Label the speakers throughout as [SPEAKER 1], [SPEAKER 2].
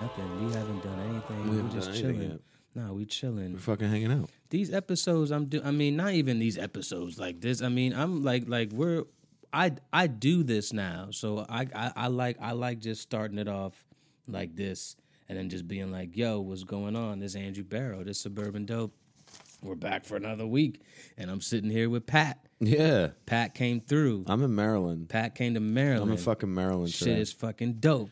[SPEAKER 1] Nothing. We haven't done anything. We
[SPEAKER 2] We
[SPEAKER 1] are
[SPEAKER 2] haven't
[SPEAKER 1] just
[SPEAKER 2] done anything
[SPEAKER 1] chilling. Nah, we chilling.
[SPEAKER 2] We're fucking hanging out.
[SPEAKER 1] These episodes, I'm do. I mean, not even these episodes like this. I mean, I'm like, like we're. I I do this now, so I I, I like I like just starting it off like this, and then just being like, "Yo, what's going on?" This Andrew Barrow, this suburban dope. We're back for another week, and I'm sitting here with Pat.
[SPEAKER 2] Yeah,
[SPEAKER 1] Pat came through.
[SPEAKER 2] I'm in Maryland.
[SPEAKER 1] Pat came to Maryland.
[SPEAKER 2] I'm in fucking Maryland.
[SPEAKER 1] Shit
[SPEAKER 2] today.
[SPEAKER 1] is fucking dope.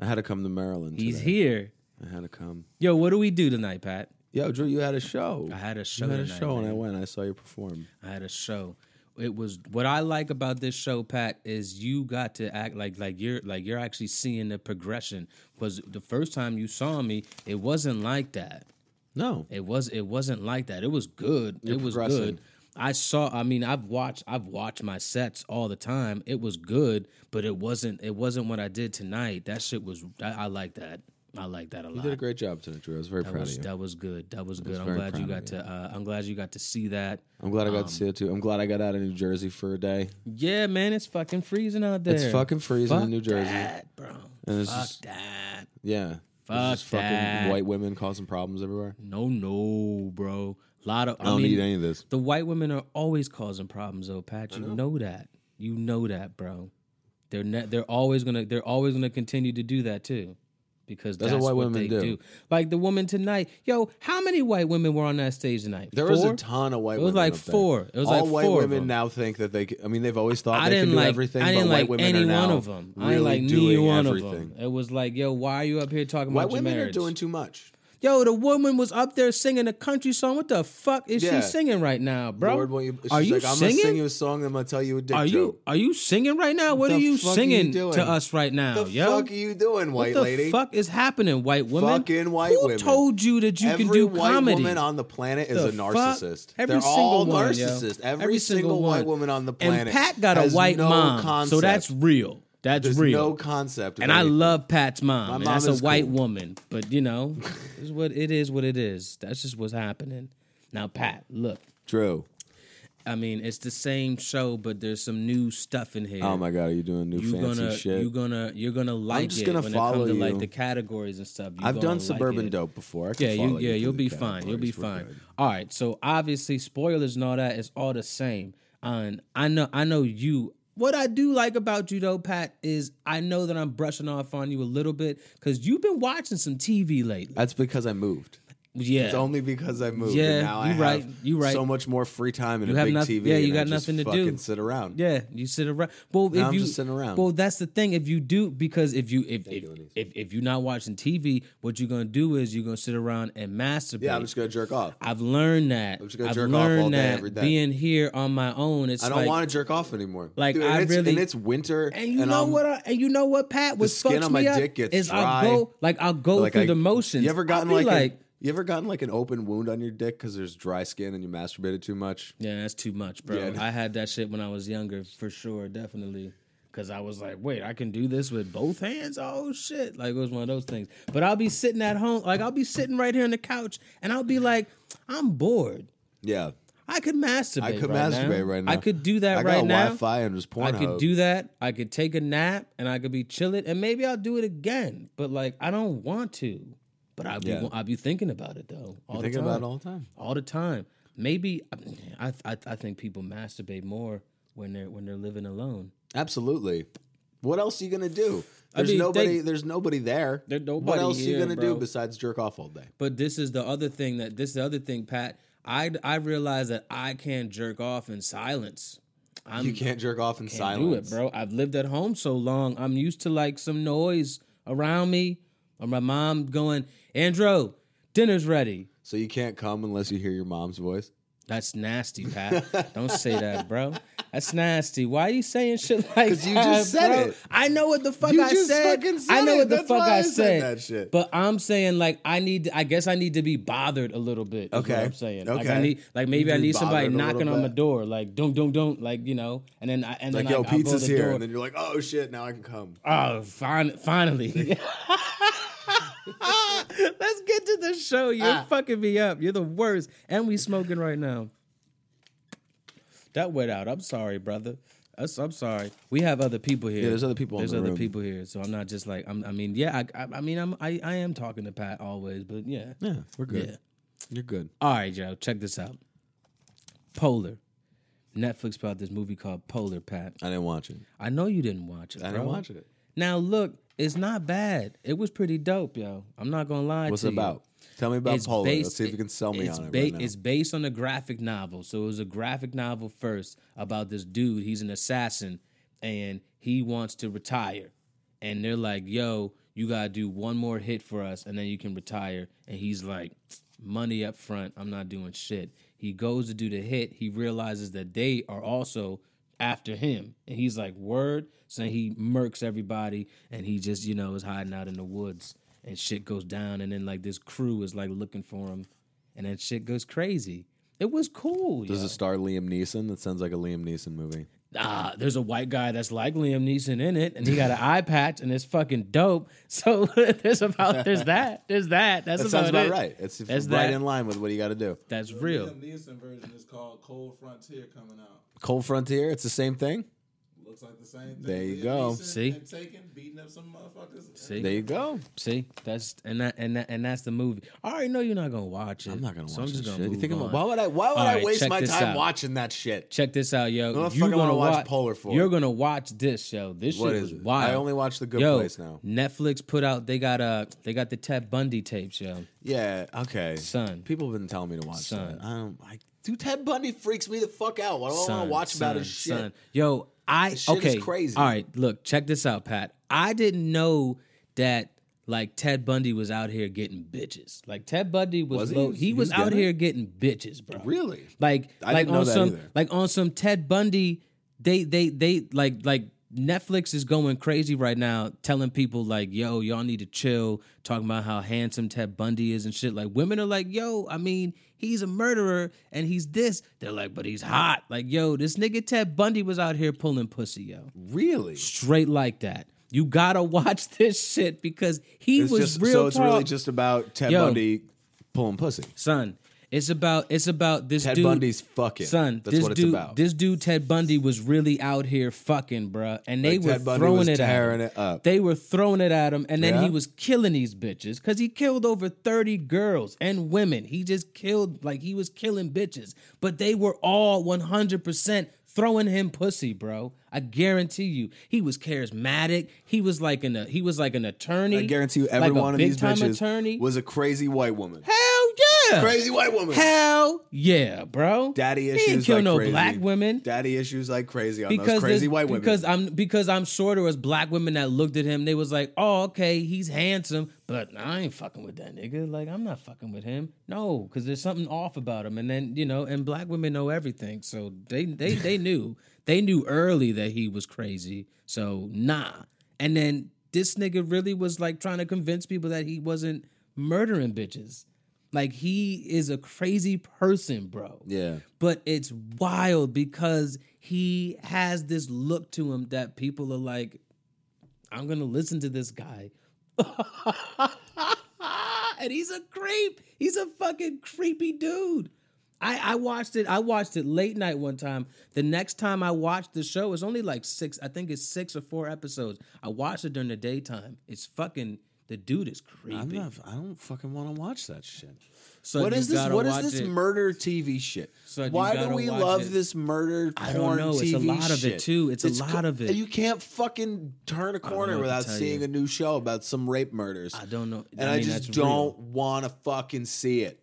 [SPEAKER 2] I had to come to Maryland.
[SPEAKER 1] He's
[SPEAKER 2] today.
[SPEAKER 1] here.
[SPEAKER 2] I had to come.
[SPEAKER 1] Yo, what do we do tonight, Pat?
[SPEAKER 2] Yo, Drew, you had a show.
[SPEAKER 1] I had a show.
[SPEAKER 2] you had a
[SPEAKER 1] tonight,
[SPEAKER 2] show, and
[SPEAKER 1] man.
[SPEAKER 2] I went. I saw you perform.
[SPEAKER 1] I had a show. It was what I like about this show, Pat, is you got to act like like you're like you're actually seeing the progression. Because the first time you saw me, it wasn't like that.
[SPEAKER 2] No,
[SPEAKER 1] It was it wasn't like that. It was good.
[SPEAKER 2] You're
[SPEAKER 1] it was
[SPEAKER 2] progressing.
[SPEAKER 1] good. I saw I mean I've watched I've watched my sets all the time. It was good, but it wasn't it wasn't what I did tonight. That shit was I, I like that. I like that a lot.
[SPEAKER 2] you did a great job tonight, Drew. I was very
[SPEAKER 1] that
[SPEAKER 2] proud
[SPEAKER 1] was
[SPEAKER 2] of you.
[SPEAKER 1] that was good. That was good. I'm
[SPEAKER 2] very
[SPEAKER 1] glad you
[SPEAKER 2] proud
[SPEAKER 1] got
[SPEAKER 2] of
[SPEAKER 1] to uh, I'm glad you got to see that.
[SPEAKER 2] I'm glad I
[SPEAKER 1] um,
[SPEAKER 2] got to see it too. I'm glad I got out of New Jersey for a day.
[SPEAKER 1] Yeah, man, it's fucking freezing out there.
[SPEAKER 2] It's fucking freezing
[SPEAKER 1] Fuck
[SPEAKER 2] in New Jersey.
[SPEAKER 1] that, bro.
[SPEAKER 2] And it's
[SPEAKER 1] Fuck
[SPEAKER 2] just-
[SPEAKER 1] that.
[SPEAKER 2] Yeah,
[SPEAKER 1] Fuck
[SPEAKER 2] There's just fucking
[SPEAKER 1] that.
[SPEAKER 2] white women causing problems everywhere.
[SPEAKER 1] No, no, bro. lot of. I,
[SPEAKER 2] I don't
[SPEAKER 1] mean,
[SPEAKER 2] need any of this.
[SPEAKER 1] the white women are always causing problems, though, Pat. You know. that. You know that, bro. They're ne- they're always gonna they're always gonna continue to do that too, because that's,
[SPEAKER 2] That's what white
[SPEAKER 1] what
[SPEAKER 2] women
[SPEAKER 1] they
[SPEAKER 2] do.
[SPEAKER 1] do. Like the woman tonight, yo, how many white women were on that stage tonight?
[SPEAKER 2] There
[SPEAKER 1] four?
[SPEAKER 2] was a ton of white.
[SPEAKER 1] It was
[SPEAKER 2] women
[SPEAKER 1] like
[SPEAKER 2] up there.
[SPEAKER 1] four. It was
[SPEAKER 2] All
[SPEAKER 1] like
[SPEAKER 2] white
[SPEAKER 1] four of
[SPEAKER 2] women
[SPEAKER 1] them.
[SPEAKER 2] now think that they. c- I mean, they've always thought
[SPEAKER 1] I
[SPEAKER 2] they
[SPEAKER 1] didn't
[SPEAKER 2] can do
[SPEAKER 1] like
[SPEAKER 2] everything.
[SPEAKER 1] I didn't
[SPEAKER 2] but white
[SPEAKER 1] like
[SPEAKER 2] women
[SPEAKER 1] any
[SPEAKER 2] are now
[SPEAKER 1] one of them.
[SPEAKER 2] Really
[SPEAKER 1] I didn't like
[SPEAKER 2] doing
[SPEAKER 1] any one
[SPEAKER 2] everything.
[SPEAKER 1] of them. It was like, yo, why are you up here talking
[SPEAKER 2] White
[SPEAKER 1] about your
[SPEAKER 2] women
[SPEAKER 1] marriage?
[SPEAKER 2] are doing too much.
[SPEAKER 1] Yo, the woman was up there singing a country song. What the fuck is
[SPEAKER 2] Yeah.
[SPEAKER 1] she singing right now, bro?
[SPEAKER 2] Lord, won't you, she's
[SPEAKER 1] are you
[SPEAKER 2] like, I'm
[SPEAKER 1] singing?
[SPEAKER 2] gonna sing you a song. I'm gonna tell you a dick
[SPEAKER 1] are you
[SPEAKER 2] joke.
[SPEAKER 1] are you singing right now? What
[SPEAKER 2] The
[SPEAKER 1] are you
[SPEAKER 2] fuck are you
[SPEAKER 1] singing
[SPEAKER 2] doing?
[SPEAKER 1] to us right now,
[SPEAKER 2] What the
[SPEAKER 1] yo?
[SPEAKER 2] fuck are you doing,
[SPEAKER 1] what
[SPEAKER 2] white
[SPEAKER 1] the
[SPEAKER 2] lady?
[SPEAKER 1] fuck is happening, white woman?
[SPEAKER 2] Fucking white
[SPEAKER 1] Who
[SPEAKER 2] women.
[SPEAKER 1] told you that you
[SPEAKER 2] Every
[SPEAKER 1] can do
[SPEAKER 2] white
[SPEAKER 1] comedy?
[SPEAKER 2] woman on the planet is
[SPEAKER 1] The
[SPEAKER 2] a
[SPEAKER 1] fuck?
[SPEAKER 2] narcissist.
[SPEAKER 1] Every
[SPEAKER 2] They're all
[SPEAKER 1] single one, yo.
[SPEAKER 2] narcissists. Every, single, white
[SPEAKER 1] one.
[SPEAKER 2] woman on the planet.
[SPEAKER 1] And Pat got a
[SPEAKER 2] has
[SPEAKER 1] white
[SPEAKER 2] no
[SPEAKER 1] mom,
[SPEAKER 2] Concept.
[SPEAKER 1] so that's real. That's
[SPEAKER 2] There's
[SPEAKER 1] real.
[SPEAKER 2] no concept. of
[SPEAKER 1] and I
[SPEAKER 2] anything.
[SPEAKER 1] love Pat's mom.
[SPEAKER 2] My
[SPEAKER 1] and
[SPEAKER 2] mom
[SPEAKER 1] that's a
[SPEAKER 2] is
[SPEAKER 1] white
[SPEAKER 2] cool.
[SPEAKER 1] woman, but you know, it's what it is. What it is. That's just what's happening. Now, Pat, look.
[SPEAKER 2] Drew.
[SPEAKER 1] I mean, it's the same show, but there's some new stuff in here.
[SPEAKER 2] Oh my god, are you doing new
[SPEAKER 1] You
[SPEAKER 2] fancy
[SPEAKER 1] gonna
[SPEAKER 2] shit?
[SPEAKER 1] you gonna you're gonna like
[SPEAKER 2] just
[SPEAKER 1] it
[SPEAKER 2] gonna
[SPEAKER 1] when
[SPEAKER 2] follow
[SPEAKER 1] it comes to
[SPEAKER 2] you.
[SPEAKER 1] like the categories and stuff. You
[SPEAKER 2] I've
[SPEAKER 1] gonna
[SPEAKER 2] done
[SPEAKER 1] like
[SPEAKER 2] suburban
[SPEAKER 1] it.
[SPEAKER 2] dope before. I can
[SPEAKER 1] Yeah,
[SPEAKER 2] follow
[SPEAKER 1] you, yeah,
[SPEAKER 2] through
[SPEAKER 1] you'll
[SPEAKER 2] the
[SPEAKER 1] be fine. You'll be
[SPEAKER 2] categories. We're
[SPEAKER 1] fine.
[SPEAKER 2] good.
[SPEAKER 1] All right. So obviously, spoilers and all that is all the same. And I know, I know you. What I do like about you though, Pat, is I know that I'm brushing off on you a little bit because you've been watching some TV lately.
[SPEAKER 2] That's because I moved.
[SPEAKER 1] Yeah,
[SPEAKER 2] It's only because I moved.
[SPEAKER 1] Yeah,
[SPEAKER 2] and now I
[SPEAKER 1] you
[SPEAKER 2] have
[SPEAKER 1] right, you right.
[SPEAKER 2] So much more free time and
[SPEAKER 1] You
[SPEAKER 2] a
[SPEAKER 1] have
[SPEAKER 2] big
[SPEAKER 1] noth-
[SPEAKER 2] TV.
[SPEAKER 1] yeah, you
[SPEAKER 2] and I
[SPEAKER 1] got
[SPEAKER 2] just
[SPEAKER 1] nothing to do.
[SPEAKER 2] fucking Sit around.
[SPEAKER 1] Yeah, you sit around. Well, if
[SPEAKER 2] I'm
[SPEAKER 1] you
[SPEAKER 2] just sitting around.
[SPEAKER 1] Well, that's the thing. If you do, because if you if if, if if you're not watching TV, what you're gonna do is you're gonna sit around and masturbate.
[SPEAKER 2] Yeah, I'm just gonna jerk off.
[SPEAKER 1] I've learned that.
[SPEAKER 2] just gonna
[SPEAKER 1] I've
[SPEAKER 2] jerk off
[SPEAKER 1] learned
[SPEAKER 2] all day,
[SPEAKER 1] that
[SPEAKER 2] every day.
[SPEAKER 1] being here on my own, it's
[SPEAKER 2] I don't
[SPEAKER 1] like,
[SPEAKER 2] want to jerk off anymore.
[SPEAKER 1] like,
[SPEAKER 2] Dude, and
[SPEAKER 1] I
[SPEAKER 2] it's,
[SPEAKER 1] really-
[SPEAKER 2] and it's winter,
[SPEAKER 1] And you know
[SPEAKER 2] I'm-
[SPEAKER 1] what? I, and you know what, Pat? What
[SPEAKER 2] skin
[SPEAKER 1] fucks
[SPEAKER 2] on
[SPEAKER 1] me
[SPEAKER 2] my
[SPEAKER 1] up
[SPEAKER 2] dick gets
[SPEAKER 1] is
[SPEAKER 2] dry.
[SPEAKER 1] I'll go like I'll go
[SPEAKER 2] like,
[SPEAKER 1] through
[SPEAKER 2] I-
[SPEAKER 1] the motions.
[SPEAKER 2] You ever gotten
[SPEAKER 1] I'll be
[SPEAKER 2] like,
[SPEAKER 1] like
[SPEAKER 2] an, you ever gotten like an open wound on your dick because there's dry skin and you masturbated too much?
[SPEAKER 1] Yeah, that's too much, bro.
[SPEAKER 2] Yeah.
[SPEAKER 1] I had that shit when I was younger, for sure, definitely. Cause I was like, wait, I can do this with both hands. Oh shit! Like it was one of those things. But I'll be sitting at home, like I'll be sitting right here on the couch, and I'll be like, I'm bored.
[SPEAKER 2] Yeah,
[SPEAKER 1] I could masturbate.
[SPEAKER 2] I could
[SPEAKER 1] right
[SPEAKER 2] masturbate right now.
[SPEAKER 1] I could do that
[SPEAKER 2] I got
[SPEAKER 1] right now.
[SPEAKER 2] Wi-Fi and just
[SPEAKER 1] I
[SPEAKER 2] Pornhub.
[SPEAKER 1] could do that. I could take a nap and I could be chilling, and maybe I'll do it again. But like, I don't want to. But I be,
[SPEAKER 2] Yeah.
[SPEAKER 1] I be thinking about it though. All the
[SPEAKER 2] thinking
[SPEAKER 1] time
[SPEAKER 2] about it all the time.
[SPEAKER 1] all the time. Maybe I, I I think people masturbate more when they're when they're living alone.
[SPEAKER 2] Absolutely. What else are you gonna do?
[SPEAKER 1] I
[SPEAKER 2] There's
[SPEAKER 1] mean,
[SPEAKER 2] nobody.
[SPEAKER 1] they-
[SPEAKER 2] there's nobody there.
[SPEAKER 1] There's
[SPEAKER 2] what
[SPEAKER 1] nobody
[SPEAKER 2] else are you
[SPEAKER 1] here,
[SPEAKER 2] gonna do
[SPEAKER 1] bro.
[SPEAKER 2] besides jerk off all day?
[SPEAKER 1] But this is the other thing that this is the other thing, Pat. I I realize that I can't jerk off in silence. I'm
[SPEAKER 2] you can't jerk off in
[SPEAKER 1] can't
[SPEAKER 2] silence,
[SPEAKER 1] do it, bro. I've lived at home so long. I'm used to like some noise around me, or my mom going, "Andrew, dinner's ready."
[SPEAKER 2] So you can't come unless you hear your mom's voice.
[SPEAKER 1] That's nasty, Pat. Don't say that, bro. That's nasty. Why are you saying shit like
[SPEAKER 2] 'Cause you
[SPEAKER 1] that,
[SPEAKER 2] just said
[SPEAKER 1] bro?
[SPEAKER 2] it.
[SPEAKER 1] I know what the fuck
[SPEAKER 2] You
[SPEAKER 1] I
[SPEAKER 2] just
[SPEAKER 1] said.
[SPEAKER 2] fucking said
[SPEAKER 1] I know
[SPEAKER 2] it.
[SPEAKER 1] what the
[SPEAKER 2] That's
[SPEAKER 1] fuck
[SPEAKER 2] why
[SPEAKER 1] I,
[SPEAKER 2] I
[SPEAKER 1] said.
[SPEAKER 2] said that shit.
[SPEAKER 1] But I'm saying like I need. I guess I need to be bothered a little bit. Is okay.
[SPEAKER 2] Okay.
[SPEAKER 1] What I'm saying. Like I
[SPEAKER 2] Okay.
[SPEAKER 1] need. Like maybe
[SPEAKER 2] You
[SPEAKER 1] I
[SPEAKER 2] be
[SPEAKER 1] need somebody
[SPEAKER 2] bothered a little
[SPEAKER 1] knocking on
[SPEAKER 2] bit.
[SPEAKER 1] my door. Like don't, don't, don't. Like you know. And then I and
[SPEAKER 2] Like,
[SPEAKER 1] then
[SPEAKER 2] yo,
[SPEAKER 1] I,
[SPEAKER 2] pizza's
[SPEAKER 1] I blow the
[SPEAKER 2] here,
[SPEAKER 1] Door.
[SPEAKER 2] and then you're like, oh shit, now I can come.
[SPEAKER 1] Oh, fin- finally. Let's get to the show. You're
[SPEAKER 2] Ah.
[SPEAKER 1] fucking me up. You're the worst. And we smoking right now. That went out. I'm sorry, brother. That's- I'm sorry. We have other people here.
[SPEAKER 2] Yeah, there's other people in
[SPEAKER 1] There's
[SPEAKER 2] the
[SPEAKER 1] other
[SPEAKER 2] room.
[SPEAKER 1] people here. So I'm not just like I'm, I mean, yeah. I, I, I mean, I'm I, I am talking to Pat always, but yeah.
[SPEAKER 2] Yeah, we're good.
[SPEAKER 1] Yeah.
[SPEAKER 2] You're good.
[SPEAKER 1] All right, Joe. Check this out. Polar. Netflix brought this movie called Polar. Pat.
[SPEAKER 2] I didn't watch it.
[SPEAKER 1] I know you didn't watch it.
[SPEAKER 2] I didn't
[SPEAKER 1] bro.
[SPEAKER 2] watch it.
[SPEAKER 1] Now look, it's not bad. It was pretty dope, yo. I'm not gonna lie
[SPEAKER 2] What's
[SPEAKER 1] to
[SPEAKER 2] it
[SPEAKER 1] you.
[SPEAKER 2] about? Tell me about
[SPEAKER 1] It's
[SPEAKER 2] Polo.
[SPEAKER 1] based-
[SPEAKER 2] Let's see if you can sell me
[SPEAKER 1] it's
[SPEAKER 2] on it
[SPEAKER 1] ba-
[SPEAKER 2] right now.
[SPEAKER 1] It's based on a graphic novel. So it was a graphic novel first about this dude. He's an assassin and he wants to retire. And they're like, yo, you gotta do one more hit for us and then you can retire. And he's like, money up front. I'm not doing shit. He goes to do the hit. He realizes that they are also after him. And he's like, word. So he murks everybody and he just, you know, is hiding out in the woods. And shit goes down, and then like this crew is like looking for him, and that shit goes crazy. It was cool.
[SPEAKER 2] Does
[SPEAKER 1] yo.
[SPEAKER 2] it star Liam Neeson? That sounds like a Liam Neeson movie.
[SPEAKER 1] Ah, there's a white guy that's like Liam Neeson in it, and he got an eye patch, and it's fucking dope. So there's about there's that there's that. That's
[SPEAKER 2] That
[SPEAKER 1] about,
[SPEAKER 2] sounds about
[SPEAKER 1] it.
[SPEAKER 2] right. It's
[SPEAKER 1] That's
[SPEAKER 2] right
[SPEAKER 1] that.
[SPEAKER 2] in line with what you got to do.
[SPEAKER 1] That's real.
[SPEAKER 3] Liam Neeson version is called Cold Frontier coming out.
[SPEAKER 2] Cold Frontier. It's the same thing.
[SPEAKER 3] Looks like the same thing.
[SPEAKER 2] There you
[SPEAKER 3] Liam
[SPEAKER 2] go.
[SPEAKER 3] Neeson
[SPEAKER 1] See?
[SPEAKER 3] and Taken, beating up some motherfuckers.
[SPEAKER 1] See,
[SPEAKER 2] There you go.
[SPEAKER 1] see, that's and that and that, and that's the movie. I already know you're not gonna watch it.
[SPEAKER 2] I'm not gonna
[SPEAKER 1] so
[SPEAKER 2] watch
[SPEAKER 1] I'm
[SPEAKER 2] that
[SPEAKER 1] just gonna
[SPEAKER 2] shit. You
[SPEAKER 1] move
[SPEAKER 2] think I'm-
[SPEAKER 1] on.
[SPEAKER 2] why would I? Why would
[SPEAKER 1] All right,
[SPEAKER 2] I waste
[SPEAKER 1] check
[SPEAKER 2] my
[SPEAKER 1] this
[SPEAKER 2] time
[SPEAKER 1] out.
[SPEAKER 2] watching that shit?
[SPEAKER 1] Check this out, yo.
[SPEAKER 2] What the
[SPEAKER 1] you
[SPEAKER 2] fuck I
[SPEAKER 1] gonna
[SPEAKER 2] wanna watch Polar for?
[SPEAKER 1] You're gonna watch this show. This
[SPEAKER 2] What
[SPEAKER 1] shit
[SPEAKER 2] is
[SPEAKER 1] was
[SPEAKER 2] it?
[SPEAKER 1] wild.
[SPEAKER 2] I only watch The Good
[SPEAKER 1] yo,
[SPEAKER 2] Place now.
[SPEAKER 1] Netflix put out they got uh they got the Ted Bundy tapes, yo.
[SPEAKER 2] Yeah. Okay.
[SPEAKER 1] Son.
[SPEAKER 2] People have been telling me to watch
[SPEAKER 1] Son.
[SPEAKER 2] that. I don't. I, dude, Ted Bundy freaks me the fuck out. Why do I want to watch about his shit?
[SPEAKER 1] son. Yo, I
[SPEAKER 2] shit is
[SPEAKER 1] okay.
[SPEAKER 2] crazy.
[SPEAKER 1] All right, look, check this out, Pat. I didn't know that like Ted Bundy was out here getting bitches. Like Ted Bundy was,
[SPEAKER 2] Was he?
[SPEAKER 1] low.
[SPEAKER 2] He
[SPEAKER 1] He, was,
[SPEAKER 2] was
[SPEAKER 1] out
[SPEAKER 2] getting it?
[SPEAKER 1] here getting bitches, bro.
[SPEAKER 2] Really?
[SPEAKER 1] Like
[SPEAKER 2] I
[SPEAKER 1] like
[SPEAKER 2] didn't know
[SPEAKER 1] on
[SPEAKER 2] that
[SPEAKER 1] some
[SPEAKER 2] either.
[SPEAKER 1] like on some Ted Bundy. They they they like like. Netflix is going crazy right now, telling people like, "Yo, y'all need to chill." Talking about how handsome Ted Bundy is and shit. Like, women are like, "Yo, I mean, he's a murderer and he's this." They're like, "But he's hot." Like, yo, this nigga Ted Bundy was out here pulling pussy, yo,
[SPEAKER 2] Really?
[SPEAKER 1] straight like that. You gotta watch this shit because he
[SPEAKER 2] It's
[SPEAKER 1] was
[SPEAKER 2] just,
[SPEAKER 1] real.
[SPEAKER 2] so it's really
[SPEAKER 1] talk.
[SPEAKER 2] just about Ted
[SPEAKER 1] Yo.
[SPEAKER 2] Bundy pulling pussy.
[SPEAKER 1] son. It's about it's about this
[SPEAKER 2] Ted
[SPEAKER 1] dude.
[SPEAKER 2] Bundy's fucking.
[SPEAKER 1] son.
[SPEAKER 2] That's
[SPEAKER 1] this
[SPEAKER 2] what it's
[SPEAKER 1] dude,
[SPEAKER 2] about.
[SPEAKER 1] this dude Ted Bundy was really out here fucking, bruh, and they
[SPEAKER 2] Like,
[SPEAKER 1] were
[SPEAKER 2] Ted Bundy
[SPEAKER 1] throwing
[SPEAKER 2] was
[SPEAKER 1] it at him.
[SPEAKER 2] tearing it up.
[SPEAKER 1] They were throwing it at him, and then he
[SPEAKER 2] Yeah?
[SPEAKER 1] was killing these bitches because he killed over thirty girls and women. He just killed like he was killing bitches, but they were all one hundred percent. Throwing him pussy, bro. I guarantee you, he was charismatic. He was like an he was like an attorney.
[SPEAKER 2] I guarantee you, every
[SPEAKER 1] like a
[SPEAKER 2] one of
[SPEAKER 1] big
[SPEAKER 2] these
[SPEAKER 1] time
[SPEAKER 2] bitches
[SPEAKER 1] attorney.
[SPEAKER 2] was a crazy white woman.
[SPEAKER 1] Hell yeah!
[SPEAKER 2] Crazy white woman.
[SPEAKER 1] Hell yeah, bro.
[SPEAKER 2] Daddy
[SPEAKER 1] He
[SPEAKER 2] issues
[SPEAKER 1] didn't kill
[SPEAKER 2] like
[SPEAKER 1] no
[SPEAKER 2] crazy.
[SPEAKER 1] black women
[SPEAKER 2] Daddy issues like crazy on
[SPEAKER 1] because
[SPEAKER 2] those crazy
[SPEAKER 1] this-
[SPEAKER 2] white women.
[SPEAKER 1] Because I'm because I'm sure there was black women that looked at him. They was like, "Oh, okay, he's handsome, but I ain't fucking with that nigga. Like, I'm not fucking with him. No, because there's something off about him. And then you know, and black women know everything, so they they they knew they knew early that he was crazy. So nah. And then this nigga really was like trying to convince people that he wasn't murdering bitches. Like he is a crazy person, bro
[SPEAKER 2] yeah.
[SPEAKER 1] but it's wild because he has this look to him that people are like, I'm gonna listen to this guy. and he's a creep. He's a fucking creepy dude. I, I watched it. I watched it late night one time. The next time I watched the show, it's only like six. I think it's six or four episodes. I watched it during the daytime. It's fucking The dude is creepy.
[SPEAKER 2] I'm not. I don't fucking want to watch that shit.
[SPEAKER 1] So
[SPEAKER 2] what
[SPEAKER 1] you
[SPEAKER 2] is this?
[SPEAKER 1] gotta
[SPEAKER 2] What is
[SPEAKER 1] watch
[SPEAKER 2] this
[SPEAKER 1] it.
[SPEAKER 2] murder TV shit?
[SPEAKER 1] So you
[SPEAKER 2] Why do
[SPEAKER 1] gotta
[SPEAKER 2] we
[SPEAKER 1] watch
[SPEAKER 2] love
[SPEAKER 1] it.
[SPEAKER 2] this murder
[SPEAKER 1] I don't
[SPEAKER 2] porn
[SPEAKER 1] know. It's a
[SPEAKER 2] TV
[SPEAKER 1] lot of it,
[SPEAKER 2] shit?
[SPEAKER 1] too. It's a lot of it.
[SPEAKER 2] You can't fucking turn a
[SPEAKER 1] know what
[SPEAKER 2] corner
[SPEAKER 1] to
[SPEAKER 2] without
[SPEAKER 1] tell
[SPEAKER 2] seeing
[SPEAKER 1] you.
[SPEAKER 2] a new show about some rape murders.
[SPEAKER 1] I don't know.
[SPEAKER 2] and I,
[SPEAKER 1] mean,
[SPEAKER 2] just
[SPEAKER 1] that's real.
[SPEAKER 2] don't want to fucking see it.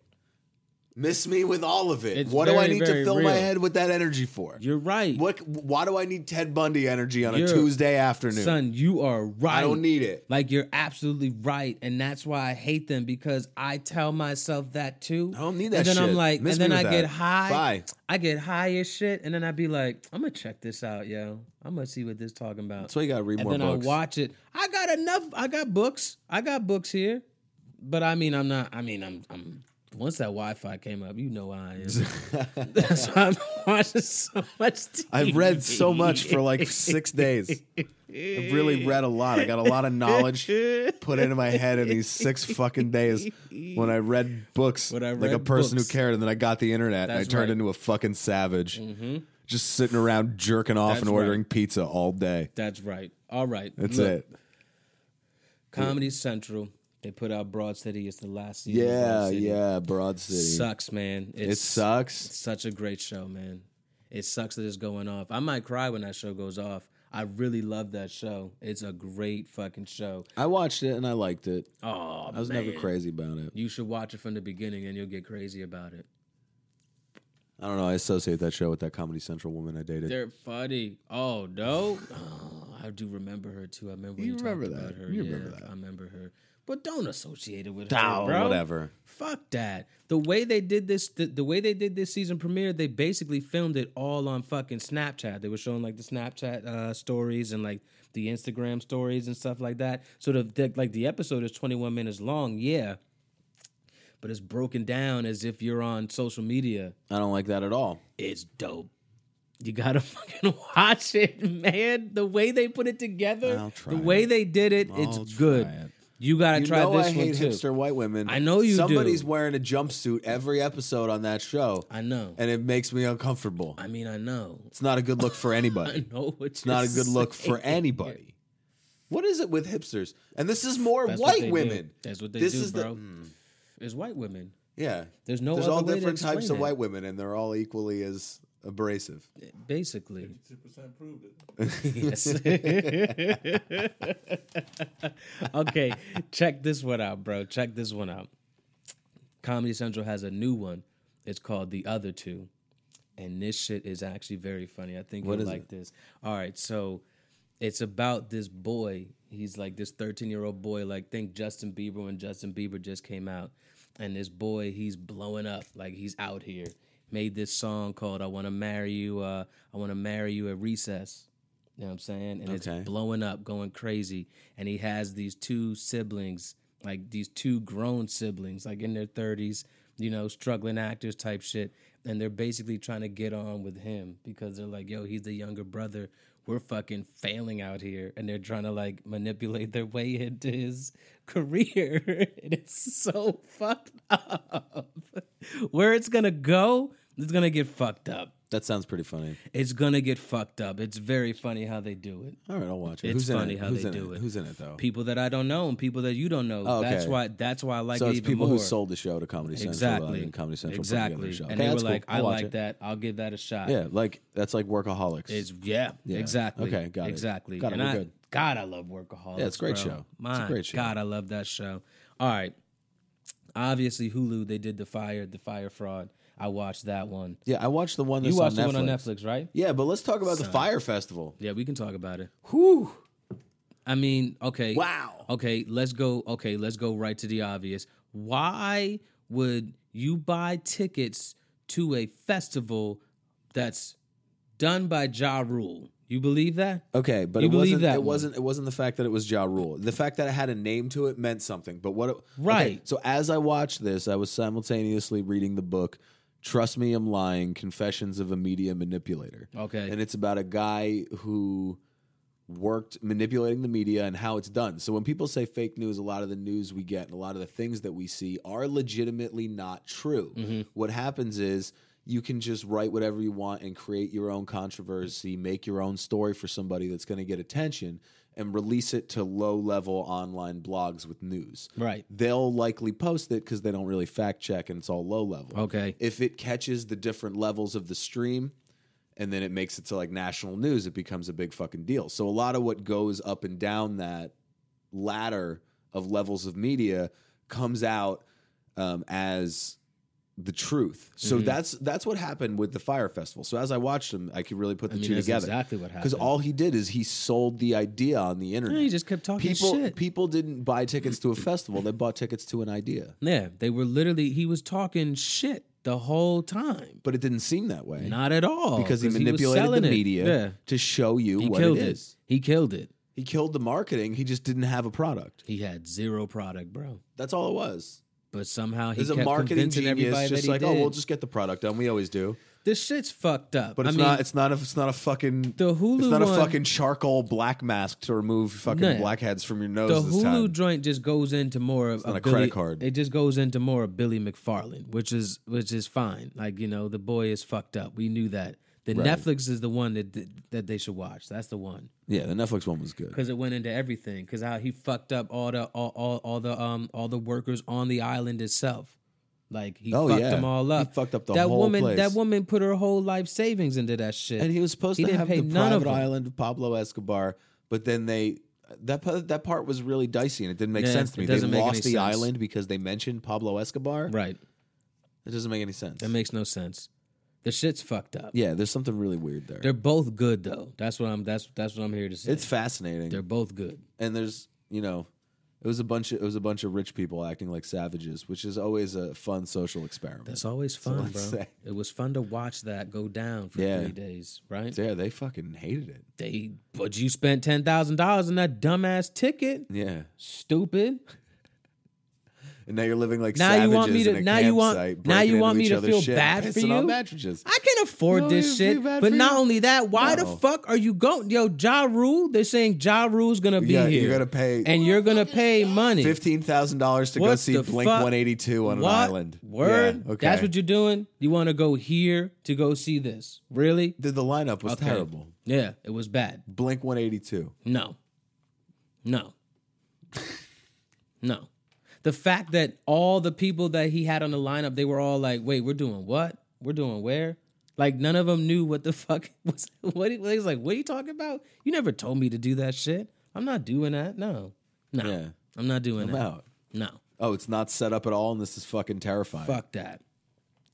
[SPEAKER 2] Miss me with all of it.
[SPEAKER 1] It's
[SPEAKER 2] what do I
[SPEAKER 1] very,
[SPEAKER 2] need to
[SPEAKER 1] very
[SPEAKER 2] fill my
[SPEAKER 1] real.
[SPEAKER 2] head with that energy for?
[SPEAKER 1] You're right,
[SPEAKER 2] What? Why do I need Ted Bundy energy on a
[SPEAKER 1] You're-
[SPEAKER 2] Tuesday afternoon?
[SPEAKER 1] son. You are right.
[SPEAKER 2] I don't need it.
[SPEAKER 1] Like you're absolutely right, and that's why I hate them because I tell myself that too.
[SPEAKER 2] I don't need
[SPEAKER 1] And
[SPEAKER 2] that
[SPEAKER 1] then I'm
[SPEAKER 2] shit.
[SPEAKER 1] like,
[SPEAKER 2] Miss
[SPEAKER 1] and then
[SPEAKER 2] me
[SPEAKER 1] I
[SPEAKER 2] with
[SPEAKER 1] get
[SPEAKER 2] that.
[SPEAKER 1] high.
[SPEAKER 2] Bye.
[SPEAKER 1] I get high as shit, and then I'd be like, I'm gonna check this out, yo. I'm gonna see what this talking about.
[SPEAKER 2] That's why you gotta read
[SPEAKER 1] and
[SPEAKER 2] more
[SPEAKER 1] then
[SPEAKER 2] books.
[SPEAKER 1] I watch it. I got enough. I got books. I got books here, but I mean, I'm not. I mean, I'm. I'm. Once that Wi-Fi came up, you know how I am. That's why I'm watching so much. TV.
[SPEAKER 2] I've read so much for like six days. I've really read a lot. I got a lot of knowledge put into my head in these six fucking days when I read books
[SPEAKER 1] When I
[SPEAKER 2] like a
[SPEAKER 1] read
[SPEAKER 2] person
[SPEAKER 1] books.
[SPEAKER 2] who cared. And then I got the internet and I
[SPEAKER 1] That's
[SPEAKER 2] turned
[SPEAKER 1] right. Mm-hmm.
[SPEAKER 2] into a fucking savage. Just sitting around jerking off
[SPEAKER 1] That's
[SPEAKER 2] and
[SPEAKER 1] right.
[SPEAKER 2] ordering pizza all day.
[SPEAKER 1] That's right. All right.
[SPEAKER 2] That's
[SPEAKER 1] Look,
[SPEAKER 2] it.
[SPEAKER 1] Comedy Central. They put out Broad City. It's the last season. of
[SPEAKER 2] Yeah,
[SPEAKER 1] Broad City.
[SPEAKER 2] yeah, Broad City.
[SPEAKER 1] Sucks, man. It's,
[SPEAKER 2] It sucks.
[SPEAKER 1] Such a great show, man. It sucks that it's going off. I might cry when that show goes off. I really love that show. It's a great fucking show.
[SPEAKER 2] I watched it and I liked it.
[SPEAKER 1] Oh,
[SPEAKER 2] I was never
[SPEAKER 1] man.
[SPEAKER 2] crazy about it.
[SPEAKER 1] You should watch it from the beginning, and you'll get crazy about it.
[SPEAKER 2] I don't know. I associate that show with that Comedy Central woman I dated.
[SPEAKER 1] They're funny. Oh no, oh, I do remember her too. I remember when
[SPEAKER 2] You
[SPEAKER 1] you, talked
[SPEAKER 2] remember
[SPEAKER 1] about
[SPEAKER 2] that.
[SPEAKER 1] her.
[SPEAKER 2] You
[SPEAKER 1] yeah,
[SPEAKER 2] remember that.
[SPEAKER 1] I remember her. But don't associate it with her,
[SPEAKER 2] Oh,
[SPEAKER 1] bro.
[SPEAKER 2] whatever.
[SPEAKER 1] Fuck that. The way they did this, the, the way they did this season premiere, they basically filmed it all on fucking Snapchat. They were showing like the Snapchat uh, stories and like the Instagram stories and stuff like that. So the, the like the episode is 21 minutes long, yeah, but it's broken down as if you're on social media.
[SPEAKER 2] I don't like that at all.
[SPEAKER 1] It's dope. You gotta fucking watch it, man. The way they put it together,
[SPEAKER 2] I'll try
[SPEAKER 1] the way they did it,
[SPEAKER 2] I'll
[SPEAKER 1] it's
[SPEAKER 2] try
[SPEAKER 1] good.
[SPEAKER 2] it.
[SPEAKER 1] You gotta
[SPEAKER 2] You
[SPEAKER 1] try
[SPEAKER 2] know
[SPEAKER 1] this
[SPEAKER 2] I
[SPEAKER 1] one
[SPEAKER 2] hate
[SPEAKER 1] too.
[SPEAKER 2] hipster white women.
[SPEAKER 1] I know you do.
[SPEAKER 2] Somebody's wearing a jumpsuit every episode on that show,
[SPEAKER 1] I know.
[SPEAKER 2] and it makes me uncomfortable.
[SPEAKER 1] I mean, I know.
[SPEAKER 2] It's not a good look for
[SPEAKER 1] I
[SPEAKER 2] anybody.
[SPEAKER 1] know it's
[SPEAKER 2] It's not a good look for anybody. What is it with hipsters? And this is more
[SPEAKER 1] That's what
[SPEAKER 2] white
[SPEAKER 1] they
[SPEAKER 2] women.
[SPEAKER 1] Do. That's what they
[SPEAKER 2] This
[SPEAKER 1] do,
[SPEAKER 2] is the-
[SPEAKER 1] bro. It's white women.
[SPEAKER 2] Yeah,
[SPEAKER 1] There's no
[SPEAKER 2] there's
[SPEAKER 1] other
[SPEAKER 2] all
[SPEAKER 1] way to
[SPEAKER 2] different types
[SPEAKER 1] explain
[SPEAKER 2] of
[SPEAKER 1] it.
[SPEAKER 2] white women, and they're all equally as abrasive.
[SPEAKER 1] Basically,
[SPEAKER 3] Two percent proved it.
[SPEAKER 1] yes. okay, check this one out, bro. Check this one out. Comedy Central has a new one. It's called The Other Two. And this shit is actually very funny. I think you'll like this. All right, so it's about this boy. He's like this 13 year old boy, like think Justin Bieber when Justin Bieber just came out. And this boy, he's blowing up, like he's out here. Made this song called I Wanna Marry You, uh, I Wanna Marry You at Recess. You know what I'm saying? And
[SPEAKER 2] Okay.
[SPEAKER 1] it's blowing up, going crazy. And he has these two siblings, like these two grown siblings, like in their 30s, you know, struggling actors type shit. And they're basically trying to get on with him because they're like, yo, he's the younger brother. We're fucking failing out here. And they're trying to like manipulate their way into his career. and it's so fucked up. Where it's gonna go, it's gonna get fucked up.
[SPEAKER 2] That sounds pretty funny.
[SPEAKER 1] It's gonna get fucked up. It's very funny how they do it
[SPEAKER 2] All right, I'll watch it.
[SPEAKER 1] It's
[SPEAKER 2] Who's
[SPEAKER 1] funny
[SPEAKER 2] in it?
[SPEAKER 1] how
[SPEAKER 2] Who's
[SPEAKER 1] they
[SPEAKER 2] in
[SPEAKER 1] do it.
[SPEAKER 2] Who's in it though?
[SPEAKER 1] people that I don't know and people that you don't know.
[SPEAKER 2] Oh, okay.
[SPEAKER 1] That's why. That's why I like
[SPEAKER 2] so
[SPEAKER 1] it
[SPEAKER 2] it's
[SPEAKER 1] even
[SPEAKER 2] people
[SPEAKER 1] more.
[SPEAKER 2] who sold the show to Comedy Central. rather
[SPEAKER 1] exactly.
[SPEAKER 2] than Comedy Central. put together the
[SPEAKER 1] exactly.
[SPEAKER 2] show.
[SPEAKER 1] And
[SPEAKER 2] Okay,
[SPEAKER 1] they were
[SPEAKER 2] that's cool.
[SPEAKER 1] like,
[SPEAKER 2] I'll
[SPEAKER 1] I
[SPEAKER 2] watch
[SPEAKER 1] like
[SPEAKER 2] it.
[SPEAKER 1] that. I'll give that a shot.
[SPEAKER 2] Yeah, like that's like workaholics.
[SPEAKER 1] It's yeah, exactly.
[SPEAKER 2] Okay, got it.
[SPEAKER 1] exactly.
[SPEAKER 2] Got it,
[SPEAKER 1] And
[SPEAKER 2] we're
[SPEAKER 1] I,
[SPEAKER 2] good.
[SPEAKER 1] God, I love workaholics.
[SPEAKER 2] Yeah, it's a great
[SPEAKER 1] bro.
[SPEAKER 2] show. It's a
[SPEAKER 1] My
[SPEAKER 2] great show.
[SPEAKER 1] God, I love that show. All right. Obviously, Hulu they did the fire, the fire fraud. I watched that one.
[SPEAKER 2] yeah, I watched the one. That's
[SPEAKER 1] You watched
[SPEAKER 2] on
[SPEAKER 1] the one on
[SPEAKER 2] Netflix.
[SPEAKER 1] Netflix, right?
[SPEAKER 2] Yeah, but let's talk about the Fire Festival.
[SPEAKER 1] Yeah, we can talk about it.
[SPEAKER 2] Whew.
[SPEAKER 1] I mean, okay.
[SPEAKER 2] Wow.
[SPEAKER 1] Okay, let's go. Okay, let's go right to the obvious. Why would you buy tickets to a festival that's done by Ja Rule? You believe that?
[SPEAKER 2] Okay, but
[SPEAKER 1] You
[SPEAKER 2] it
[SPEAKER 1] believe
[SPEAKER 2] wasn't
[SPEAKER 1] that
[SPEAKER 2] it
[SPEAKER 1] one.
[SPEAKER 2] wasn't it wasn't the fact that it was Ja Rule. The fact that it had a name to it meant something. But what it, okay,
[SPEAKER 1] Right.
[SPEAKER 2] so as I watched this, I was simultaneously reading the book Trust Me I'm Lying: Confessions of a Media Manipulator.
[SPEAKER 1] Okay.
[SPEAKER 2] And it's about a guy who worked manipulating the media and how it's done. So when people say fake news, a lot of the news we get and a lot of the things that we see are legitimately not true. What happens is you can just write whatever you want and create your own controversy, make your own story for somebody that's going to get attention. and release it to low level online blogs with news.
[SPEAKER 1] Right.
[SPEAKER 2] They'll likely post it because they don't really fact check and it's all low level.
[SPEAKER 1] Okay.
[SPEAKER 2] If it catches the different levels of the stream and then it makes it to like national news, it becomes a big fucking deal. So a lot of what goes up and down that ladder of levels of media comes out um, as the truth. So
[SPEAKER 1] Mm-hmm.
[SPEAKER 2] that's that's what happened with the Fire Festival. So as I watched him, I could really put the
[SPEAKER 1] mean,
[SPEAKER 2] two
[SPEAKER 1] that's
[SPEAKER 2] together.
[SPEAKER 1] exactly what
[SPEAKER 2] Because
[SPEAKER 1] happened.
[SPEAKER 2] all he did is he sold the idea on the internet.
[SPEAKER 1] Yeah, he just kept talking
[SPEAKER 2] people
[SPEAKER 1] shit.
[SPEAKER 2] people didn't buy tickets to a festival; they bought tickets to an idea.
[SPEAKER 1] yeah, they were literally he was talking shit the whole time.
[SPEAKER 2] But it didn't seem that way
[SPEAKER 1] Not at all
[SPEAKER 2] because he
[SPEAKER 1] was
[SPEAKER 2] manipulated
[SPEAKER 1] selling
[SPEAKER 2] the
[SPEAKER 1] it.
[SPEAKER 2] media
[SPEAKER 1] Yeah,
[SPEAKER 2] to show you
[SPEAKER 1] he
[SPEAKER 2] what
[SPEAKER 1] killed
[SPEAKER 2] it
[SPEAKER 1] it.
[SPEAKER 2] is.
[SPEAKER 1] He killed it.
[SPEAKER 2] He killed the marketing. He just didn't have a product.
[SPEAKER 1] He had zero product, bro.
[SPEAKER 2] That's all it was.
[SPEAKER 1] But somehow he
[SPEAKER 2] There's a
[SPEAKER 1] kept
[SPEAKER 2] marketing
[SPEAKER 1] convincing everybody
[SPEAKER 2] genius just
[SPEAKER 1] that he
[SPEAKER 2] like,
[SPEAKER 1] did.
[SPEAKER 2] oh, we'll just get the product done. We always do.
[SPEAKER 1] this shit's fucked up.
[SPEAKER 2] But
[SPEAKER 1] I
[SPEAKER 2] it's
[SPEAKER 1] mean,
[SPEAKER 2] not. It's not. A, it's not a fucking.
[SPEAKER 1] The Hulu
[SPEAKER 2] It's not a
[SPEAKER 1] one-
[SPEAKER 2] fucking charcoal black mask to remove fucking
[SPEAKER 1] No.
[SPEAKER 2] blackheads from your nose.
[SPEAKER 1] the
[SPEAKER 2] this
[SPEAKER 1] Hulu
[SPEAKER 2] time.
[SPEAKER 1] joint just goes into more of
[SPEAKER 2] not a
[SPEAKER 1] Billy-
[SPEAKER 2] credit card.
[SPEAKER 1] It just goes into more of Billy McFarland, which is which is fine. Like you know, the boy is fucked up. We knew that. The Netflix is the one that that they should watch. That's the one
[SPEAKER 2] yeah, the Netflix one was good.
[SPEAKER 1] because it went into everything. Because how he fucked up all the all, all all the um all the workers on the island itself. Like he
[SPEAKER 2] Oh,
[SPEAKER 1] fucked
[SPEAKER 2] yeah.
[SPEAKER 1] them all
[SPEAKER 2] He
[SPEAKER 1] up.
[SPEAKER 2] fucked up the
[SPEAKER 1] that
[SPEAKER 2] whole
[SPEAKER 1] woman.
[SPEAKER 2] place.
[SPEAKER 1] That woman put her whole life savings into that shit.
[SPEAKER 2] And he was supposed
[SPEAKER 1] He
[SPEAKER 2] to
[SPEAKER 1] didn't
[SPEAKER 2] have
[SPEAKER 1] pay
[SPEAKER 2] the
[SPEAKER 1] none of
[SPEAKER 2] private
[SPEAKER 1] them.
[SPEAKER 2] island of Pablo Escobar, but then they that pa- that part was really dicey and it didn't make
[SPEAKER 1] Yeah,
[SPEAKER 2] sense to
[SPEAKER 1] it
[SPEAKER 2] me. They
[SPEAKER 1] doesn't make any
[SPEAKER 2] lost the
[SPEAKER 1] sense.
[SPEAKER 2] island because they mentioned Pablo Escobar.
[SPEAKER 1] right.
[SPEAKER 2] It doesn't make any sense.
[SPEAKER 1] That makes no sense. The shit's fucked up.
[SPEAKER 2] yeah, there's something really weird there.
[SPEAKER 1] They're both good though. That's what I'm. That's that's what I'm here to say.
[SPEAKER 2] It's fascinating.
[SPEAKER 1] They're both good.
[SPEAKER 2] and there's you know it was a bunch of it was a bunch of rich people acting like savages which is always a fun social experiment
[SPEAKER 1] It's always fun,
[SPEAKER 2] I'd
[SPEAKER 1] bro.
[SPEAKER 2] say.
[SPEAKER 1] It was fun to watch that go down for
[SPEAKER 2] Yeah.
[SPEAKER 1] three days, right?
[SPEAKER 2] yeah they fucking hated it
[SPEAKER 1] They, but you spent ten thousand dollars on that dumbass ticket.
[SPEAKER 2] yeah
[SPEAKER 1] Stupid.
[SPEAKER 2] and now you're living like
[SPEAKER 1] Now
[SPEAKER 2] savages
[SPEAKER 1] you want me to-
[SPEAKER 2] in a
[SPEAKER 1] now you want-
[SPEAKER 2] campsite,
[SPEAKER 1] now
[SPEAKER 2] breaking
[SPEAKER 1] you want
[SPEAKER 2] into
[SPEAKER 1] me
[SPEAKER 2] each
[SPEAKER 1] to
[SPEAKER 2] other's
[SPEAKER 1] feel
[SPEAKER 2] shit,
[SPEAKER 1] bad for
[SPEAKER 2] pissing on
[SPEAKER 1] you?
[SPEAKER 2] mattresses
[SPEAKER 1] I can afford
[SPEAKER 2] No,
[SPEAKER 1] this
[SPEAKER 2] it's
[SPEAKER 1] shit,
[SPEAKER 2] too bad
[SPEAKER 1] but
[SPEAKER 2] for
[SPEAKER 1] not
[SPEAKER 2] you.
[SPEAKER 1] only that, why the
[SPEAKER 2] No.
[SPEAKER 1] fuck are you going? Yo, Ja Rule, they're saying Ja Rule's gonna be
[SPEAKER 2] gotta-
[SPEAKER 1] here.
[SPEAKER 2] you gotta pay-
[SPEAKER 1] and you're gonna pay money.
[SPEAKER 2] Fifteen thousand dollars to go
[SPEAKER 1] What
[SPEAKER 2] see
[SPEAKER 1] the
[SPEAKER 2] Blink
[SPEAKER 1] fuck?
[SPEAKER 2] One Eighty Two on
[SPEAKER 1] What?
[SPEAKER 2] an island.
[SPEAKER 1] Word.
[SPEAKER 2] Yeah, okay.
[SPEAKER 1] That's what you're doing. You want to go here to go see this? Really?
[SPEAKER 2] the, the lineup was
[SPEAKER 1] Okay.
[SPEAKER 2] terrible.
[SPEAKER 1] Yeah, it was bad.
[SPEAKER 2] Blink One Eighty Two.
[SPEAKER 1] No. No. no. The fact that all the people that he had on the lineup, they were all like, wait, we're doing what? We're doing where? Like none of them knew what the fuck was what he, was like, what are you talking about? You never told me to do that shit. I'm not doing that. No. No.
[SPEAKER 2] Yeah.
[SPEAKER 1] I'm not doing that.
[SPEAKER 2] Wow.
[SPEAKER 1] No.
[SPEAKER 2] Oh, it's not set up at all, and this is fucking terrifying.
[SPEAKER 1] Fuck that.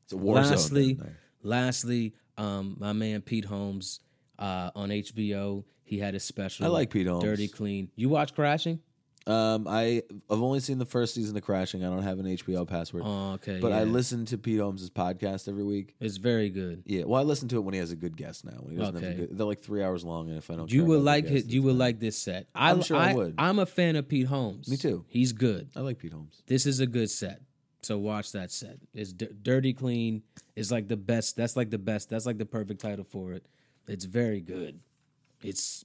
[SPEAKER 2] It's a war zone
[SPEAKER 1] lastly,
[SPEAKER 2] down there.
[SPEAKER 1] lastly, um, my man Pete Holmes uh, on HBO, he had his special.
[SPEAKER 2] I like Pete Holmes.
[SPEAKER 1] Dirty Clean. You watch Crashing?
[SPEAKER 2] Um, I I've only seen the first season of Crashing. I don't have an HBO password,
[SPEAKER 1] Oh, okay.
[SPEAKER 2] but I
[SPEAKER 1] yeah.
[SPEAKER 2] listen to Pete Holmes' podcast every week.
[SPEAKER 1] It's very good.
[SPEAKER 2] Yeah, well, I listen to it when he has a good guest. Now, when he doesn't have a
[SPEAKER 1] Okay.
[SPEAKER 2] good, they're like three hours long, and if I don't,
[SPEAKER 1] You
[SPEAKER 2] care
[SPEAKER 1] will
[SPEAKER 2] about the
[SPEAKER 1] like
[SPEAKER 2] guest,
[SPEAKER 1] it. You will like this set. I,
[SPEAKER 2] I'm sure I would.
[SPEAKER 1] I'm a fan of Pete Holmes. Me
[SPEAKER 2] too.
[SPEAKER 1] He's good.
[SPEAKER 2] I like Pete Holmes.
[SPEAKER 1] This is a good set. So watch that set. It's d- dirty clean. It's like the best. That's like the best. That's like the perfect title for it. It's very good. It's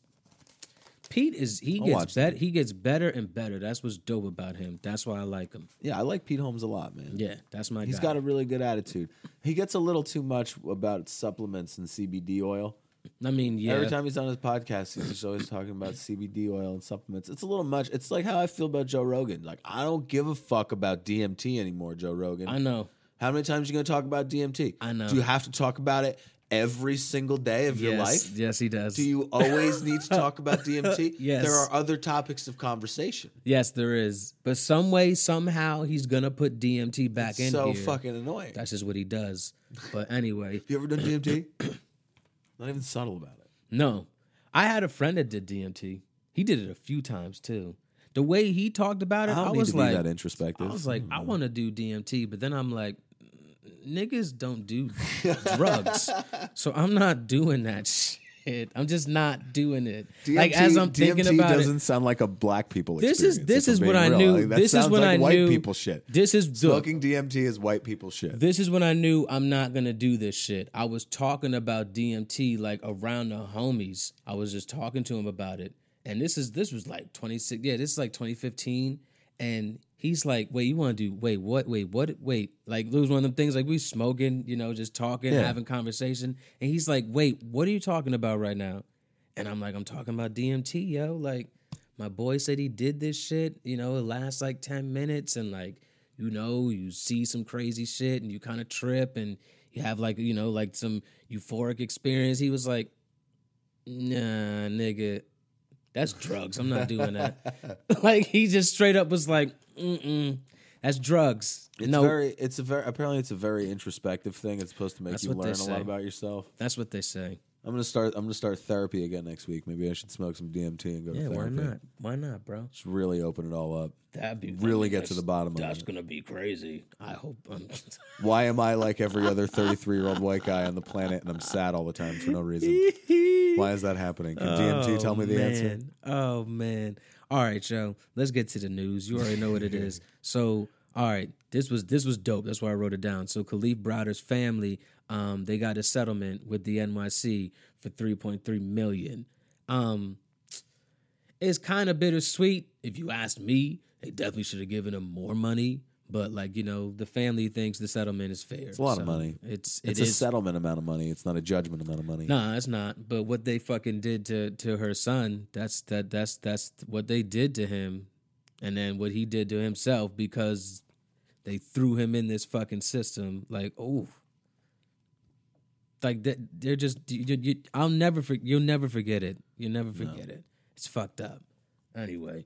[SPEAKER 1] Pete is he
[SPEAKER 2] watch
[SPEAKER 1] gets that he gets better and better. That's what's dope about him. That's why I like him.
[SPEAKER 2] Yeah, I like Pete Holmes a lot, man.
[SPEAKER 1] Yeah, that's my
[SPEAKER 2] He's
[SPEAKER 1] guy.
[SPEAKER 2] got a really good attitude. He gets a little too much about supplements and CBD oil.
[SPEAKER 1] I mean, yeah.
[SPEAKER 2] Every time he's on his podcast, he's just always talking about CBD oil and supplements. It's a little much. It's like how I feel about Joe Rogan. Like I don't give a fuck about DMT anymore, Joe Rogan.
[SPEAKER 1] I know.
[SPEAKER 2] How many times are you going to talk about DMT?
[SPEAKER 1] I know.
[SPEAKER 2] Do you have to talk about it every single day of your
[SPEAKER 1] yes,
[SPEAKER 2] life?
[SPEAKER 1] Yes, he does.
[SPEAKER 2] Do you always need to talk about DMT?
[SPEAKER 1] Yes.
[SPEAKER 2] There are other topics of conversation.
[SPEAKER 1] yes, there is. But some way, somehow, he's gonna put DMT back in
[SPEAKER 2] so
[SPEAKER 1] here.
[SPEAKER 2] fucking annoying.
[SPEAKER 1] That's just what he does. But anyway,
[SPEAKER 2] you ever done DMT? Not even subtle about it.
[SPEAKER 1] no. I had a friend that did DMT. He did it a few times too. The way he talked about it,
[SPEAKER 2] I
[SPEAKER 1] I,
[SPEAKER 2] don't need
[SPEAKER 1] was
[SPEAKER 2] to
[SPEAKER 1] like,
[SPEAKER 2] be that introspective.
[SPEAKER 1] I was like, I want to do DMT, but then I'm like, niggas don't do drugs, so I'm not doing that shit. I'm just not doing it. like as I'm thinking
[SPEAKER 2] DMT
[SPEAKER 1] about
[SPEAKER 2] doesn't
[SPEAKER 1] it,
[SPEAKER 2] sound like a black people.
[SPEAKER 1] This is-
[SPEAKER 2] experience,
[SPEAKER 1] this
[SPEAKER 2] if I'm
[SPEAKER 1] is what
[SPEAKER 2] being
[SPEAKER 1] I
[SPEAKER 2] real.
[SPEAKER 1] knew.
[SPEAKER 2] Like, that
[SPEAKER 1] This is
[SPEAKER 2] sounds
[SPEAKER 1] what
[SPEAKER 2] like
[SPEAKER 1] I
[SPEAKER 2] white
[SPEAKER 1] knew.
[SPEAKER 2] people shit.
[SPEAKER 1] this is dope.
[SPEAKER 2] Smoking DMT is white people shit.
[SPEAKER 1] This is when I knew I'm not gonna do this shit. I was talking about DMT like around the homies. I was just talking to him about it, and this is this was like 26. Yeah, this is like 2015, and he's like, "Wait, you want to do? Wait, what? Wait, what? Wait!" Like it was one of them things. Like we smoking, you know, just talking,
[SPEAKER 2] Yeah.
[SPEAKER 1] having conversation, and he's like, "Wait, what are you talking about right now?" And I'm like, "I'm talking about DMT, yo." Like my boy said he did this shit. You know, it lasts like 10 minutes and like, you know, you see some crazy shit and you kind of trip and you have like, you know, like some euphoric experience. He was like, nah, nigga, that's drugs. I'm not doing that. like, he just straight up was like, mm-mm, that's drugs.
[SPEAKER 2] It's
[SPEAKER 1] no,
[SPEAKER 2] very. It's a very. Apparently, it's a very introspective thing. It's supposed to make
[SPEAKER 1] That's
[SPEAKER 2] you
[SPEAKER 1] what they
[SPEAKER 2] learn a lot
[SPEAKER 1] say.
[SPEAKER 2] about yourself.
[SPEAKER 1] that's what they say.
[SPEAKER 2] I'm gonna start. I'm gonna start therapy again next week. Maybe I should smoke some DMT and go.
[SPEAKER 1] Yeah,
[SPEAKER 2] to
[SPEAKER 1] why
[SPEAKER 2] therapy.
[SPEAKER 1] not? Why not, bro?
[SPEAKER 2] Just really open it all up.
[SPEAKER 1] That'd be
[SPEAKER 2] Really get to the bottom of
[SPEAKER 1] That's
[SPEAKER 2] it.
[SPEAKER 1] gonna be crazy. I hope. Um,
[SPEAKER 2] Why am I like every other 33 year old white guy on the planet and I'm sad all the time for no reason? Why is that happening? Can DMT tell me the answer?
[SPEAKER 1] Oh, Man. Oh man. All right, yo. Let's get to the news. You already know what it is. So, all right, this was this was dope. That's why I wrote it down. So, Khalif Browder's family, um, they got a settlement with the NYC for 3.3 million. Um, it's kind of bittersweet. If you ask me, they definitely should have given him more money. But like you know, the family thinks the settlement is fair. It's
[SPEAKER 2] a lot of money.
[SPEAKER 1] It's
[SPEAKER 2] It's
[SPEAKER 1] it's
[SPEAKER 2] a settlement amount of money. It's not a judgment amount of money.
[SPEAKER 1] Nah, it's not. But what they fucking did to to her son, that's that that's that's what they did to him, and then what he did to himself because they threw him in this fucking system. Like, oh, like that. They're just. You, you, I'll never. For, you'll never forget it. You'll never forget it. It's fucked up. Anyway,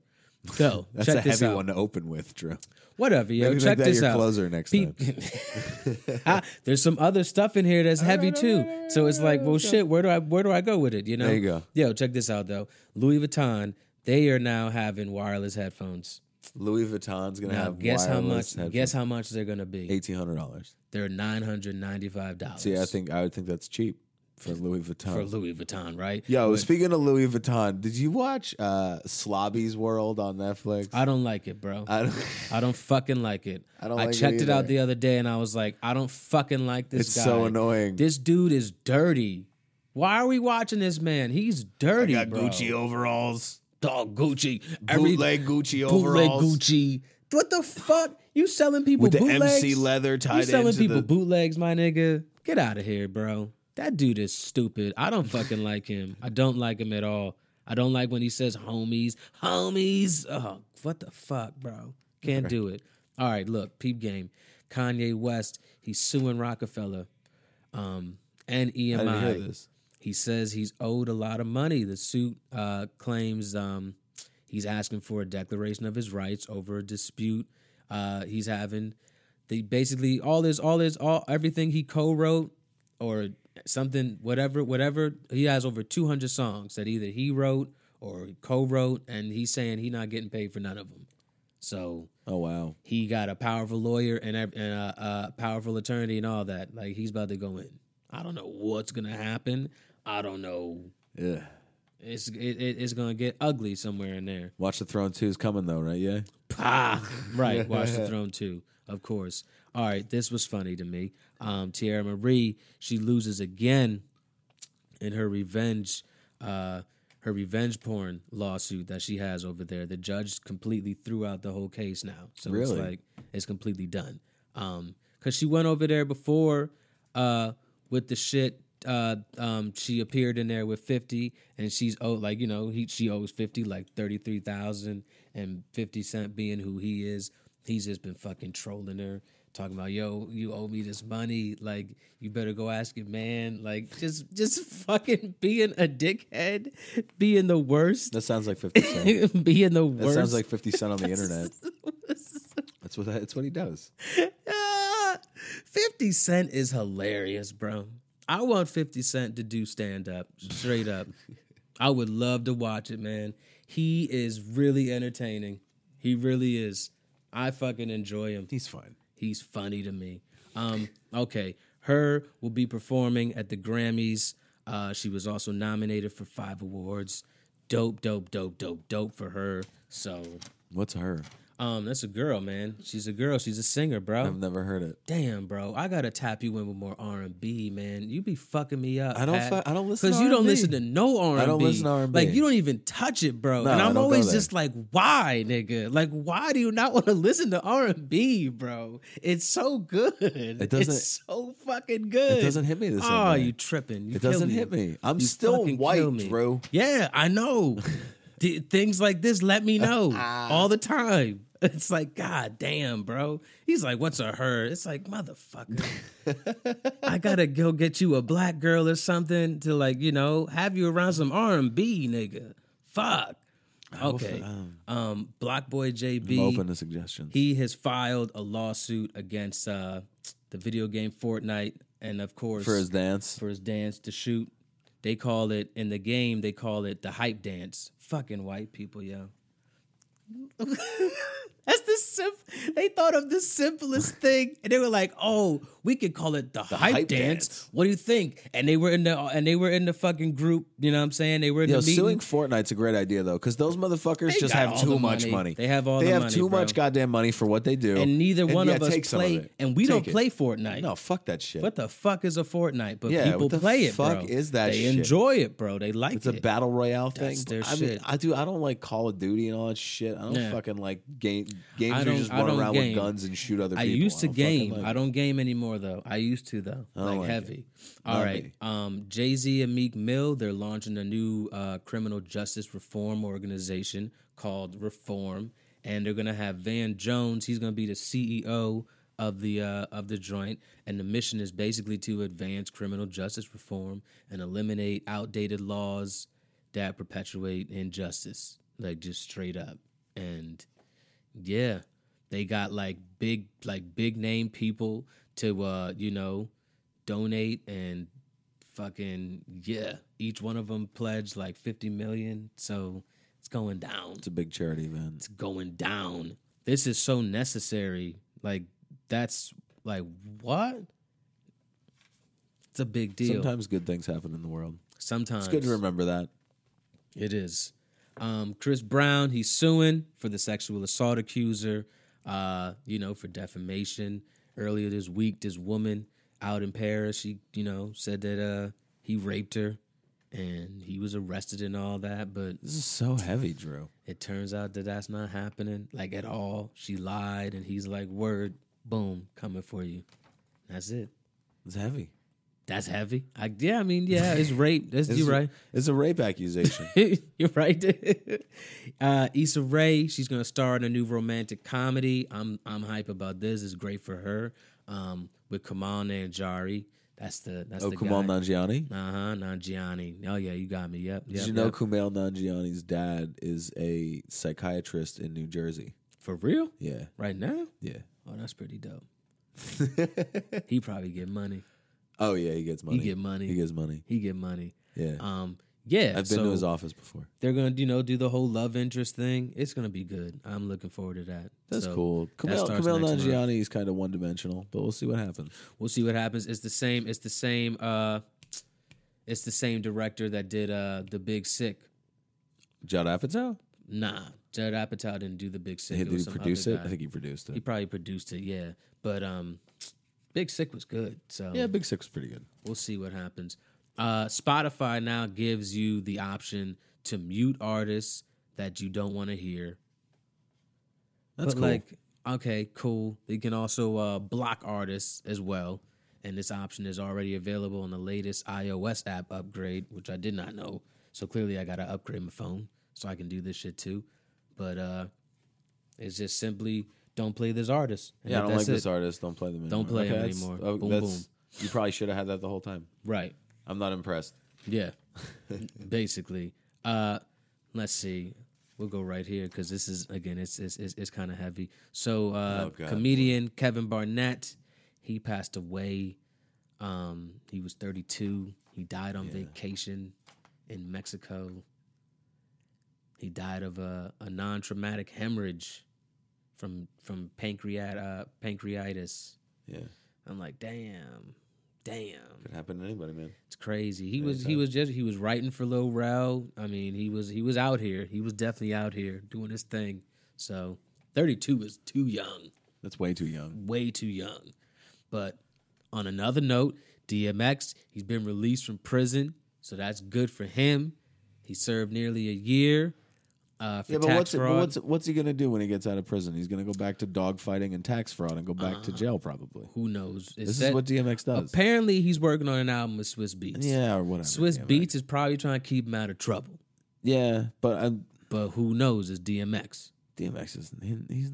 [SPEAKER 1] so
[SPEAKER 2] That's
[SPEAKER 1] check
[SPEAKER 2] a
[SPEAKER 1] this
[SPEAKER 2] heavy
[SPEAKER 1] out.
[SPEAKER 2] one to open with, Drew.
[SPEAKER 1] Whatever, yo.
[SPEAKER 2] Maybe make
[SPEAKER 1] check
[SPEAKER 2] that
[SPEAKER 1] this
[SPEAKER 2] your
[SPEAKER 1] out.
[SPEAKER 2] closer next
[SPEAKER 1] Pe- Ah, There's some other stuff in here that's heavy too. so it's like, well, shit. Where do I where do I go with it? You know.
[SPEAKER 2] There you go.
[SPEAKER 1] Yo, check this out though. Louis Vuitton. They are now having wireless headphones.
[SPEAKER 2] Louis Vuitton's gonna
[SPEAKER 1] Now,
[SPEAKER 2] have
[SPEAKER 1] guess how much?
[SPEAKER 2] wireless headphones.
[SPEAKER 1] Guess how much they're gonna be?
[SPEAKER 2] eighteen hundred dollars.
[SPEAKER 1] They're nine hundred ninety-five dollars
[SPEAKER 2] See, I think I would think that's cheap for Louis Vuitton.
[SPEAKER 1] for Louis Vuitton, right?
[SPEAKER 2] Yo, speaking of Louis Vuitton, did you watch uh, Slobby's World on Netflix?
[SPEAKER 1] I don't like it, bro. I,
[SPEAKER 2] I don't,
[SPEAKER 1] don't fucking like it.
[SPEAKER 2] I don't
[SPEAKER 1] I
[SPEAKER 2] like it
[SPEAKER 1] checked it, out
[SPEAKER 2] either.
[SPEAKER 1] the other day, and I was like, I don't fucking like this.
[SPEAKER 2] it's
[SPEAKER 1] guy.
[SPEAKER 2] so annoying.
[SPEAKER 1] This dude is dirty. Why are we watching this man? He's dirty, bro.
[SPEAKER 2] overalls.
[SPEAKER 1] dog Gucci, every
[SPEAKER 2] Bootleg Gucci
[SPEAKER 1] bootleg
[SPEAKER 2] overalls.
[SPEAKER 1] Gucci. What the fuck? You selling people
[SPEAKER 2] With the
[SPEAKER 1] bootlegs?
[SPEAKER 2] MC leather
[SPEAKER 1] You
[SPEAKER 2] tied
[SPEAKER 1] selling
[SPEAKER 2] into
[SPEAKER 1] people
[SPEAKER 2] the-
[SPEAKER 1] bootlegs, my nigga? Get out of here, bro. That dude is stupid. I don't fucking like him. I don't like him at all. I don't like when he says homies, homies. Oh, what the fuck, bro? Can't do it. All right, look, peep game. Kanye West, he's suing Rockefeller, um, and EMI.
[SPEAKER 2] I didn't hear this.
[SPEAKER 1] He says he's owed a lot of money. The suit uh, claims um, he's asking for a declaration of his rights over a dispute uh, he's having. They basically all his all his all everything he co-wrote or something whatever whatever he has over 200 songs that either he wrote or co-wrote and he's saying he's not getting paid for none of them. So
[SPEAKER 2] Oh wow.
[SPEAKER 1] he got a powerful lawyer and a, and a, a powerful attorney and all that. Like he's about to go in. I don't know what's gonna happen. I don't know.
[SPEAKER 2] Yeah.
[SPEAKER 1] It's it, it- it's gonna get ugly somewhere in there.
[SPEAKER 2] Watch the Throne Two is coming though, right? Yeah.
[SPEAKER 1] Pah! Right. Watch the Throne too, of course. All right. This was funny to me. Um, Tiara Marie she loses again in her revenge. Uh, her revenge porn lawsuit that she has over there, the judge completely threw out the whole case now. So
[SPEAKER 2] Really?
[SPEAKER 1] it's like it's completely done. Um, cause she went over there before, uh, with the shit. Uh, um, she appeared in there with fifty, and she's owed like you know he she owes fifty like thirty three thousand and fifty cent being who he is. He's just been fucking trolling her, talking about yo, you owe me this money, like you better go ask your man, like just just fucking being a dickhead, being the worst,
[SPEAKER 2] That sounds like Fifty Cent.
[SPEAKER 1] being the
[SPEAKER 2] that
[SPEAKER 1] worst.
[SPEAKER 2] sounds like Fifty Cent on the internet. That's what that's what he does.
[SPEAKER 1] Ah, 50 Cent is hilarious, bro. I want 50 Cent to do stand up, straight up. I would love to watch it, man. He is really entertaining. He really is. I fucking enjoy him.
[SPEAKER 2] He's fine.
[SPEAKER 1] He's funny to me. Um, okay, her will be performing at the Grammys. Uh, she was also nominated for five awards. Dope, dope, dope, dope, dope for her. So,
[SPEAKER 2] What's her?
[SPEAKER 1] um, that's a girl, man. She's a girl. She's a singer, bro.
[SPEAKER 2] I've never heard it.
[SPEAKER 1] Damn, bro, I gotta tap you in with more R and B, man. You be fucking me up.
[SPEAKER 2] I don't
[SPEAKER 1] Pat.
[SPEAKER 2] fu- I don't listen to
[SPEAKER 1] you don't
[SPEAKER 2] R&B.
[SPEAKER 1] listen to no R and
[SPEAKER 2] I don't listen to R&B.
[SPEAKER 1] Like you don't even touch it, bro.
[SPEAKER 2] No,
[SPEAKER 1] and
[SPEAKER 2] I
[SPEAKER 1] I'm
[SPEAKER 2] don't go
[SPEAKER 1] always
[SPEAKER 2] there.
[SPEAKER 1] just like, why, nigga? Like, why do you not want to listen to R and B, bro? It's so good. It
[SPEAKER 2] doesn't-
[SPEAKER 1] It's so fucking good.
[SPEAKER 2] it doesn't hit me the same
[SPEAKER 1] Oh,
[SPEAKER 2] way.
[SPEAKER 1] you tripping? You
[SPEAKER 2] It
[SPEAKER 1] kill
[SPEAKER 2] doesn't hit me. I'm
[SPEAKER 1] You
[SPEAKER 2] still
[SPEAKER 1] fucking
[SPEAKER 2] white,
[SPEAKER 1] kill me.
[SPEAKER 2] Drew.
[SPEAKER 1] Yeah, I know. D- things like this let me know all the time. It's like, God damn, bro. He's like, What's a her? It's like, motherfucker. I gotta go get you a black girl or something to like, you know, have you around some R and B nigga. Fuck. Okay. Um, Block Boy JB.
[SPEAKER 2] Open to suggestions.
[SPEAKER 1] He has filed a lawsuit against uh, the video game Fortnite, and of course
[SPEAKER 2] for his dance.
[SPEAKER 1] for his dance to shoot. They call it in the game. They call it the hype dance. Fucking white people, yo. That's the simp. They thought of the simplest thing, and they were like, "Oh, we could call it the, hype,
[SPEAKER 2] hype
[SPEAKER 1] dance.
[SPEAKER 2] dance.
[SPEAKER 1] What do you think?" And they were in the and they were in the fucking group. You know what I'm saying? They were in
[SPEAKER 2] Yo,
[SPEAKER 1] the meeting.
[SPEAKER 2] suing Fortnite's a great idea though, because those motherfuckers
[SPEAKER 1] They
[SPEAKER 2] just
[SPEAKER 1] got
[SPEAKER 2] have
[SPEAKER 1] all
[SPEAKER 2] too
[SPEAKER 1] the
[SPEAKER 2] much money.
[SPEAKER 1] money. They have all
[SPEAKER 2] They
[SPEAKER 1] the
[SPEAKER 2] have
[SPEAKER 1] money,
[SPEAKER 2] too
[SPEAKER 1] bro.
[SPEAKER 2] much goddamn money for what they do,
[SPEAKER 1] and neither one
[SPEAKER 2] yeah,
[SPEAKER 1] of us
[SPEAKER 2] take some
[SPEAKER 1] play,
[SPEAKER 2] of it.
[SPEAKER 1] and we
[SPEAKER 2] Take
[SPEAKER 1] don't
[SPEAKER 2] it.
[SPEAKER 1] play Fortnite.
[SPEAKER 2] No, fuck that shit.
[SPEAKER 1] What the fuck is a Fortnite? But
[SPEAKER 2] Yeah,
[SPEAKER 1] people
[SPEAKER 2] what the
[SPEAKER 1] play it. bro.
[SPEAKER 2] fuck is that
[SPEAKER 1] They
[SPEAKER 2] shit?
[SPEAKER 1] enjoy it, bro. They like
[SPEAKER 2] It's
[SPEAKER 1] it.
[SPEAKER 2] a battle royale thing.
[SPEAKER 1] That's their
[SPEAKER 2] I mean,
[SPEAKER 1] shit.
[SPEAKER 2] I do. I don't like Call of Duty and all that shit. I don't
[SPEAKER 1] Yeah.
[SPEAKER 2] fucking like game games.
[SPEAKER 1] I
[SPEAKER 2] Where you
[SPEAKER 1] don't-
[SPEAKER 2] just
[SPEAKER 1] I
[SPEAKER 2] run
[SPEAKER 1] don't
[SPEAKER 2] around with
[SPEAKER 1] game.
[SPEAKER 2] guns and shoot other
[SPEAKER 1] I
[SPEAKER 2] people.
[SPEAKER 1] used to
[SPEAKER 2] don't fucking
[SPEAKER 1] game.
[SPEAKER 2] like
[SPEAKER 1] I
[SPEAKER 2] it.
[SPEAKER 1] don't game anymore though. I used to though. Like,
[SPEAKER 2] like it.
[SPEAKER 1] heavy. All
[SPEAKER 2] Not
[SPEAKER 1] right.
[SPEAKER 2] me.
[SPEAKER 1] Um, Jay Z and Meek Mill. They're launching a new uh, criminal justice reform organization called Reform, and they're gonna have Van Jones. He's gonna be the CEO of the uh, of the joint, and the mission is basically to advance criminal justice reform and eliminate outdated laws that perpetuate injustice, like just straight up. And yeah, they got like big like big name people to uh, you know, donate and fucking yeah, each one of them pledged like 50 million, so it's going down.
[SPEAKER 2] It's a big charity event.
[SPEAKER 1] It's going down. This is so necessary. Like that's like what? It's a big deal.
[SPEAKER 2] Sometimes good things happen in the world.
[SPEAKER 1] Sometimes.
[SPEAKER 2] It's good to remember that.
[SPEAKER 1] It is. Um, Chris Brown, he's suing for the sexual assault accuser, uh, you know, for defamation. Earlier this week, this woman out in Paris, she, you know, said that uh, he raped her and he was arrested and all that, but
[SPEAKER 2] This is so heavy, Drew.
[SPEAKER 1] it turns out that that's not happening, like at all. She lied and he's like, word, boom, coming for you. That's it.
[SPEAKER 2] It's heavy.
[SPEAKER 1] That's heavy. I, yeah, I mean, yeah, it's rape. That's,
[SPEAKER 2] It's
[SPEAKER 1] you're right.
[SPEAKER 2] It's a rape accusation.
[SPEAKER 1] You're right. uh, Issa Rae, she's gonna star in a new romantic comedy. I'm I'm hype about this. It's great for her. Um, with Kamal Nanjari. That's the that's
[SPEAKER 2] oh,
[SPEAKER 1] the
[SPEAKER 2] Kumail
[SPEAKER 1] guy.
[SPEAKER 2] Nanjiani.
[SPEAKER 1] Uh huh. Nanjiani. Oh yeah, you got me. Yep.
[SPEAKER 2] Did
[SPEAKER 1] yep,
[SPEAKER 2] you know
[SPEAKER 1] yep.
[SPEAKER 2] Kumail Nanjiani's dad is a psychiatrist in New Jersey?
[SPEAKER 1] for real?
[SPEAKER 2] Yeah,
[SPEAKER 1] Right now?
[SPEAKER 2] yeah.
[SPEAKER 1] Oh, that's pretty dope. he probably get money.
[SPEAKER 2] Oh yeah, he gets money.
[SPEAKER 1] get money.
[SPEAKER 2] He gets money.
[SPEAKER 1] He get money.
[SPEAKER 2] Yeah,
[SPEAKER 1] Um, yeah.
[SPEAKER 2] I've been
[SPEAKER 1] so
[SPEAKER 2] to his office before.
[SPEAKER 1] They're gonna you know do the whole love interest thing. It's gonna be good. I'm looking forward to that.
[SPEAKER 2] That's
[SPEAKER 1] So-
[SPEAKER 2] cool. Kumail,
[SPEAKER 1] starts
[SPEAKER 2] Kumail
[SPEAKER 1] next month.
[SPEAKER 2] Nanjiani is kind of one dimensional, but we'll see what happens.
[SPEAKER 1] we'll see what happens. It's the same. It's the same. Uh, it's the same director that did uh the Big Sick.
[SPEAKER 2] Judd Apatow?
[SPEAKER 1] Nah, Judd Apatow didn't do the Big Sick.
[SPEAKER 2] Did
[SPEAKER 1] was
[SPEAKER 2] he
[SPEAKER 1] some
[SPEAKER 2] produce
[SPEAKER 1] other
[SPEAKER 2] it?
[SPEAKER 1] guy.
[SPEAKER 2] I think he produced
[SPEAKER 1] he
[SPEAKER 2] it.
[SPEAKER 1] probably produced it. Yeah, but um, Big Sick was good. So
[SPEAKER 2] Yeah, Big Six was pretty good.
[SPEAKER 1] we'll see what happens. Uh, Spotify now gives you the option to mute artists that you don't want to hear.
[SPEAKER 2] That's
[SPEAKER 1] but
[SPEAKER 2] cool.
[SPEAKER 1] like, okay, cool. They can also uh, block artists as well. And this option is already available in the latest iOS app upgrade, which I did not know. So clearly I got to upgrade my phone so I can do this shit too. But uh, it's just simply don't play this artist. And
[SPEAKER 2] yeah, I don't
[SPEAKER 1] that's
[SPEAKER 2] like this
[SPEAKER 1] it.
[SPEAKER 2] artist. Don't play them anymore.
[SPEAKER 1] Don't play him
[SPEAKER 2] that's-
[SPEAKER 1] anymore.
[SPEAKER 2] oh,
[SPEAKER 1] Boom,
[SPEAKER 2] that's- You probably should have had that the whole time.
[SPEAKER 1] Right.
[SPEAKER 2] I'm not impressed.
[SPEAKER 1] Yeah, basically. Uh, let's see. We'll go right here because this is again, it's it's it's, it's kind of heavy. So, uh,
[SPEAKER 2] Oh, God,
[SPEAKER 1] comedian Kevin Barnett, he passed away. Um, he was 32. He died on vacation in Mexico. He died of a, a non-traumatic hemorrhage from from pancreat, uh, pancreatitis.
[SPEAKER 2] Yeah,
[SPEAKER 1] I'm like, damn, damn.
[SPEAKER 2] could happen to anybody, man.
[SPEAKER 1] It's crazy. He was he was just he was writing for Lil Rel. I mean, he was he was out here. He was definitely out here doing his thing. So 32 is too young,
[SPEAKER 2] That's way too young.
[SPEAKER 1] way too young. But on another note, DMX, he's been released from prison, so that's good for him. He served nearly a year uh, for
[SPEAKER 2] Yeah, but
[SPEAKER 1] tax
[SPEAKER 2] what's, it,
[SPEAKER 1] fraud.
[SPEAKER 2] but what's what's he gonna do when he gets out of prison? He's gonna go back to dogfighting and tax fraud and go back
[SPEAKER 1] Uh-huh.
[SPEAKER 2] to jail probably.
[SPEAKER 1] Who knows?
[SPEAKER 2] This is what DMX does.
[SPEAKER 1] apparently he's working on an album with Swiss Beats.
[SPEAKER 2] Yeah, or whatever.
[SPEAKER 1] Swiss
[SPEAKER 2] yeah, right.
[SPEAKER 1] Beats is probably trying to keep him out of trouble.
[SPEAKER 2] Yeah, but um, I'm,
[SPEAKER 1] But who knows? It's DMX.
[SPEAKER 2] DMX is he, he's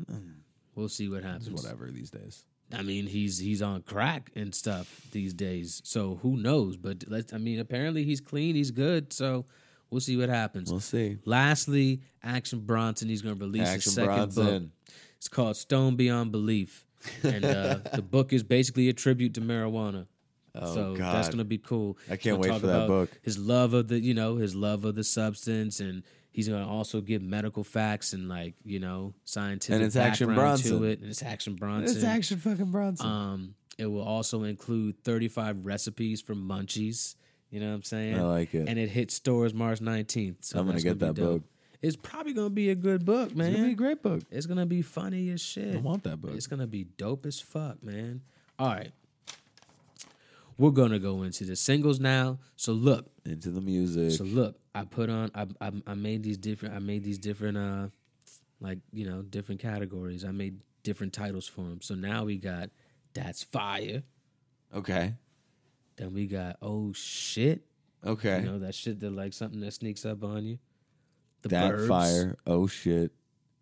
[SPEAKER 1] We'll see what happens.
[SPEAKER 2] it's whatever these days.
[SPEAKER 1] I mean, he's he's on crack and stuff these days. So who knows? But let's. I mean, apparently he's clean. He's good. So we'll see what happens.
[SPEAKER 2] We'll see.
[SPEAKER 1] Lastly, Action Bronson. He's going to release
[SPEAKER 2] Action
[SPEAKER 1] his second book.
[SPEAKER 2] Bronson.
[SPEAKER 1] It's called Stone Beyond Belief, and uh, the book is basically a tribute to marijuana.
[SPEAKER 2] Oh,
[SPEAKER 1] so
[SPEAKER 2] God.
[SPEAKER 1] that's going to be cool.
[SPEAKER 2] I
[SPEAKER 1] He's
[SPEAKER 2] can't
[SPEAKER 1] gonna
[SPEAKER 2] wait
[SPEAKER 1] talk
[SPEAKER 2] for that
[SPEAKER 1] about
[SPEAKER 2] book.
[SPEAKER 1] His love of the, you know, his love of the substance, and he's going to also give medical facts and like you know scientific
[SPEAKER 2] And it's Action
[SPEAKER 1] background to
[SPEAKER 2] Bronson.
[SPEAKER 1] it. And it's Action Bronson.
[SPEAKER 2] It's action fucking Bronson.
[SPEAKER 1] Um, it will also include 35 recipes for munchies. You know what I'm saying?
[SPEAKER 2] I like it.
[SPEAKER 1] And it hits stores March 19th. So
[SPEAKER 2] I'm gonna
[SPEAKER 1] that's
[SPEAKER 2] get
[SPEAKER 1] gonna be
[SPEAKER 2] that
[SPEAKER 1] dope.
[SPEAKER 2] book.
[SPEAKER 1] It's probably gonna be a good book, man.
[SPEAKER 2] it's gonna be a great book.
[SPEAKER 1] It's gonna be funny as shit.
[SPEAKER 2] I want that book.
[SPEAKER 1] It's gonna be dope as fuck, man. All right, we're gonna go into the singles now. So look,
[SPEAKER 2] Into the music.
[SPEAKER 1] so look, I put on, I, I I made these different, I made these different, uh, like you know, different categories. I made different titles for them. So now we got that's fire.
[SPEAKER 2] okay.
[SPEAKER 1] Then we got oh shit,
[SPEAKER 2] Okay.
[SPEAKER 1] you know that shit that like something that sneaks up on you. The
[SPEAKER 2] that
[SPEAKER 1] burbs,
[SPEAKER 2] fire. Oh shit.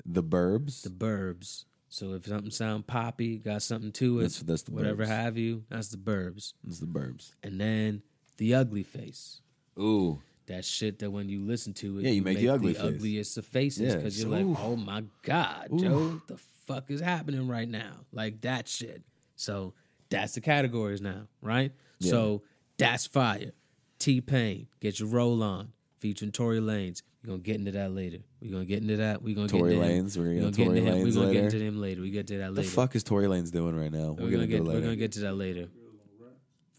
[SPEAKER 2] The burbs.
[SPEAKER 1] the burbs. So if something sound poppy, got something to it,
[SPEAKER 2] That's- that's the
[SPEAKER 1] whatever
[SPEAKER 2] burbs.
[SPEAKER 1] have you. That's the burbs.
[SPEAKER 2] it's the burbs.
[SPEAKER 1] And then the ugly face.
[SPEAKER 2] Ooh.
[SPEAKER 1] That shit that when you listen to it,
[SPEAKER 2] Yeah, you make the ugly face.
[SPEAKER 1] ugliest of faces
[SPEAKER 2] Yeah,
[SPEAKER 1] because
[SPEAKER 2] so-
[SPEAKER 1] you're like,
[SPEAKER 2] oof.
[SPEAKER 1] oh my god, Joe, the fuck is happening right now? Like that shit. So that's the categories now, right? So that's fire. T Pain, get your roll on, featuring Tory Lanez. We're gonna get into that later. We're gonna get into that. We're gonna
[SPEAKER 2] Tory
[SPEAKER 1] get into him.
[SPEAKER 2] Lanez, we're gonna
[SPEAKER 1] We
[SPEAKER 2] get
[SPEAKER 1] get
[SPEAKER 2] Tory
[SPEAKER 1] into him. We're
[SPEAKER 2] Lanez
[SPEAKER 1] gonna get
[SPEAKER 2] later.
[SPEAKER 1] into him later. We get to that
[SPEAKER 2] The
[SPEAKER 1] later.
[SPEAKER 2] fuck is Tory Lanez doing right now? We're,
[SPEAKER 1] We're
[SPEAKER 2] gonna,
[SPEAKER 1] gonna get
[SPEAKER 2] go
[SPEAKER 1] we're
[SPEAKER 2] later.
[SPEAKER 1] gonna get to that later.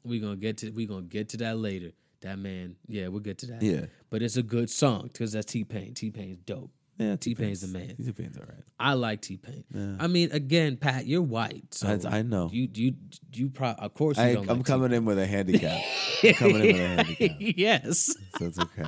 [SPEAKER 1] We're gonna get to we're gonna get to that later. That man, yeah, we'll get to that.
[SPEAKER 2] Yeah.
[SPEAKER 1] But it's a good song because that's T Pain. T Pain's dope.
[SPEAKER 2] yeah,
[SPEAKER 1] T Pain's the man.
[SPEAKER 2] T Pain's all right.
[SPEAKER 1] I like T Pain. I mean, again, Pat, you're white. So
[SPEAKER 2] That's- I know.
[SPEAKER 1] You you you pro of course you
[SPEAKER 2] I,
[SPEAKER 1] don't
[SPEAKER 2] I'm
[SPEAKER 1] like
[SPEAKER 2] coming in with a handicap. I'm coming in with a handicap.
[SPEAKER 1] T-Pain. yes.
[SPEAKER 2] So it's okay.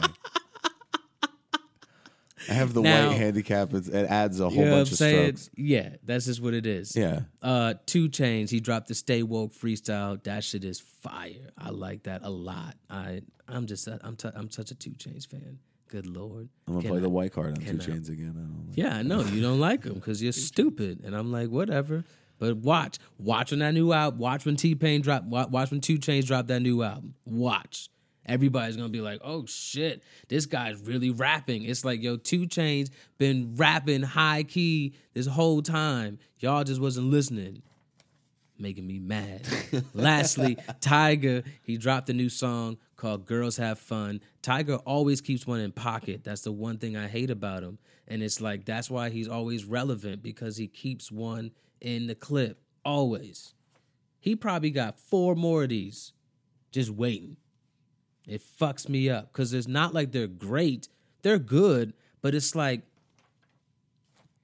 [SPEAKER 2] I have the
[SPEAKER 1] Now-
[SPEAKER 2] white handicap. It's, it adds a whole
[SPEAKER 1] You know what I'm
[SPEAKER 2] bunch of
[SPEAKER 1] saying?
[SPEAKER 2] strokes.
[SPEAKER 1] Yeah, that's just what it is.
[SPEAKER 2] Yeah.
[SPEAKER 1] Uh, Two Chains, he dropped the Stay Woke freestyle. That shit is fire. I like that a lot. I I'm just a- I'm t- I'm such a Two Chains fan. Good lord.
[SPEAKER 2] I'm gonna
[SPEAKER 1] Can
[SPEAKER 2] play
[SPEAKER 1] I-
[SPEAKER 2] the white card on two
[SPEAKER 1] cannot.
[SPEAKER 2] chains again. I don't like
[SPEAKER 1] Yeah, I know you don't like him because you're stupid, and I'm like whatever. But watch, watch when that new album. Watch when T Pain drop. wa- Watch when Two Chains drop that new album. Watch. Everybody's gonna be like, "Oh shit, this guy's really rapping." It's like, yo, Two Chains been rapping high key this whole time. Y'all just wasn't listening making me mad. Lastly, Tiger, he dropped a new song called Girls Have Fun. Tiger always keeps one in pocket. That's the one thing I hate about him. And it's like that's why he's always relevant because he keeps one in the clip always. He probably got four more of these just waiting. It fucks me up cuz it's not like they're great. They're good, but it's like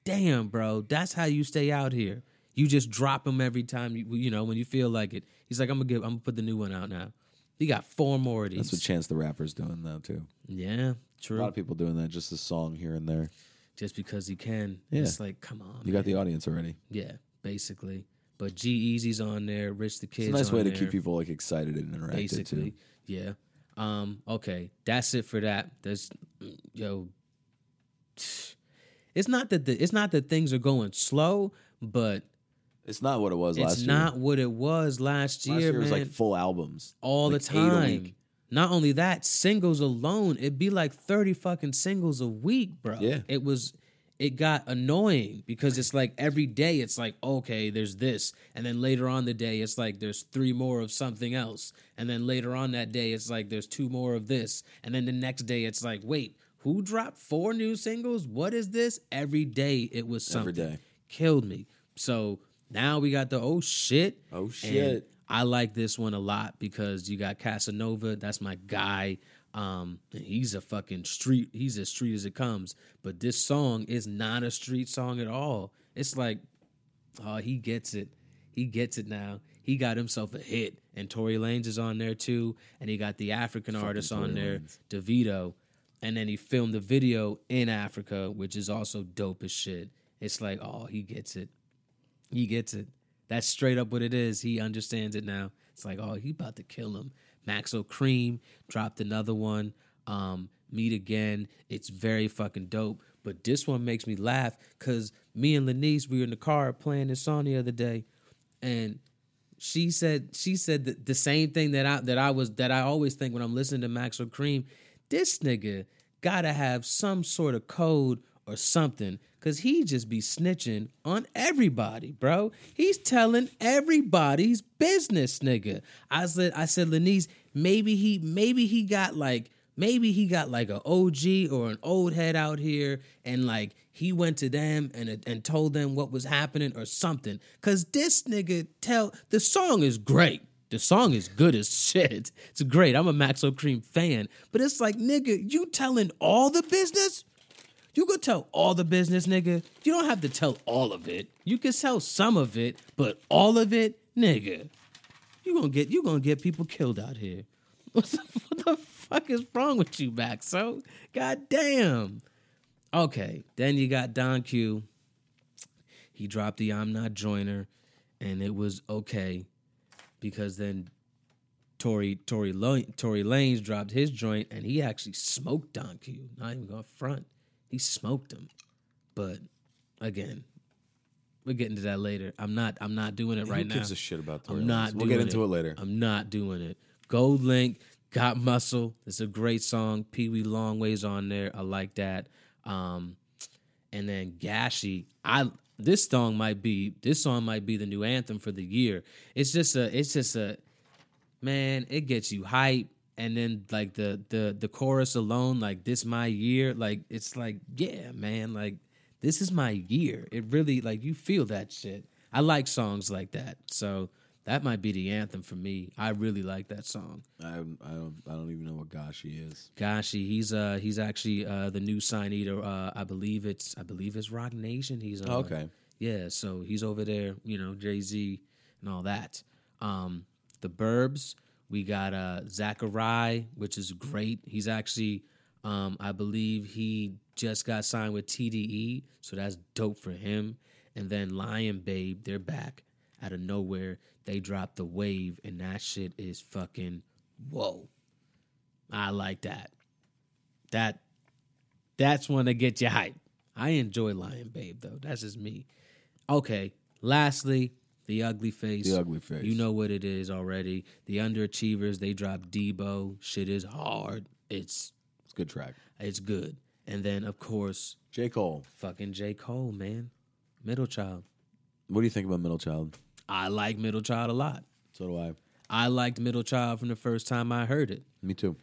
[SPEAKER 1] damn, bro, that's how you stay out here. You just drop him every time you you know when you feel like it. He's like, I'm gonna give, I'm gonna put the new one out now. He got four more of these.
[SPEAKER 2] That's what Chance the Rapper's doing now too.
[SPEAKER 1] yeah,
[SPEAKER 2] A lot
[SPEAKER 1] true.
[SPEAKER 2] of people doing that, just a song here and there.
[SPEAKER 1] Just because he can,
[SPEAKER 2] Yeah.
[SPEAKER 1] it's like, come on,
[SPEAKER 2] You
[SPEAKER 1] man.
[SPEAKER 2] got the audience already.
[SPEAKER 1] yeah, basically. But G Easy's on there, Rich the Kid's
[SPEAKER 2] It's a nice
[SPEAKER 1] on
[SPEAKER 2] way to
[SPEAKER 1] there,
[SPEAKER 2] keep people like excited and interacted
[SPEAKER 1] basically.
[SPEAKER 2] too.
[SPEAKER 1] Yeah. Um. Okay, that's it for that. There's, yo. It's not that the it's not that things are going slow, but
[SPEAKER 2] It's not what it was last
[SPEAKER 1] it's
[SPEAKER 2] year.
[SPEAKER 1] not what it was last year,
[SPEAKER 2] last year
[SPEAKER 1] man.
[SPEAKER 2] was like full albums.
[SPEAKER 1] all
[SPEAKER 2] like
[SPEAKER 1] the
[SPEAKER 2] eight a
[SPEAKER 1] time.
[SPEAKER 2] week.
[SPEAKER 1] Not only that, singles alone, it'd be like 30 fucking singles a week, bro.
[SPEAKER 2] Yeah.
[SPEAKER 1] It was it got annoying because it's like every day it's like, okay, there's this. And then later on the day, it's like there's three more of something else. And then later on that day, it's like there's two more of this. And then the next day it's like, wait, who dropped four new singles? What is this? Every day it was something.
[SPEAKER 2] Every day.
[SPEAKER 1] Killed me. So now we got the oh shit.
[SPEAKER 2] Oh,
[SPEAKER 1] And
[SPEAKER 2] shit.
[SPEAKER 1] I like this one a lot because you got Casanova. That's my guy. Um, and he's a fucking street. He's as street as it comes. But this song is not a street song at all. It's like, oh, he gets it. He gets it now. He got himself a hit, and Tory Lanez is on there too, and he got the African artist on there, DeVito, and then he filmed the video in Africa, which is also dope as shit. It's like, oh, he gets it. He gets it. That's straight up what it is. He understands it now. It's like, oh, he about to kill him. Maxo Cream dropped another one. Um, Meet Again. It's very fucking dope. But this one makes me laugh because me and Lanice, we were in the car playing this song the other day, and she said she said the, the same thing that I that I was that I always think when I'm listening to Max or Cream. This nigga gotta have some sort of code or something, cause he just be snitching on everybody, bro. He's telling everybody's business, nigga. I said I said Lenise, maybe he maybe he got like maybe he got like an OG or an old head out here and like he went to them and and told them what was happening or something cuz this nigga tell the song is great the song is good as shit it's great i'm a max o'cream fan but it's like nigga you telling all the business you could tell all the business nigga you don't have to tell all of it you can tell some of it but all of it nigga you gonna get you gonna get people killed out here. What the, what the fuck is wrong with you, back? So goddamn. Okay, then you got Don Q. He dropped the I'm Not Joiner, and it was okay because then Tory Tory Lo- Tory Lanez dropped his joint, and he actually smoked Don Q. Not even going front, he smoked him. But again, we're getting to that later. I'm not I'm not doing it right
[SPEAKER 2] Who
[SPEAKER 1] now.
[SPEAKER 2] gives a shit about Tory
[SPEAKER 1] I'm not.
[SPEAKER 2] Lanez? We'll
[SPEAKER 1] doing
[SPEAKER 2] get into it later.
[SPEAKER 1] I'm not doing it. Gold Link got muscle. It's a great song. Pee Wee Longways on there. I like that. Um, and then Gashi. I this song might be this song might be the new anthem for the year. It's just a it's just a man. It gets you hype. And then like the the the chorus alone, like this my year. Like it's like yeah, man. Like this is my year. It really like you feel that shit. I like songs like that. So that might be the anthem for me. I really like that song.
[SPEAKER 2] I, I don't. I don't even know what Gashi is.
[SPEAKER 1] Gashi, he's uh he's actually uh the new signee to uh I believe it's I believe it's Rock Nation. He's uh,
[SPEAKER 2] Okay.
[SPEAKER 1] Yeah, so he's over there, you know, Jay Z and all that. Um the Burbs, we got uh Zachariah, which is great. He's actually um I believe he just got signed with TDE, so that's dope for him. And then Lion Babe, they're back out of nowhere. They dropped the wave and that shit is fucking whoa. I like that. That that's one that gets you hype. I enjoy Lion Babe though. That's just me. Okay. Lastly, the ugly face.
[SPEAKER 2] The Ugly Face.
[SPEAKER 1] You know what it is already. The underachievers, they drop Debo. Shit is hard. It's
[SPEAKER 2] It's a good track.
[SPEAKER 1] it's good. And then of course,
[SPEAKER 2] J Cole.
[SPEAKER 1] fucking J. Cole, man. Middle child.
[SPEAKER 2] What do you think about Middle Child?
[SPEAKER 1] I like middle child a lot.
[SPEAKER 2] So do I.
[SPEAKER 1] I liked middle child from the first time I heard it.
[SPEAKER 2] Me too.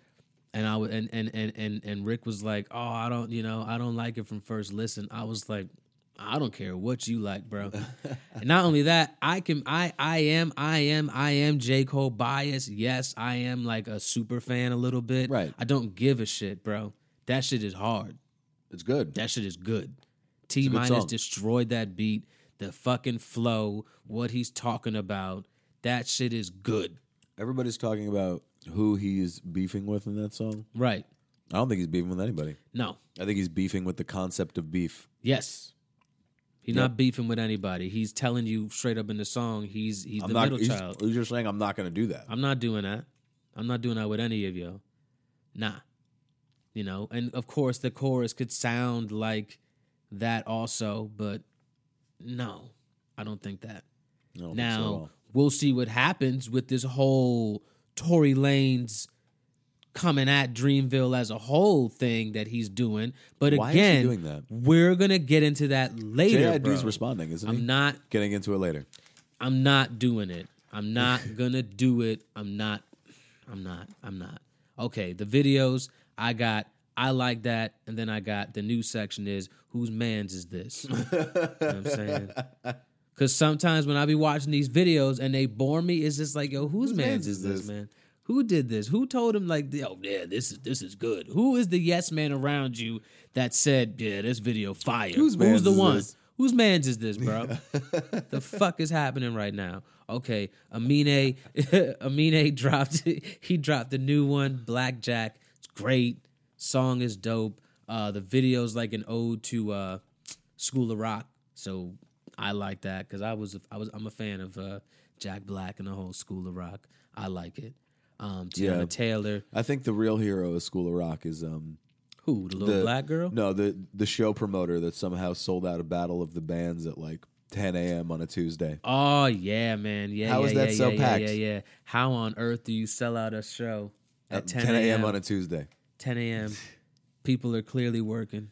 [SPEAKER 1] and I wa- and and and and and Rick was like, "Oh, I don't, you know, I don't like it from first listen." I was like, "I don't care what you like, bro." and not only that, I can, I, I am, I am, I am J Cole biased. Yes, I am like a super fan a little bit.
[SPEAKER 2] Right.
[SPEAKER 1] I don't give a shit, bro. That shit is hard.
[SPEAKER 2] It's good.
[SPEAKER 1] That shit is good. T
[SPEAKER 2] a good
[SPEAKER 1] minus
[SPEAKER 2] song.
[SPEAKER 1] destroyed that beat. The fucking flow, what he's talking about, that shit is good.
[SPEAKER 2] Everybody's talking about who he's beefing with in that song.
[SPEAKER 1] Right?
[SPEAKER 2] I don't think he's beefing with anybody.
[SPEAKER 1] No,
[SPEAKER 2] I think he's beefing with the concept of beef.
[SPEAKER 1] Yes. He's not beefing with anybody. He's telling you straight up in the song, he's he's
[SPEAKER 2] I'm
[SPEAKER 1] the
[SPEAKER 2] not.
[SPEAKER 1] middle
[SPEAKER 2] he's,
[SPEAKER 1] child. Uh,
[SPEAKER 2] he's just saying I'm not going to do that.
[SPEAKER 1] I'm not doing that. I'm not doing that with any of y'all. Nah. You know, and of course the chorus could sound like that also, but no. I don't think that.
[SPEAKER 2] I don't think so at
[SPEAKER 1] Now
[SPEAKER 2] all.
[SPEAKER 1] we'll see what happens with this whole Tory Lane's coming at Dreamville as a whole thing that he's doing. But
[SPEAKER 2] Why is he
[SPEAKER 1] again,
[SPEAKER 2] doing that?
[SPEAKER 1] we're gonna get into that later.
[SPEAKER 2] JID's
[SPEAKER 1] bro.
[SPEAKER 2] responding, isn't he?
[SPEAKER 1] I'm not.
[SPEAKER 2] Getting into it later.
[SPEAKER 1] I'm not doing it. I'm not gonna do it. I'm not. I'm not. I'm not. Okay. The videos I got. I like that. And then I got the new section is whose man's is this? you know what I'm saying. Cause sometimes when I be watching these videos and they bore me, it's just like, yo, whose, man's, is this, man? Who did this? Who told him like, oh yeah, this is this is good? Who is the yes man around you that said, yeah, this video fire?
[SPEAKER 2] Whose
[SPEAKER 1] who's
[SPEAKER 2] man's
[SPEAKER 1] the
[SPEAKER 2] is
[SPEAKER 1] one?
[SPEAKER 2] this?
[SPEAKER 1] Whose man's is this, bro? the fuck is happening right now? Okay, Amine, Amine dropped he dropped the new one, Blackjack. It's great. Song is dope. Uh, the video's like an ode to uh, School of Rock, so I like that because I was I was I'm a fan of uh, Jack Black and the whole School of Rock. I like it. Um, Tiana
[SPEAKER 2] Yeah.
[SPEAKER 1] Taylor,
[SPEAKER 2] I think the real hero of School of Rock is um,
[SPEAKER 1] Who the little
[SPEAKER 2] the-
[SPEAKER 1] black girl?
[SPEAKER 2] No, the the show promoter that somehow sold out a battle of the bands at like 10 a.m. on a Tuesday.
[SPEAKER 1] Oh yeah, man. Yeah.
[SPEAKER 2] How
[SPEAKER 1] yeah,
[SPEAKER 2] is that
[SPEAKER 1] yeah,
[SPEAKER 2] so
[SPEAKER 1] yeah,
[SPEAKER 2] packed?
[SPEAKER 1] Yeah, yeah, yeah. How on earth do you sell out a show at 10,
[SPEAKER 2] a.m. on Uh, a Tuesday,
[SPEAKER 1] 10 a.m. People are clearly working.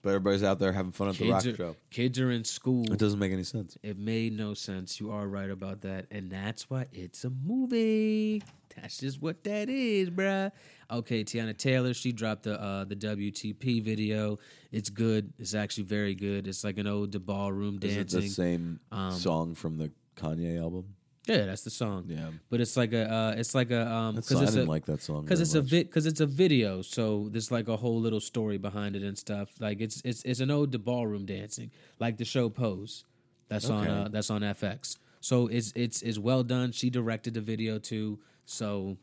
[SPEAKER 2] but everybody's out there having fun at the rock
[SPEAKER 1] Kids are,
[SPEAKER 2] show.
[SPEAKER 1] kids are in school.
[SPEAKER 2] It doesn't make any sense.
[SPEAKER 1] It made no sense. You are right about that. And that's why it's a movie. That's just what that is, bruh. Okay, Tiana Taylor, she dropped the uh, the WTP video. It's good. It's actually very good. It's like an ode to ballroom
[SPEAKER 2] Is it
[SPEAKER 1] dancing. um,
[SPEAKER 2] the same song from the Kanye album?
[SPEAKER 1] Yeah, that's the song.
[SPEAKER 2] Yeah.
[SPEAKER 1] But it's like a uh, it's like a um
[SPEAKER 2] That
[SPEAKER 1] 'cause
[SPEAKER 2] song, I
[SPEAKER 1] it's
[SPEAKER 2] didn't
[SPEAKER 1] a-
[SPEAKER 2] like that song.
[SPEAKER 1] because
[SPEAKER 2] very
[SPEAKER 1] it's a
[SPEAKER 2] much.
[SPEAKER 1] vid because it's a video so there's like a whole little story behind it and stuff like it's it's it's an ode to ballroom dancing like the show pose that's on uh, that's on fx so it's it's it's well done she directed the video too so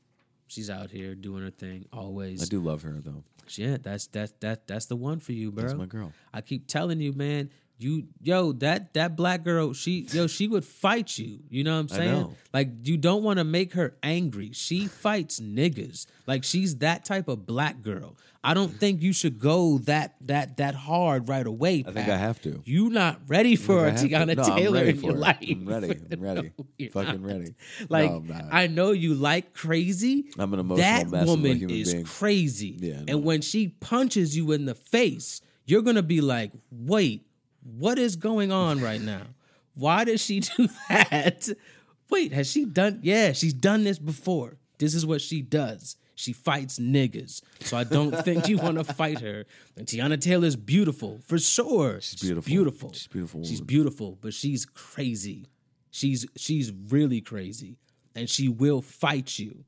[SPEAKER 1] she's out here doing her thing
[SPEAKER 2] I
[SPEAKER 1] always
[SPEAKER 2] do love her though.
[SPEAKER 1] yeah that's that's that that's the one for you bro
[SPEAKER 2] That's my girl.
[SPEAKER 1] i keep telling you man you yo that that black girl she yo she would fight you you know what i'm
[SPEAKER 2] I
[SPEAKER 1] saying
[SPEAKER 2] know.
[SPEAKER 1] like you don't want to make her angry she fights niggas like she's that type of black girl i don't think you should go that that that hard right away
[SPEAKER 2] I think I have to.
[SPEAKER 1] Uh, you not ready for
[SPEAKER 2] I
[SPEAKER 1] a
[SPEAKER 2] have to-
[SPEAKER 1] Tiana
[SPEAKER 2] No, I'm
[SPEAKER 1] Taylor
[SPEAKER 2] ready
[SPEAKER 1] in
[SPEAKER 2] for
[SPEAKER 1] your
[SPEAKER 2] it.
[SPEAKER 1] life.
[SPEAKER 2] I'm ready. I'm ready.
[SPEAKER 1] you're
[SPEAKER 2] Fucking
[SPEAKER 1] not.
[SPEAKER 2] ready.
[SPEAKER 1] Like
[SPEAKER 2] No, I'm not.
[SPEAKER 1] I know you like crazy.
[SPEAKER 2] I'm an emotional
[SPEAKER 1] that
[SPEAKER 2] mess of a
[SPEAKER 1] woman
[SPEAKER 2] human
[SPEAKER 1] is
[SPEAKER 2] being.
[SPEAKER 1] crazy.
[SPEAKER 2] Yeah, I know.
[SPEAKER 1] and when she punches you in the face, you're gonna be like, "Wait, what is going on right now? Why did she do that? Wait, has she done? Yeah, she's done this before. This is what she does." She fights niggas, so I don't think you want to fight her. And Tiana Taylor's beautiful, for sure. She's
[SPEAKER 2] beautiful.
[SPEAKER 1] beautiful.
[SPEAKER 2] She's a beautiful
[SPEAKER 1] She's
[SPEAKER 2] woman.
[SPEAKER 1] beautiful, but she's crazy. She's she's really crazy, and she will fight you.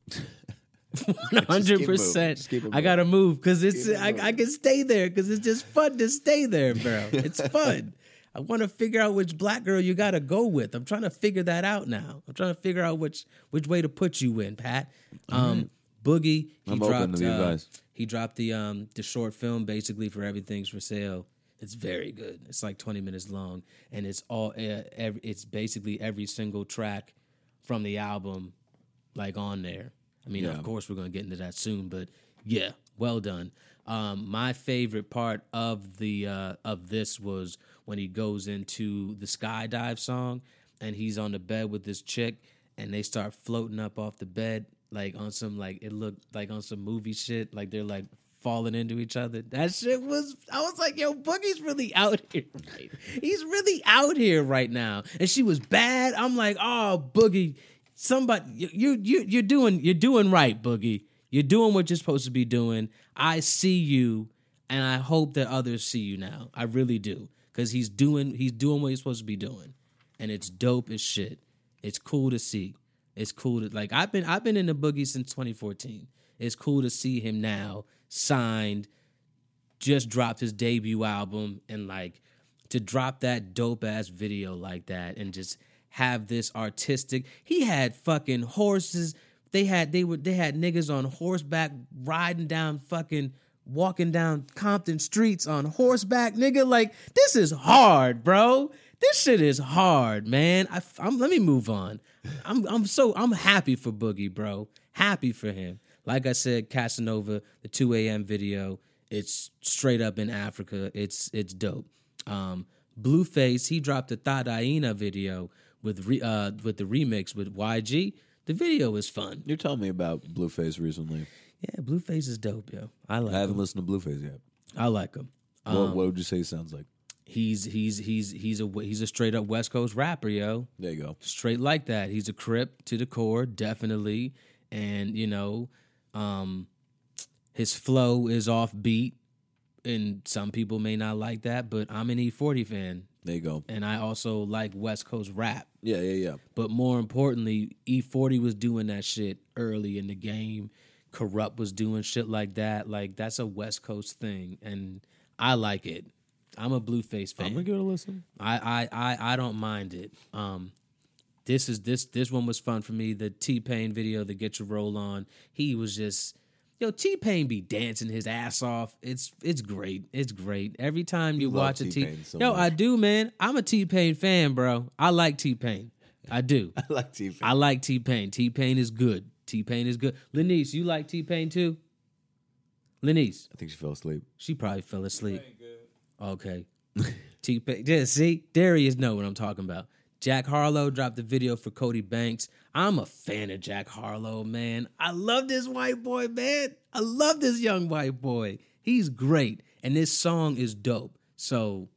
[SPEAKER 1] One hundred percent.
[SPEAKER 2] Just keep it
[SPEAKER 1] I gotta move because it's I, I can stay there because it's just fun to stay there, bro. It's fun. I want to figure out which black girl you gotta go with. I'm trying to figure that out now. I'm trying to figure out which which way to put you in, Pat.
[SPEAKER 2] Mm-hmm.
[SPEAKER 1] Um, Boogie. He
[SPEAKER 2] I'm
[SPEAKER 1] dropped,
[SPEAKER 2] open to the
[SPEAKER 1] uh,
[SPEAKER 2] advice.
[SPEAKER 1] He dropped the um the short film basically for everything's for sale. It's very good. It's like 20 minutes long, and it's all uh, every, it's basically every single track from the album like on there. I mean, of course we're gonna get into that soon, but yeah, well done. Um, my favorite part of the uh, of this was when he goes into the skydive song and he's on the bed with this chick and they start floating up off the bed like on some like it looked like on some movie shit like they're like falling into each other. That shit was I was like, yo, Boogie's really out here. Right? He's really out here right now. And she was bad. I'm like, oh Boogie, somebody you you- you you're doing you're doing right, Boogie. You're doing what you're supposed to be doing. I see you and I hope that others see you now. I really do. Cause he's doing he's doing what he's supposed to be doing. And it's dope as shit. It's cool to see. It's cool to like I've been I've been in the boogie since 2014. It's cool to see him now signed, just dropped his debut album and like to drop that dope ass video like that and just have this artistic. He had fucking horses. They had they were they had niggas on horseback riding down fucking walking down Compton streets on horseback, nigga. Like this is hard, bro. This shit is hard, man. I, am let me move on. I'm I'm so I'm happy for Boogie, bro. Happy for him. Like I said, Casanova, the 2 a.m. video. It's straight up in Africa. It's it's dope. Um, Blueface, he dropped the Thadaina video with re, uh, with the remix with YG. The video is fun.
[SPEAKER 2] You're telling me about Blueface recently.
[SPEAKER 1] Yeah, Blueface is dope, yo. I like
[SPEAKER 2] I
[SPEAKER 1] him.
[SPEAKER 2] haven't listened to Blueface yet.
[SPEAKER 1] I like him.
[SPEAKER 2] what, what would you say he sounds like?
[SPEAKER 1] He's he's he's he's a he's a straight up West Coast rapper, yo.
[SPEAKER 2] There you go.
[SPEAKER 1] straight like that. He's a crip to the core, definitely. And you know, um, his flow is offbeat, and some people may not like that. But I'm an E40 fan,
[SPEAKER 2] There you go.
[SPEAKER 1] and I also like West Coast rap.
[SPEAKER 2] Yeah, yeah, yeah.
[SPEAKER 1] But more importantly, E40 was doing that shit early in the game. Corrupt was doing shit like that. Like that's a West Coast thing, and I like it. I'm a Blueface fan.
[SPEAKER 2] I'm gonna give it a listen.
[SPEAKER 1] I I I, I don't mind it. Um, this is this this one was fun for me. The T Pain video, the Get Your Roll On. He was just yo T Pain be dancing his ass off. It's it's great. It's great. Every time you
[SPEAKER 2] love
[SPEAKER 1] watch a T
[SPEAKER 2] T-Pain so
[SPEAKER 1] yo
[SPEAKER 2] much.
[SPEAKER 1] I do man. I'm a T Pain fan, bro. I like T Pain. I do.
[SPEAKER 2] I like TV.
[SPEAKER 1] I like T Pain. T Pain is good. T Pain is good. Lenice, you like T Pain too? Lenise,
[SPEAKER 2] I think she fell asleep.
[SPEAKER 1] she probably fell asleep.
[SPEAKER 3] Ain't good.
[SPEAKER 1] Okay. T Pain. Yeah, see, Darius know what I'm talking about. Jack Harlow dropped the video for Cody Banks. I'm a fan of Jack Harlow, man. I love this white boy, man. I love this young white boy. He's great. And this song is dope. So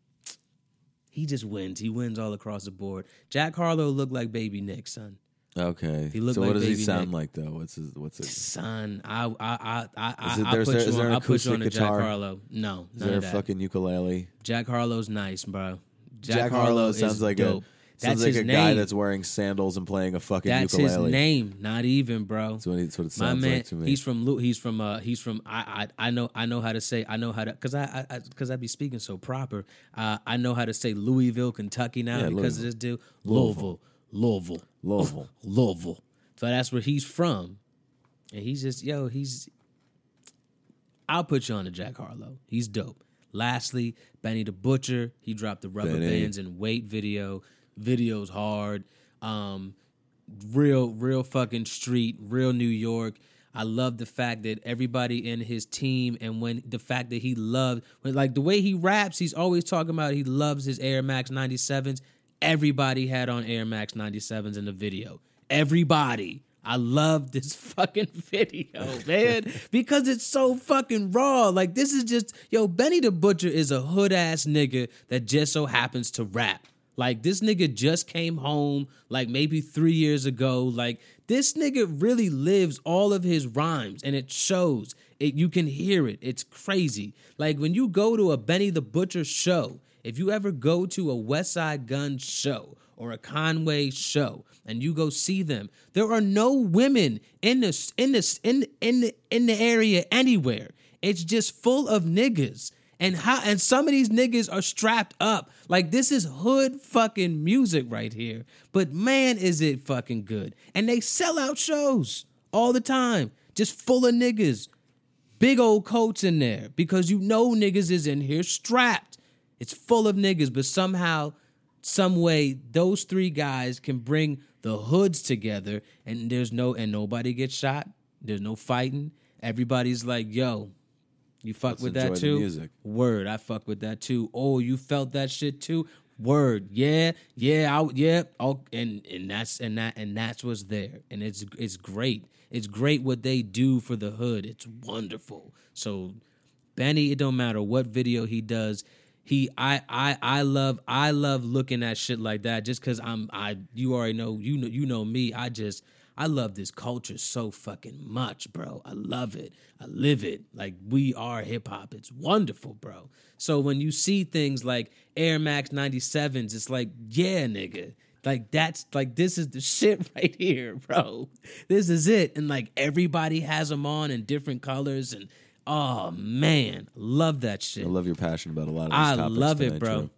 [SPEAKER 1] he just wins. He wins all across the board. Jack Harlow looked like baby Nick, son.
[SPEAKER 2] Okay.
[SPEAKER 1] He looked
[SPEAKER 2] so
[SPEAKER 1] like
[SPEAKER 2] what does he
[SPEAKER 1] Baby
[SPEAKER 2] sound
[SPEAKER 1] Nick.
[SPEAKER 2] like though? What's his what's his
[SPEAKER 1] Son, I I I I,
[SPEAKER 2] Is it-
[SPEAKER 1] I, I
[SPEAKER 2] there's-
[SPEAKER 1] put
[SPEAKER 2] is
[SPEAKER 1] you on,
[SPEAKER 2] there an
[SPEAKER 1] I put you
[SPEAKER 2] acoustic
[SPEAKER 1] on to Jack
[SPEAKER 2] guitar?
[SPEAKER 1] Harlow. No,
[SPEAKER 2] is
[SPEAKER 1] none
[SPEAKER 2] there a
[SPEAKER 1] of that.
[SPEAKER 2] fucking ukulele?
[SPEAKER 1] Jack Harlow's nice, bro. Jack,
[SPEAKER 2] Jack, Harlow
[SPEAKER 1] is
[SPEAKER 2] sounds like
[SPEAKER 1] dope.
[SPEAKER 2] a sounds
[SPEAKER 1] that's
[SPEAKER 2] like
[SPEAKER 1] his
[SPEAKER 2] a
[SPEAKER 1] name.
[SPEAKER 2] guy that's wearing sandals and playing a fucking
[SPEAKER 1] that's
[SPEAKER 2] ukulele.
[SPEAKER 1] his name. Not even, bro.
[SPEAKER 2] That's what, it- that's what it
[SPEAKER 1] My
[SPEAKER 2] sounds
[SPEAKER 1] man,
[SPEAKER 2] like to me.
[SPEAKER 1] he's from Lu- he's from uh he's from I I I know I know how to say I know how to because I I because I, be speaking so proper. Uh, I know how to say Louisville, Kentucky now
[SPEAKER 2] Yeah,
[SPEAKER 1] because of this dude Louisville, Louisville,
[SPEAKER 2] Louisville.
[SPEAKER 1] Louisville. So that's where he's from, and he's just yo he's. I'll put you on to Jack Harlow. He's dope. Lastly, Benny the Butcher. He dropped the rubber
[SPEAKER 2] Benny.
[SPEAKER 1] bands and weight video. Video's hard. Um, real real fucking street real new york i love the fact that everybody in his team and when the fact that he loved when like the way he raps he's always talking about he loves his air max 97s everybody had on air max 97s in the video everybody I love this fucking video, man, because it's so fucking raw. Like this is just yo, Benny the Butcher is a hood ass nigga that just so happens to rap. Like this nigga just came home like maybe three years ago. Like this nigga really lives all of his rhymes and it shows. It you can hear it. It's crazy. Like when you go to a Benny the Butcher show, if you ever go to a West Side Gun show or a Conway show and you go see them, there are no women in this in this in in the, in the area anywhere. It's just full of niggas. And how and some of these niggas are strapped up. Like this is hood fucking music right here. But man, is it fucking good. And they sell out shows all the time. Just full of niggas. Big old coats in there. Because you know niggas is in here strapped. It's full of niggas, but somehow, some way, those three guys can bring the hoods together and there's no and nobody gets shot. There's no fighting. Everybody's like, yo, you fuck with that
[SPEAKER 2] enjoy the
[SPEAKER 1] too?
[SPEAKER 2] music.
[SPEAKER 1] Word, I fuck with that too. Oh, you felt that shit too? Word, yeah, yeah, I, yeah. Oh, and and that's and that and that's what's there, and it's it's great. It's great what they do for the hood. It's wonderful. So, Benny, it don't matter what video he does. He, I, I, I love, I love looking at shit like that. Just cause I'm, I, you already know, you know, you know me. I just, I love this culture so fucking much, bro. I love it. I live it. Like we are hip hop. It's wonderful, bro. So when you see things like Air Max 97s, it's like, yeah, nigga. Like that's like this is the shit right here, bro. This is it. And like everybody has them on in different colors and oh man, love that shit.
[SPEAKER 2] I love your passion about a lot of these
[SPEAKER 1] I
[SPEAKER 2] topics.
[SPEAKER 1] love it,
[SPEAKER 2] tonight,
[SPEAKER 1] bro.
[SPEAKER 2] Drew.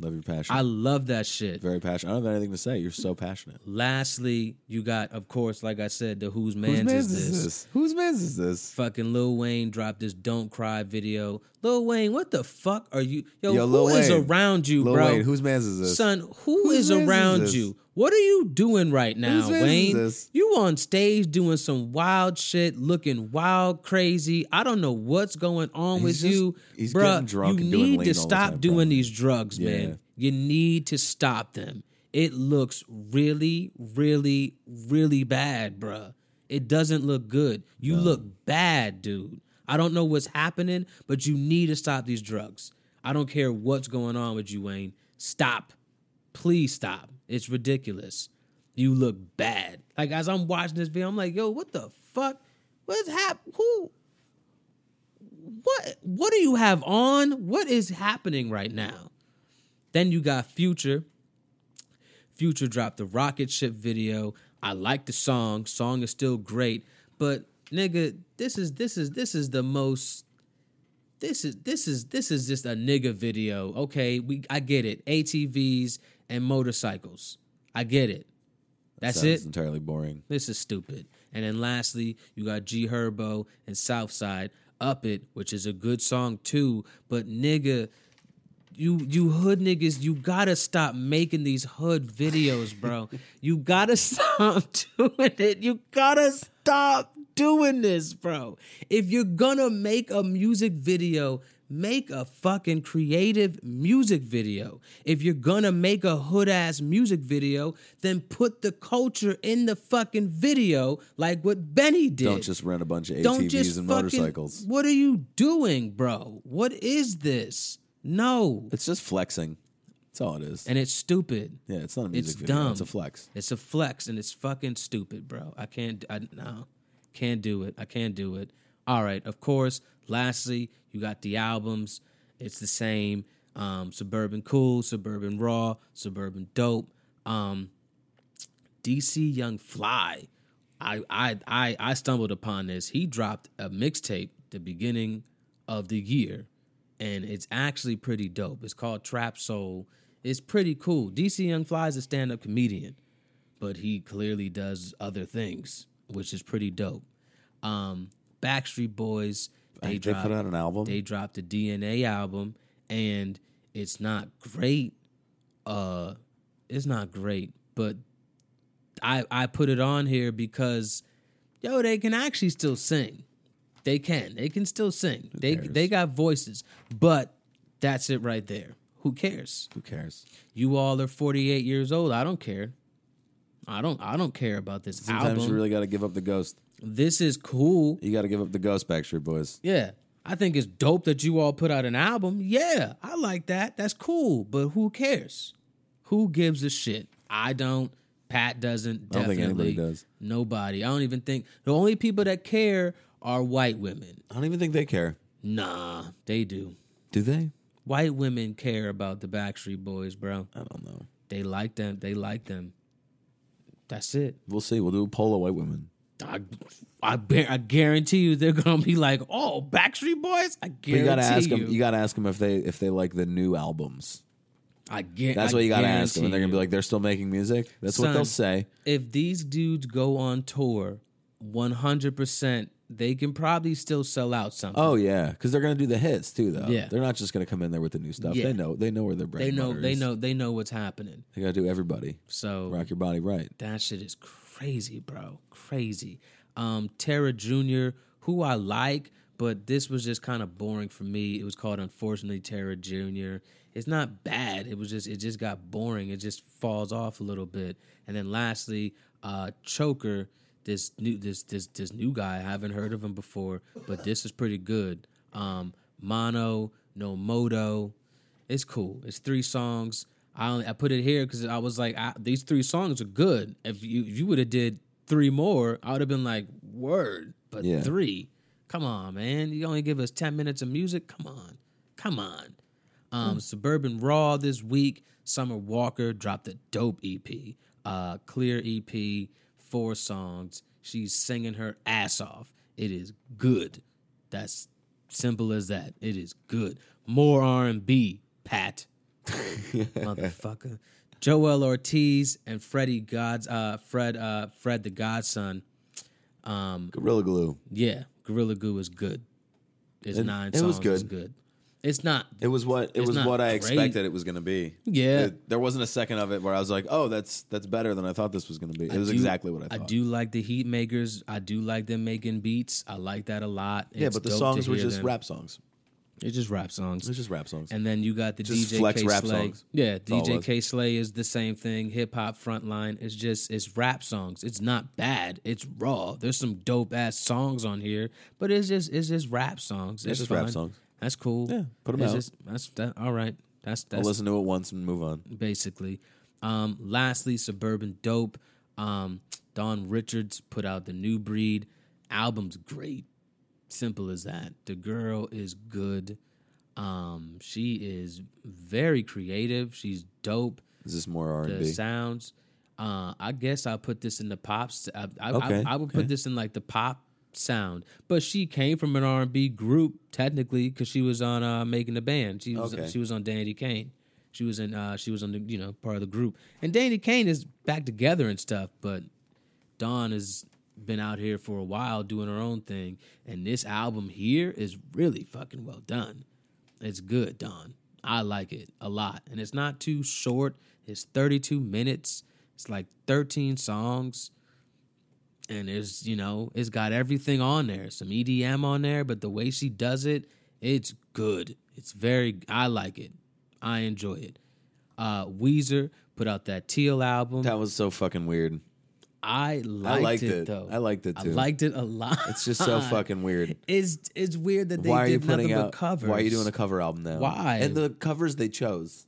[SPEAKER 2] Love your passion.
[SPEAKER 1] I love that shit.
[SPEAKER 2] Very passionate. I don't have anything to say. You're so passionate.
[SPEAKER 1] Lastly, you got, of course, like I said, the Whose Man's, is this?
[SPEAKER 2] Whose man's is this?
[SPEAKER 1] Fucking Lil Wayne dropped this "Don't Cry" video. Lil Wayne, what the fuck are you? Yo,
[SPEAKER 2] Yo,
[SPEAKER 1] who
[SPEAKER 2] Lil
[SPEAKER 1] is
[SPEAKER 2] Wayne.
[SPEAKER 1] around you,
[SPEAKER 2] Lil
[SPEAKER 1] bro?
[SPEAKER 2] Wayne, whose man's is this?
[SPEAKER 1] Son, who is
[SPEAKER 2] Whose man's is
[SPEAKER 1] around
[SPEAKER 2] this?
[SPEAKER 1] you? What are you doing right now,
[SPEAKER 2] Whose man's is
[SPEAKER 1] Wayne?
[SPEAKER 2] this?
[SPEAKER 1] You on stage doing some wild shit, looking wild, crazy. I don't know what's going on with
[SPEAKER 2] He's just-
[SPEAKER 1] you,
[SPEAKER 2] he's
[SPEAKER 1] Bruh,
[SPEAKER 2] getting drunk
[SPEAKER 1] You
[SPEAKER 2] and doing
[SPEAKER 1] need
[SPEAKER 2] lean
[SPEAKER 1] to
[SPEAKER 2] all the
[SPEAKER 1] stop
[SPEAKER 2] time,
[SPEAKER 1] doing
[SPEAKER 2] probably.
[SPEAKER 1] these drugs, man. You need to stop them. It looks really, really, really bad, bruh. It doesn't look good. You look bad, dude. I don't know what's happening, but you need to stop these drugs. I don't care what's going on with you, Wayne. Stop. Please stop. It's ridiculous. You look bad. Like as I'm watching this video, I'm like, yo, what the fuck? What's hap who what what do you have on? What is happening right now? Then you got Future. Future dropped the rocket ship video. I like the song. Song is still great, but nigga, this is this is this is the most this is this is this is just a nigga video. Okay, we I get it. ATVs and motorcycles. I get it. That's
[SPEAKER 2] Sounds
[SPEAKER 1] it.
[SPEAKER 2] entirely boring.
[SPEAKER 1] This is stupid. And then lastly, you got G Herbo and Southside Up It, which is a good song too. But nigga, you you hood niggas, you gotta stop making these hood videos, bro. you gotta stop doing it. You gotta stop doing this, bro. If you're gonna make a music video, make a fucking creative music video. If you're gonna make a hood ass music video, then put the culture in the fucking video, like what Benny did.
[SPEAKER 2] Don't just rent a bunch of
[SPEAKER 1] Don't
[SPEAKER 2] ATVs
[SPEAKER 1] just
[SPEAKER 2] and
[SPEAKER 1] fucking-
[SPEAKER 2] motorcycles.
[SPEAKER 1] What are you doing, bro? What is this? No.
[SPEAKER 2] It's just flexing. That's all it is.
[SPEAKER 1] And it's stupid.
[SPEAKER 2] yeah, it's not a music
[SPEAKER 1] it's
[SPEAKER 2] video.
[SPEAKER 1] dumb.
[SPEAKER 2] It's a flex.
[SPEAKER 1] It's a flex and it's fucking stupid, bro. I can't I no. Can't do it. I can't do it. All right, of course, lastly, you got the albums. It's the same. Um, suburban cool, suburban raw, suburban dope. Um, DC Young Fly. I I I I stumbled upon this. He dropped a mixtape the beginning of the year, and it's actually pretty dope. It's called Trap Soul. It's pretty cool. DC Young Fly is a stand-up comedian, but he clearly does other things, which is pretty dope. Um, Backstreet Boys. They,
[SPEAKER 2] They,
[SPEAKER 1] dropped,
[SPEAKER 2] put out an album.
[SPEAKER 1] they dropped a DNA album and it's not great. Uh it's not great, but I I put it on here because yo, they can actually still sing. They can. They can still sing. They
[SPEAKER 2] cares?
[SPEAKER 1] they got voices. But that's it right there. Who cares?
[SPEAKER 2] Who cares?
[SPEAKER 1] You all are 48 years old. I don't care. I don't I don't care about this
[SPEAKER 2] Sometimes
[SPEAKER 1] album.
[SPEAKER 2] you really got to give up the ghost.
[SPEAKER 1] this is cool.
[SPEAKER 2] You got to give up the ghost, Backstreet Boys.
[SPEAKER 1] Yeah. I think it's dope that you all put out an album. Yeah, I like that. That's cool. But who cares? Who gives a shit? I don't. Pat doesn't.
[SPEAKER 2] I don't
[SPEAKER 1] Definitely.
[SPEAKER 2] think anybody does.
[SPEAKER 1] Nobody. I don't even think the only people that care are white women.
[SPEAKER 2] I don't even think they care.
[SPEAKER 1] Nah, they do.
[SPEAKER 2] Do they?
[SPEAKER 1] White women care about the Backstreet Boys, bro.
[SPEAKER 2] I don't know.
[SPEAKER 1] They like them. They like them. That's it.
[SPEAKER 2] We'll see. We'll do a poll of white women.
[SPEAKER 1] I, I, bar- I guarantee you they're gonna be like, oh, Backstreet Boys. I guarantee
[SPEAKER 2] But you got to ask
[SPEAKER 1] you.
[SPEAKER 2] them. You got to ask them if they if they like the new albums.
[SPEAKER 1] I get.
[SPEAKER 2] That's
[SPEAKER 1] I
[SPEAKER 2] what you got to ask them,
[SPEAKER 1] guarantee
[SPEAKER 2] and they're gonna
[SPEAKER 1] you.
[SPEAKER 2] be like, they're still making music. That's what they'll
[SPEAKER 1] Son.
[SPEAKER 2] say.
[SPEAKER 1] if these dudes go on tour, one hundred percent, they can probably still sell out something.
[SPEAKER 2] Oh yeah, because they're gonna do the hits too, though.
[SPEAKER 1] Yeah.
[SPEAKER 2] they're not just gonna come in there with the new stuff.
[SPEAKER 1] Yeah.
[SPEAKER 2] They know. They know where their bread.
[SPEAKER 1] they
[SPEAKER 2] and
[SPEAKER 1] know,
[SPEAKER 2] butter
[SPEAKER 1] they
[SPEAKER 2] is.
[SPEAKER 1] know, they know what's happening.
[SPEAKER 2] They gotta do everybody.
[SPEAKER 1] So
[SPEAKER 2] Rock your body right.
[SPEAKER 1] that shit is crazy, bro, crazy. Um, Tara Jr., who I like, but this was just kind of boring for me. It was called unfortunately Tara Jr. It's not bad. It was just it just got boring. It just falls off a little bit. And then lastly, uh, Choker. this new this this this new guy. I haven't heard of him before, but this is pretty good. Um, Mono, No Moto, it's cool. It's three songs. I only, I put it here because I was like, I, these three songs are good. If you if you would have did three more, I would have been like, word. But
[SPEAKER 2] Yeah.
[SPEAKER 1] three, come on, man. You only give us ten minutes of music. Come on, come on. Um, Suburban Raw this week. Summer Walker dropped a dope EP, uh, clear EP, four songs. She's singing her ass off. It is good. That's simple as that. It is good. More R and B, Pat, motherfucker. Joel Ortiz and Freddie God's uh, Fred uh, Fred the Godson.
[SPEAKER 2] Gorilla glue.
[SPEAKER 1] Yeah, Gorilla Goo is good. It's nine
[SPEAKER 2] it was
[SPEAKER 1] songs. It's
[SPEAKER 2] good.
[SPEAKER 1] good. It's not
[SPEAKER 2] It was what it was
[SPEAKER 1] not
[SPEAKER 2] what I
[SPEAKER 1] great.
[SPEAKER 2] expected it was gonna be.
[SPEAKER 1] Yeah.
[SPEAKER 2] It- there wasn't a second of it where I was like, oh, that's that's better than I thought this was gonna be. It was
[SPEAKER 1] do-
[SPEAKER 2] exactly what I thought.
[SPEAKER 1] I do like the heat makers. I do like them making beats. I like that a lot.
[SPEAKER 2] Yeah,
[SPEAKER 1] It's
[SPEAKER 2] but the
[SPEAKER 1] dope to
[SPEAKER 2] songs were
[SPEAKER 1] hear
[SPEAKER 2] just
[SPEAKER 1] them.
[SPEAKER 2] rap songs.
[SPEAKER 1] It's just rap songs.
[SPEAKER 2] It's just rap songs.
[SPEAKER 1] and then you got the
[SPEAKER 2] Just
[SPEAKER 1] DJ
[SPEAKER 2] flex
[SPEAKER 1] K
[SPEAKER 2] rap
[SPEAKER 1] Slay.
[SPEAKER 2] songs.
[SPEAKER 1] Yeah,
[SPEAKER 2] all it
[SPEAKER 1] DJ
[SPEAKER 2] was.
[SPEAKER 1] K Slay is the same thing. Hip hop frontline. It's just it's rap songs. It's not bad. It's raw. There's some dope ass songs on here, but it's just it's just rap songs. It's
[SPEAKER 2] just rap
[SPEAKER 1] fine.
[SPEAKER 2] songs.
[SPEAKER 1] That's cool.
[SPEAKER 2] Yeah, put 'em
[SPEAKER 1] It's
[SPEAKER 2] out.
[SPEAKER 1] just- that's that, all right. That's
[SPEAKER 2] I'll
[SPEAKER 1] that's
[SPEAKER 2] listen to it once and move on.
[SPEAKER 1] basically. Um, lastly, Suburban Dope. Um, Don Richards put out the new breed. Album's great. Simple as that. The girl is good. Um, she is very creative. She's dope.
[SPEAKER 2] Is this more R
[SPEAKER 1] The
[SPEAKER 2] and B?
[SPEAKER 1] sounds. Uh, I guess I'll put this in the pops. I, I,
[SPEAKER 2] Okay,
[SPEAKER 1] I, I would put this in like the pop sound. But she came from an R and B group technically because she was on uh, making the band. She was
[SPEAKER 2] Okay.
[SPEAKER 1] she was on Danny Kane. She was in uh, she was on the you know part of the group. And Danny Kane is back together and stuff. But Dawn has been out here for a while doing her own thing. And this album here is really fucking well done. It's good, Don. I like it a lot. And it's not too short. It's 32 minutes. It's like 13 songs. and it's you know it's got everything on there some edm on there but the way she does it it's good it's very i like it i enjoy it uh weezer put out that teal album
[SPEAKER 2] That was so fucking weird.
[SPEAKER 1] i liked,
[SPEAKER 2] liked
[SPEAKER 1] it,
[SPEAKER 2] it.
[SPEAKER 1] though
[SPEAKER 2] I liked it,
[SPEAKER 1] i
[SPEAKER 2] too.
[SPEAKER 1] liked it a lot
[SPEAKER 2] It's just so fucking weird.
[SPEAKER 1] it's it's weird that they
[SPEAKER 2] why are you
[SPEAKER 1] did nothing
[SPEAKER 2] putting
[SPEAKER 1] but
[SPEAKER 2] out
[SPEAKER 1] covers
[SPEAKER 2] Why are you doing a cover album now?
[SPEAKER 1] Why?
[SPEAKER 2] And the covers they chose.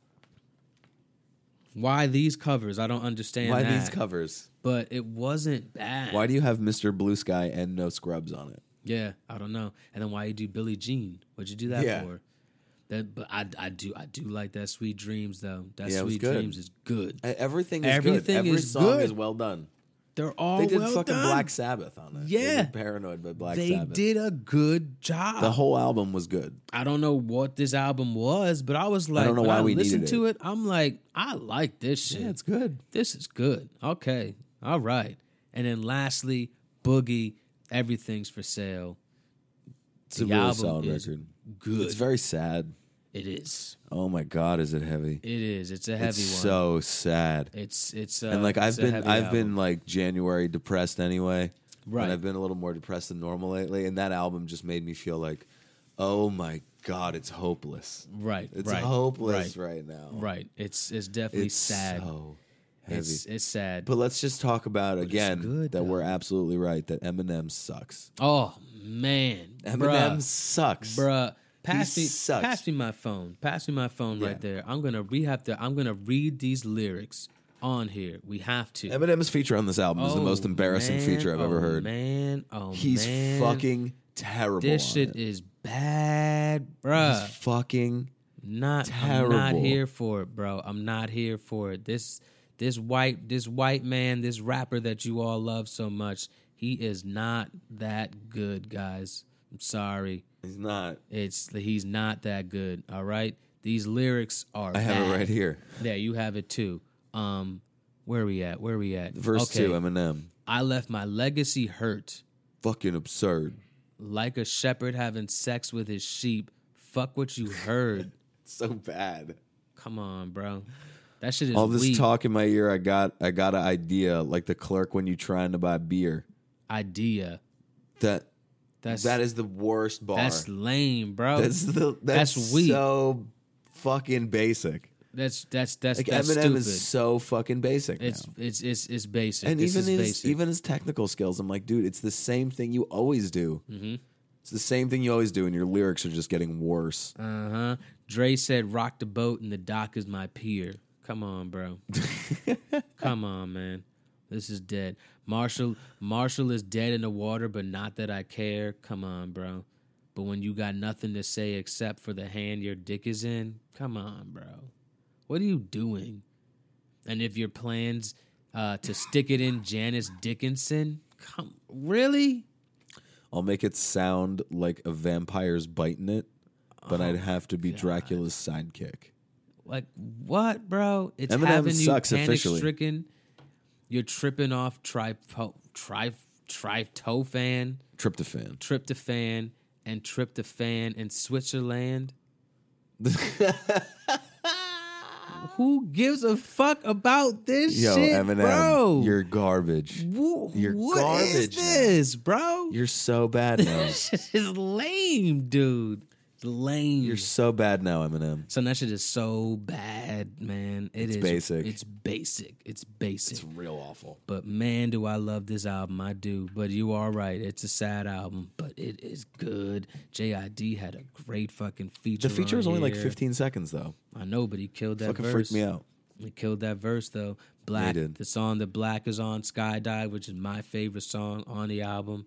[SPEAKER 1] why these covers i don't understand
[SPEAKER 2] Why
[SPEAKER 1] that.
[SPEAKER 2] these covers?
[SPEAKER 1] but it wasn't bad
[SPEAKER 2] Why do you have Mr. Blue Sky and No Scrubs on it?
[SPEAKER 1] Yeah, I don't know. And then why you do Billie Jean? What'd you do that
[SPEAKER 2] Yeah.
[SPEAKER 1] for? That, but I, I do I do like that Sweet Dreams though. That
[SPEAKER 2] Yeah, it was
[SPEAKER 1] Sweet
[SPEAKER 2] good.
[SPEAKER 1] Dreams is good.
[SPEAKER 2] E- Everything is
[SPEAKER 1] Everything
[SPEAKER 2] good. Every
[SPEAKER 1] is
[SPEAKER 2] song
[SPEAKER 1] good.
[SPEAKER 2] is well done.
[SPEAKER 1] They're all
[SPEAKER 2] They did
[SPEAKER 1] Oh, well
[SPEAKER 2] fucking
[SPEAKER 1] done.
[SPEAKER 2] Black Sabbath on it.
[SPEAKER 1] Yeah.
[SPEAKER 2] They did Paranoid by Black
[SPEAKER 1] they
[SPEAKER 2] Sabbath.
[SPEAKER 1] did a good job.
[SPEAKER 2] The whole album was good.
[SPEAKER 1] I don't know what this album was, but I was like,
[SPEAKER 2] don't know
[SPEAKER 1] when
[SPEAKER 2] why
[SPEAKER 1] I
[SPEAKER 2] we
[SPEAKER 1] listened
[SPEAKER 2] needed
[SPEAKER 1] to it. I'm like, I like this shit.
[SPEAKER 2] good.
[SPEAKER 1] this is good. Okay. All right. And then lastly, Boogie, everything's for sale.
[SPEAKER 2] It's a
[SPEAKER 1] The
[SPEAKER 2] really
[SPEAKER 1] album
[SPEAKER 2] solid
[SPEAKER 1] is
[SPEAKER 2] record.
[SPEAKER 1] Good.
[SPEAKER 2] It's very sad.
[SPEAKER 1] it is.
[SPEAKER 2] Oh my god, is it heavy?
[SPEAKER 1] It is. It's a heavy
[SPEAKER 2] it's
[SPEAKER 1] one.
[SPEAKER 2] so sad.
[SPEAKER 1] It's it's uh,
[SPEAKER 2] and like I've
[SPEAKER 1] it's a
[SPEAKER 2] been
[SPEAKER 1] heavy
[SPEAKER 2] I've
[SPEAKER 1] album.
[SPEAKER 2] been like January depressed anyway.
[SPEAKER 1] Right.
[SPEAKER 2] And I've been a little more depressed than normal lately and that album just made me feel like oh my god, it's hopeless.
[SPEAKER 1] right.
[SPEAKER 2] It's
[SPEAKER 1] right,
[SPEAKER 2] hopeless
[SPEAKER 1] Right,
[SPEAKER 2] right, now.
[SPEAKER 1] right. It's it's definitely
[SPEAKER 2] It's
[SPEAKER 1] sad.
[SPEAKER 2] so heavy.
[SPEAKER 1] it's it's sad.
[SPEAKER 2] but let's just talk about again
[SPEAKER 1] good,
[SPEAKER 2] that
[SPEAKER 1] though.
[SPEAKER 2] we're absolutely right that Eminem sucks.
[SPEAKER 1] oh man,
[SPEAKER 2] Eminem
[SPEAKER 1] bruh,
[SPEAKER 2] sucks.
[SPEAKER 1] bruh. Pass
[SPEAKER 2] He
[SPEAKER 1] me,
[SPEAKER 2] sucks.
[SPEAKER 1] pass me my phone. Pass me my phone
[SPEAKER 2] Yeah.
[SPEAKER 1] right there. I'm gonna re have to. I'm gonna read these lyrics on here. We have to.
[SPEAKER 2] Eminem's feature on this album is the
[SPEAKER 1] Oh,
[SPEAKER 2] most embarrassing
[SPEAKER 1] man,
[SPEAKER 2] feature I've ever
[SPEAKER 1] oh,
[SPEAKER 2] heard.
[SPEAKER 1] Man, oh
[SPEAKER 2] He's
[SPEAKER 1] man.
[SPEAKER 2] fucking terrible.
[SPEAKER 1] This
[SPEAKER 2] on
[SPEAKER 1] shit
[SPEAKER 2] it.
[SPEAKER 1] is bad, bruh.
[SPEAKER 2] He's fucking
[SPEAKER 1] not I'm not
[SPEAKER 2] Terrible.
[SPEAKER 1] here for it, bro. I'm not here for it. This this white this white man, this rapper that you all love so much, he is not that good, guys. I'm sorry.
[SPEAKER 2] he's not.
[SPEAKER 1] It's he's not that good. All right. These lyrics are
[SPEAKER 2] I have it
[SPEAKER 1] bad.
[SPEAKER 2] right here.
[SPEAKER 1] Yeah, you have it too. Um where we at? Where we at?
[SPEAKER 2] Verse
[SPEAKER 1] okay.
[SPEAKER 2] two, Eminem.
[SPEAKER 1] I left my legacy hurt
[SPEAKER 2] Fucking absurd.
[SPEAKER 1] like a shepherd having sex with his sheep. Fuck what you heard.
[SPEAKER 2] So bad.
[SPEAKER 1] Come on, bro. That shit is
[SPEAKER 2] All this
[SPEAKER 1] weak.
[SPEAKER 2] talk in my ear, I got I got an idea, like the clerk when you trying to buy beer.
[SPEAKER 1] idea.
[SPEAKER 2] That
[SPEAKER 1] That's
[SPEAKER 2] that is the worst bar.
[SPEAKER 1] that's lame, bro.
[SPEAKER 2] That's
[SPEAKER 1] That's
[SPEAKER 2] the that's,
[SPEAKER 1] that's weak.
[SPEAKER 2] so fucking basic.
[SPEAKER 1] that's that's that's,
[SPEAKER 2] Like
[SPEAKER 1] that's
[SPEAKER 2] Eminem
[SPEAKER 1] stupid.
[SPEAKER 2] is so fucking basic. now.
[SPEAKER 1] it's, it's it's it's basic.
[SPEAKER 2] and
[SPEAKER 1] this
[SPEAKER 2] even his
[SPEAKER 1] is basic.
[SPEAKER 2] even his technical skills, I'm like, dude, it's the same thing you always do.
[SPEAKER 1] Mm-hmm.
[SPEAKER 2] It's the same thing you always do, and your lyrics are just getting worse.
[SPEAKER 1] uh huh. Dre said, "Rock the boat," and the dock is my pier. Come on, bro. Come on, man. This is dead. Marshall Marshall is dead in the water, but not that I care. Come on, bro. But when you got nothing to say except for the hand your dick is in, come on, bro. What are you doing? And if your plans uh, to stick it in Janice Dickinson, come really?
[SPEAKER 2] I'll make it sound like a vampire's biting it, but
[SPEAKER 1] Oh
[SPEAKER 2] I'd have to be Dracula's sidekick.
[SPEAKER 1] Like what, bro? It's
[SPEAKER 2] Eminem
[SPEAKER 1] having you
[SPEAKER 2] sucks
[SPEAKER 1] panic
[SPEAKER 2] officially.
[SPEAKER 1] stricken. You're tripping off tripo, tri, tryptophan,
[SPEAKER 2] Tryptophan.
[SPEAKER 1] tryptophan, and tryptophan in Switzerland. Who gives a fuck about this
[SPEAKER 2] Yo,
[SPEAKER 1] shit,
[SPEAKER 2] Eminem,
[SPEAKER 1] bro?
[SPEAKER 2] you're garbage.
[SPEAKER 1] Wh-
[SPEAKER 2] you're
[SPEAKER 1] what is
[SPEAKER 2] garbage now.
[SPEAKER 1] this, bro?
[SPEAKER 2] You're so bad now.
[SPEAKER 1] This shit is lame, dude. It's lame.
[SPEAKER 2] You're so bad now, Eminem.
[SPEAKER 1] Son, that shit is so bad, man. It
[SPEAKER 2] It's
[SPEAKER 1] is-
[SPEAKER 2] basic.
[SPEAKER 1] It's basic. It's basic.
[SPEAKER 2] real awful.
[SPEAKER 1] but man, do I love this album. I do. But you are right. It's a sad album, but it is good. JID had a great fucking feature.
[SPEAKER 2] The feature
[SPEAKER 1] on
[SPEAKER 2] is only like
[SPEAKER 1] here.
[SPEAKER 2] 15 seconds though.
[SPEAKER 1] I know, but he killed that
[SPEAKER 2] Fucking
[SPEAKER 1] verse.
[SPEAKER 2] freaked me out.
[SPEAKER 1] He killed that verse though. Black,
[SPEAKER 2] did.
[SPEAKER 1] the song that Black is on, Skydive, which is my favorite song on the album.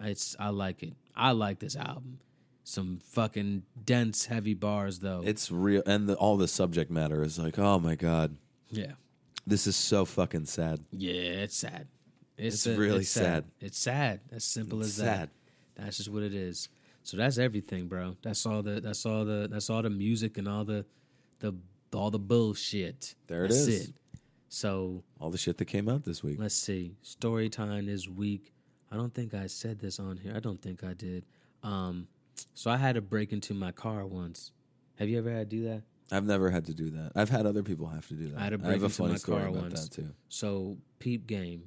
[SPEAKER 1] It's I like it. I like this album. Some fucking dense, heavy bars though.
[SPEAKER 2] It's real, and the, all the subject matter is like, oh my god,
[SPEAKER 1] yeah,
[SPEAKER 2] this is so fucking sad.
[SPEAKER 1] yeah. It's sad. It's,
[SPEAKER 2] It's
[SPEAKER 1] a-
[SPEAKER 2] really
[SPEAKER 1] it's
[SPEAKER 2] sad.
[SPEAKER 1] It's sad. As simple
[SPEAKER 2] It's
[SPEAKER 1] as that.
[SPEAKER 2] sad.
[SPEAKER 1] That's just what it is. So that's everything, bro. That's all the. That's all the. That's all the music and all the, the all the bullshit.
[SPEAKER 2] There it
[SPEAKER 1] That's
[SPEAKER 2] is.
[SPEAKER 1] So
[SPEAKER 2] All the shit that came out this week.
[SPEAKER 1] Let's see. Story time this week. I don't think I said this on here. I don't think I did. Um, so I had to break into my car once. Have you ever had to do that?
[SPEAKER 2] I've never had to do that. I've had other people have to do that.
[SPEAKER 1] I had to break
[SPEAKER 2] have a
[SPEAKER 1] into
[SPEAKER 2] funny
[SPEAKER 1] my
[SPEAKER 2] story
[SPEAKER 1] car
[SPEAKER 2] about
[SPEAKER 1] once.
[SPEAKER 2] that too.
[SPEAKER 1] So peep game.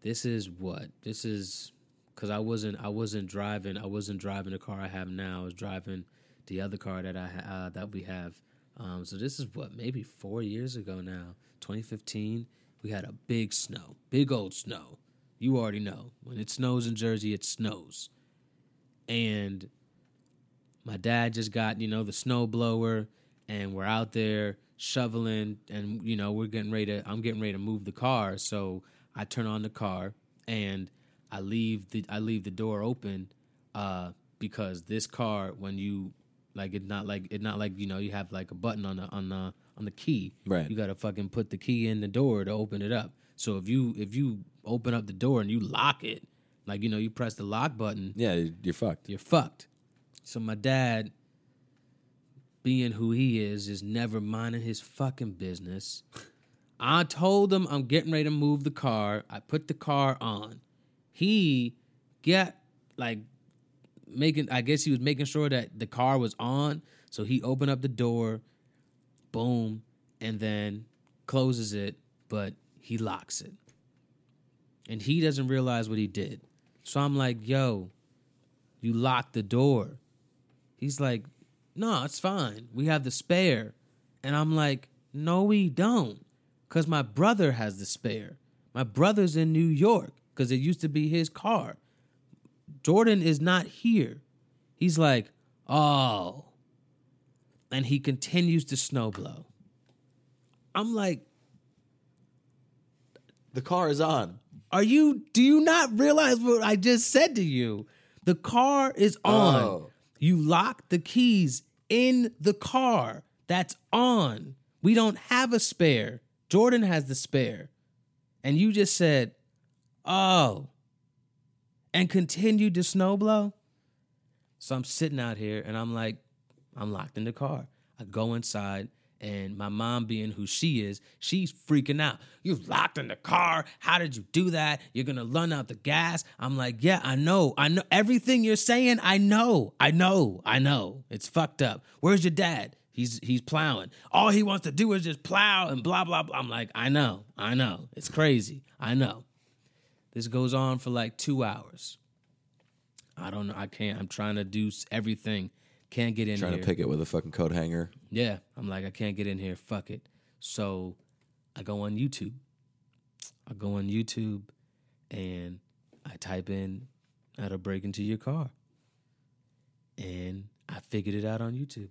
[SPEAKER 1] This is what this is because I wasn't I wasn't driving I wasn't driving the car I have now. I was driving the other car that I ha- uh, that we have. Um, so this is what maybe four years ago now, 2015. We had a big snow, big old snow. You already know when it snows in Jersey, it snows, and my dad just got you know the snow blower and we're out there shoveling and you know we're getting ready to i'm getting ready to move the car so i turn on the car and i leave the i leave the door open uh because this car when you like it's not like it's not like you know you have like a button on the on the on the key
[SPEAKER 2] Right.
[SPEAKER 1] you gotta fucking put the key in the door to open it up so if you if you open up the door and you lock it like you know you press the lock button
[SPEAKER 2] Yeah, you're fucked.
[SPEAKER 1] you're fucked. So my dad, being who he is, is never minding his fucking business. I told him I'm getting ready to move the car. I put the car on. He got like making I guess he was making sure that the car was on. So he opened up the door, boom, and then closes it, but he locks it. And he doesn't realize what he did. So I'm like, yo, you lock the door. He's like, no, it's fine. We have the spare. And I'm like, no, we don't. Because my brother has the spare. My brother's in New York because it used to be his car. Jordan is not here. He's like, oh. And he continues to snowblow. I'm like,
[SPEAKER 2] The car is on.
[SPEAKER 1] are you, do you not realize what I just said to you? The car is on.
[SPEAKER 2] Oh.
[SPEAKER 1] You lock the keys in the car that's on. We don't have a spare. Jordan has the spare. And you just said, oh, and continued to snowblow. So I'm sitting out here and I'm like, I'm locked in the car. I go inside and my mom being who she is, she's freaking out. You locked in the car. How did you do that? You're gonna run out the gas. I'm like, yeah, I know. I know everything you're saying, I know. I know. I know. It's fucked up. Where's your dad? He's he's plowing. All he wants to do is just plow and blah blah blah. I'm like, I know, I know. It's crazy. I know. This goes on for like two hours. I don't know. I can't. I'm trying to do s- everything. Can't get in
[SPEAKER 2] Trying
[SPEAKER 1] here.
[SPEAKER 2] to pick it with a fucking coat hanger.
[SPEAKER 1] Yeah. I'm like, I can't get in here. Fuck it. So I go on YouTube. I go on YouTube and I type in how to break into your car. And I figured it out on YouTube.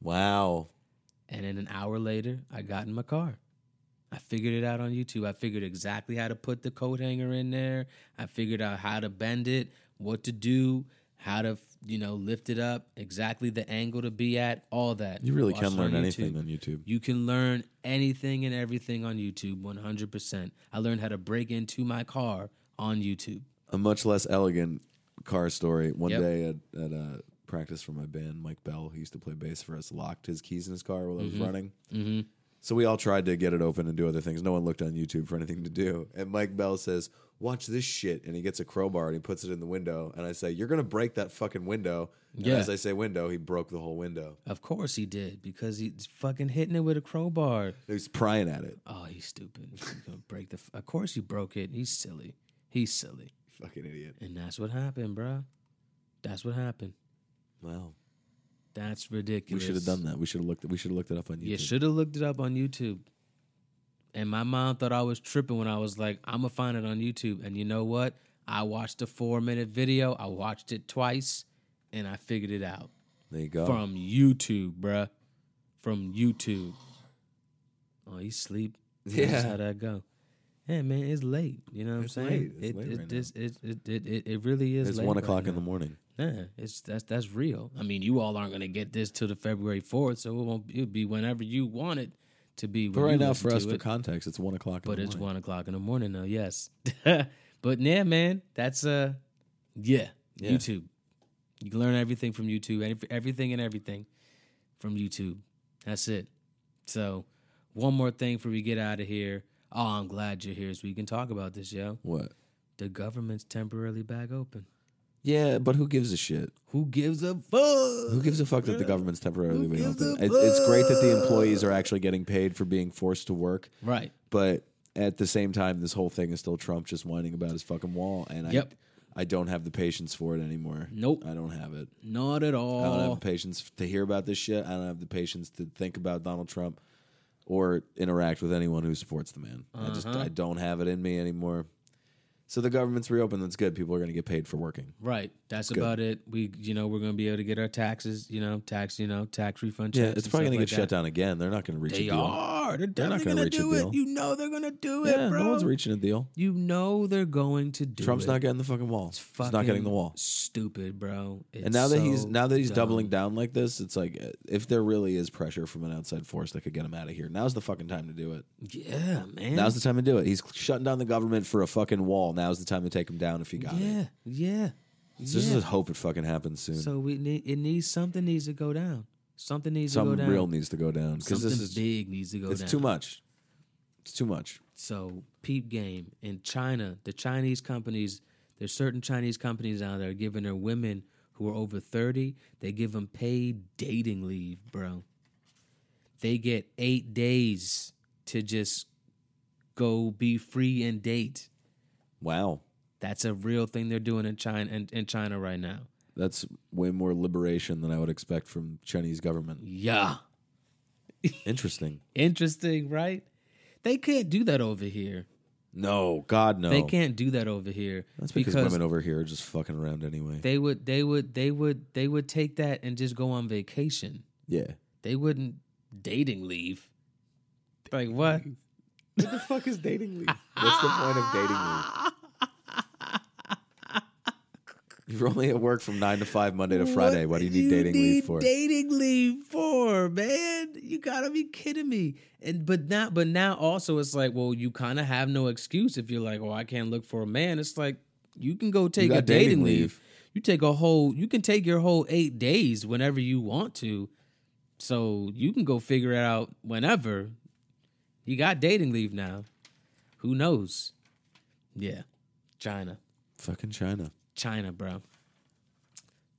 [SPEAKER 2] Wow.
[SPEAKER 1] And then an hour later, I got in my car. I figured it out on YouTube. I figured exactly how to put the coat hanger in there. I figured out how to bend it, what to do, how to, you know, lift it up, exactly the angle to be at, all that.
[SPEAKER 2] You really
[SPEAKER 1] Watch
[SPEAKER 2] can
[SPEAKER 1] it
[SPEAKER 2] learn
[SPEAKER 1] on
[SPEAKER 2] anything
[SPEAKER 1] YouTube.
[SPEAKER 2] on YouTube.
[SPEAKER 1] You can learn anything and everything on YouTube 100%. I learned how to break into my car on YouTube.
[SPEAKER 2] A much less elegant car story. One
[SPEAKER 1] Yep.
[SPEAKER 2] day at, at a practice for my band, Mike Bell, who used to play bass for us, locked his keys in his car while I
[SPEAKER 1] Mm-hmm.
[SPEAKER 2] was running. So we all tried to get it open and do other things. No one looked on YouTube for anything to do. And Mike Bell says, Watch this shit. And he gets a crowbar and he puts it in the window. And I say, You're going to break that fucking window. And
[SPEAKER 1] Yeah.
[SPEAKER 2] as I say window, he broke the whole window.
[SPEAKER 1] Of course he did because he's fucking hitting it with a crowbar.
[SPEAKER 2] He was prying at it.
[SPEAKER 1] Oh, he's stupid. He's gonna break the. F- of course, you broke it. He's silly. He's silly,
[SPEAKER 2] Fucking idiot.
[SPEAKER 1] and that's what happened, bruh. That's what happened.
[SPEAKER 2] Wow.
[SPEAKER 1] That's
[SPEAKER 2] We
[SPEAKER 1] ridiculous.
[SPEAKER 2] should have done that. We should have looked. We should have looked it up on YouTube.
[SPEAKER 1] You should have looked it up on YouTube. And my mom thought I was tripping when I was like, "I'm gonna find it on YouTube." And you know what? I watched a four-minute video. I watched it twice, and I figured it out
[SPEAKER 2] There you go.
[SPEAKER 1] from YouTube, bruh. From YouTube. Oh, he's sleep. That's
[SPEAKER 2] Yeah.
[SPEAKER 1] how that go. Yeah, man, it's late. You know what
[SPEAKER 2] It's
[SPEAKER 1] I'm saying?
[SPEAKER 2] late. It's
[SPEAKER 1] it,
[SPEAKER 2] late
[SPEAKER 1] it,
[SPEAKER 2] right
[SPEAKER 1] this- it, it, it, it, it really is.
[SPEAKER 2] It's
[SPEAKER 1] late
[SPEAKER 2] one
[SPEAKER 1] right
[SPEAKER 2] o'clock in
[SPEAKER 1] now.
[SPEAKER 2] the morning.
[SPEAKER 1] Yeah, it's that's that's real. I mean, you all aren't gonna get this till the February fourth, so it won't. It'll be whenever you want it to be.
[SPEAKER 2] But
[SPEAKER 1] when
[SPEAKER 2] right
[SPEAKER 1] you
[SPEAKER 2] now,
[SPEAKER 1] listen
[SPEAKER 2] for us,
[SPEAKER 1] to
[SPEAKER 2] for
[SPEAKER 1] it.
[SPEAKER 2] context, it's one o'clock.
[SPEAKER 1] but
[SPEAKER 2] in the
[SPEAKER 1] it's
[SPEAKER 2] morning.
[SPEAKER 1] one o'clock in the morning though. Yes, but yeah, man, that's uh, yeah,
[SPEAKER 2] Yeah.
[SPEAKER 1] YouTube. You can learn everything from YouTube, and everything and everything from YouTube. That's it. So, one more thing before we get out of here. Oh, I'm glad you're here, so we can talk about this, yo.
[SPEAKER 2] What?
[SPEAKER 1] The government's temporarily back open.
[SPEAKER 2] Yeah, but who gives a shit?
[SPEAKER 1] Who gives a fuck?
[SPEAKER 2] Who gives a fuck that the government's temporarily being
[SPEAKER 1] gives
[SPEAKER 2] open?
[SPEAKER 1] a
[SPEAKER 2] It's, it's great that the employees are actually getting paid for being forced to work,
[SPEAKER 1] Right.
[SPEAKER 2] but At the same time, this whole thing is still Trump just whining about his fucking wall, and
[SPEAKER 1] Yep.
[SPEAKER 2] I, I don't have the patience for it anymore.
[SPEAKER 1] Nope.
[SPEAKER 2] I don't have it.
[SPEAKER 1] Not at all.
[SPEAKER 2] I don't have the patience to hear about this shit. I don't have the patience to think about Donald Trump or interact with anyone who supports the man. I just I don't have it in me anymore. So the government's reopened. That's good. People are going to get paid for working.
[SPEAKER 1] Right. That's about it. We, you know, we're going to be able to get our taxes, you know, tax, you know, tax refund checks.
[SPEAKER 2] it's
[SPEAKER 1] and
[SPEAKER 2] probably
[SPEAKER 1] stuff
[SPEAKER 2] going
[SPEAKER 1] like
[SPEAKER 2] to get shut
[SPEAKER 1] that.
[SPEAKER 2] down again. They're not going to reach
[SPEAKER 1] They
[SPEAKER 2] a deal.
[SPEAKER 1] are. They're,
[SPEAKER 2] not
[SPEAKER 1] definitely
[SPEAKER 2] gonna
[SPEAKER 1] going to
[SPEAKER 2] reach a
[SPEAKER 1] do it.
[SPEAKER 2] deal.
[SPEAKER 1] You know they're going to do
[SPEAKER 2] Yeah,
[SPEAKER 1] it, bro.
[SPEAKER 2] no one's reaching a deal.
[SPEAKER 1] you know they're going to do
[SPEAKER 2] Trump's
[SPEAKER 1] it.
[SPEAKER 2] not getting the fucking wall.
[SPEAKER 1] fucking
[SPEAKER 2] He's not getting the wall.
[SPEAKER 1] Stupid, bro. It's
[SPEAKER 2] And now that he's
[SPEAKER 1] so
[SPEAKER 2] now that he's
[SPEAKER 1] dumb.
[SPEAKER 2] doubling down like this, it's like uh, if there really is pressure from an outside force that could get him out of here, now's the fucking time to do it.
[SPEAKER 1] Yeah, man.
[SPEAKER 2] Now's the time to do it. He's shutting down the government for a fucking wall. Now's the time to take him down if you got it.
[SPEAKER 1] yeah, yeah.
[SPEAKER 2] So
[SPEAKER 1] yeah.
[SPEAKER 2] just hope it fucking happens soon.
[SPEAKER 1] So we need it needs something needs to go down. Something needs to go
[SPEAKER 2] Something
[SPEAKER 1] down.
[SPEAKER 2] real needs to go down because
[SPEAKER 1] something
[SPEAKER 2] this is
[SPEAKER 1] big needs to go
[SPEAKER 2] it's
[SPEAKER 1] down.
[SPEAKER 2] too much. It's too much.
[SPEAKER 1] So peep game in China, the Chinese companies, there's certain Chinese companies out there giving their women who are over 30, they give them paid dating leave, bro. They get eight days to just go be free and date.
[SPEAKER 2] Wow,
[SPEAKER 1] That's a real thing they're doing in China in, in China right now.
[SPEAKER 2] that's way more liberation than I would expect from Chinese government.
[SPEAKER 1] Yeah.
[SPEAKER 2] Interesting.
[SPEAKER 1] Interesting, right? They can't do that over here.
[SPEAKER 2] No, God no.
[SPEAKER 1] They can't do that over here.
[SPEAKER 2] That's because, women over here are just fucking around anyway.
[SPEAKER 1] they would they would they would they would take that and just go on vacation.
[SPEAKER 2] yeah.
[SPEAKER 1] They wouldn't dating leave. Like what?
[SPEAKER 2] What the fuck is dating leave? What's the point of dating leave? You're only at work from nine to five Monday to Friday. What do you need dating leave for?
[SPEAKER 1] Dating leave for man, you gotta be kidding me. And but now, but now also it's like, well, you kind of have no excuse if you're like, oh, I can't look for a man. It's like you can go take
[SPEAKER 2] got
[SPEAKER 1] a dating,
[SPEAKER 2] dating
[SPEAKER 1] leave.
[SPEAKER 2] leave.
[SPEAKER 1] You take a whole, you can take your whole eight days whenever you want to. So you can go figure it out whenever. You got dating leave now. Who knows? Yeah, China,
[SPEAKER 2] Fucking China.
[SPEAKER 1] China, bro.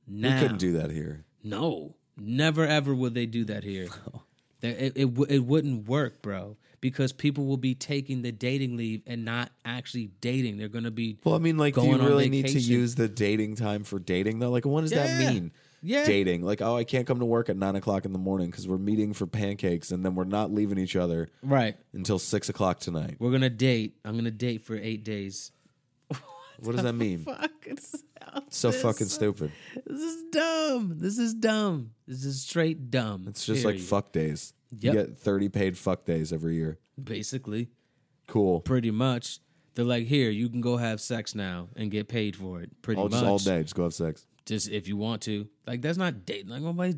[SPEAKER 2] We
[SPEAKER 1] Now,
[SPEAKER 2] couldn't do that here.
[SPEAKER 1] no, never ever would they do that here. That- It, it, wou- it wouldn't work, bro, because people will be taking the dating leave and not actually dating. They're going to be.
[SPEAKER 2] Well, I mean, like, do
[SPEAKER 1] Going
[SPEAKER 2] you
[SPEAKER 1] on
[SPEAKER 2] really need to
[SPEAKER 1] vacation.
[SPEAKER 2] use the dating time for dating though? Like, what does
[SPEAKER 1] Yeah.
[SPEAKER 2] that mean?
[SPEAKER 1] Yeah.
[SPEAKER 2] Dating. Like, oh, I can't come to work at nine o'clock in the morning because we're meeting for pancakes and then we're not leaving each other
[SPEAKER 1] Right.
[SPEAKER 2] until six o'clock tonight.
[SPEAKER 1] We're going to date. I'm going to date for eight days.
[SPEAKER 2] What does that mean?
[SPEAKER 1] Fuck. It's,
[SPEAKER 2] So fucking stupid.
[SPEAKER 1] This is dumb. This is dumb. This is straight dumb.
[SPEAKER 2] It's just like
[SPEAKER 1] period.
[SPEAKER 2] fuck days.
[SPEAKER 1] Yep.
[SPEAKER 2] You get 30 paid fuck days every year.
[SPEAKER 1] Basically,
[SPEAKER 2] Cool.
[SPEAKER 1] pretty much. They're like, here, you can go have sex now and get paid for it. Pretty
[SPEAKER 2] All
[SPEAKER 1] much.
[SPEAKER 2] just all day, just go have sex.
[SPEAKER 1] just if you want to. Like that's not dating. Like nobody,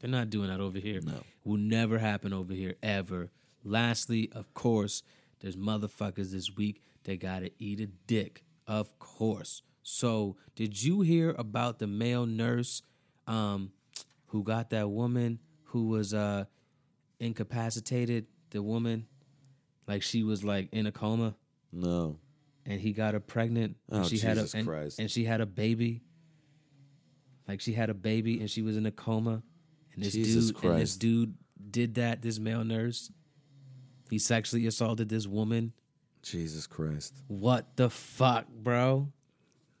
[SPEAKER 1] they're not doing that over here. No, will never happen over here ever. Lastly, of course, there's motherfuckers this week that gotta eat a dick. Of course. So did you hear about the male nurse um, who got that woman who was uh, incapacitated? The woman, like she was like in a coma
[SPEAKER 2] No.
[SPEAKER 1] and he got her pregnant. and
[SPEAKER 2] Oh,
[SPEAKER 1] she had a,
[SPEAKER 2] Jesus
[SPEAKER 1] and,
[SPEAKER 2] Christ.
[SPEAKER 1] and she had a baby. Like she had a baby and she was in a coma. And this
[SPEAKER 2] Jesus
[SPEAKER 1] dude and this
[SPEAKER 2] Christ.
[SPEAKER 1] dude did that, this male nurse. He sexually assaulted this woman.
[SPEAKER 2] Jesus Christ.
[SPEAKER 1] What the fuck, bro?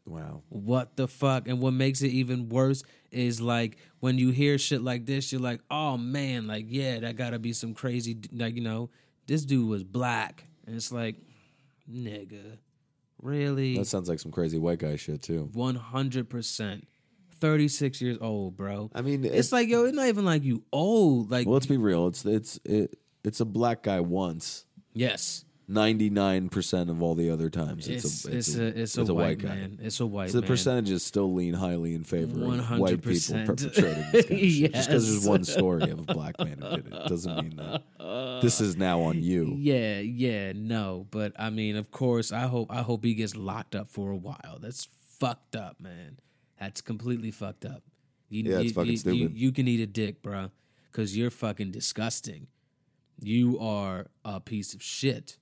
[SPEAKER 2] Wow.
[SPEAKER 1] What the fuck? And what makes it even worse is like when you hear shit like this, you're like, oh man, like, yeah, that gotta be some crazy, d- like, you know, this dude was black. And it's like, nigga, really?
[SPEAKER 2] That sounds like some crazy white guy shit, too.
[SPEAKER 1] One hundred percent. Thirty six years old, bro.
[SPEAKER 2] I mean,
[SPEAKER 1] it's like yo, it's not even like you old. Like
[SPEAKER 2] Well, let's be real. It's it's it, it's a black guy once.
[SPEAKER 1] yes,
[SPEAKER 2] Ninety nine percent of all the other times,
[SPEAKER 1] it's it's, a, it's a white, man. It's a white
[SPEAKER 2] So the
[SPEAKER 1] man.
[SPEAKER 2] percentages still lean highly in favor of white people
[SPEAKER 1] 100%.
[SPEAKER 2] perpetrating this kind of shit. Just
[SPEAKER 1] Yes.
[SPEAKER 2] because there's one story of a black man who did it doesn't mean that this is now on you.
[SPEAKER 1] Yeah, yeah, no, but I mean, of course, I hope I hope he gets locked up for a while. That's fucked up, man. That's completely fucked up. You,
[SPEAKER 2] Yeah, it's
[SPEAKER 1] you-
[SPEAKER 2] fucking
[SPEAKER 1] you- You,
[SPEAKER 2] stupid.
[SPEAKER 1] you can eat a dick, bro, because you're fucking disgusting. You are a piece of shit,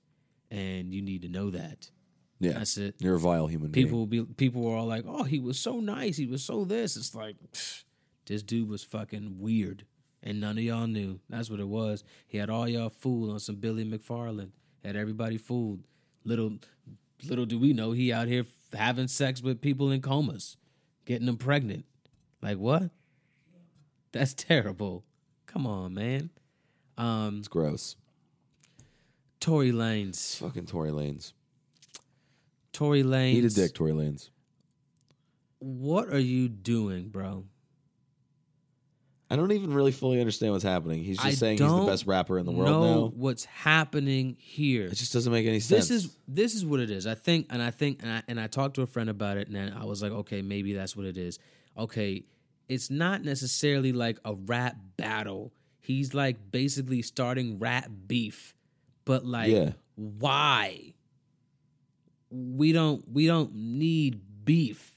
[SPEAKER 1] and you need to know that.
[SPEAKER 2] Yeah,
[SPEAKER 1] That's it.
[SPEAKER 2] You're a vile human
[SPEAKER 1] people
[SPEAKER 2] being.
[SPEAKER 1] will be people were all like, "Oh, he was so nice. He was so this." It's like pfft, this dude was fucking weird, and none of y'all knew. That's what it was. He had all y'all fooled on some Billy McFarland, had everybody fooled. Little little do we know he out here f- having sex with people in comas, getting them pregnant. Like what? That's terrible. Come on, man. Um,
[SPEAKER 2] It's gross.
[SPEAKER 1] Tory Lanes.
[SPEAKER 2] Fucking Tory Lanes.
[SPEAKER 1] Tory Lanes.
[SPEAKER 2] Eat a dick, Tory Lanes.
[SPEAKER 1] What are you doing, bro?
[SPEAKER 2] I don't even really fully understand what's happening. He's just
[SPEAKER 1] I
[SPEAKER 2] saying he's the
[SPEAKER 1] don't
[SPEAKER 2] best rapper in the
[SPEAKER 1] know
[SPEAKER 2] world now.
[SPEAKER 1] what's happening here.
[SPEAKER 2] It just doesn't make any sense.
[SPEAKER 1] This is this is what it is. I think, and I think, and I and I talked to a friend about it, and I was like, okay, maybe that's what it is. Okay, it's not necessarily like a rap battle. He's like basically starting rap beef, but like,
[SPEAKER 2] Yeah.
[SPEAKER 1] why? We don't we don't need beef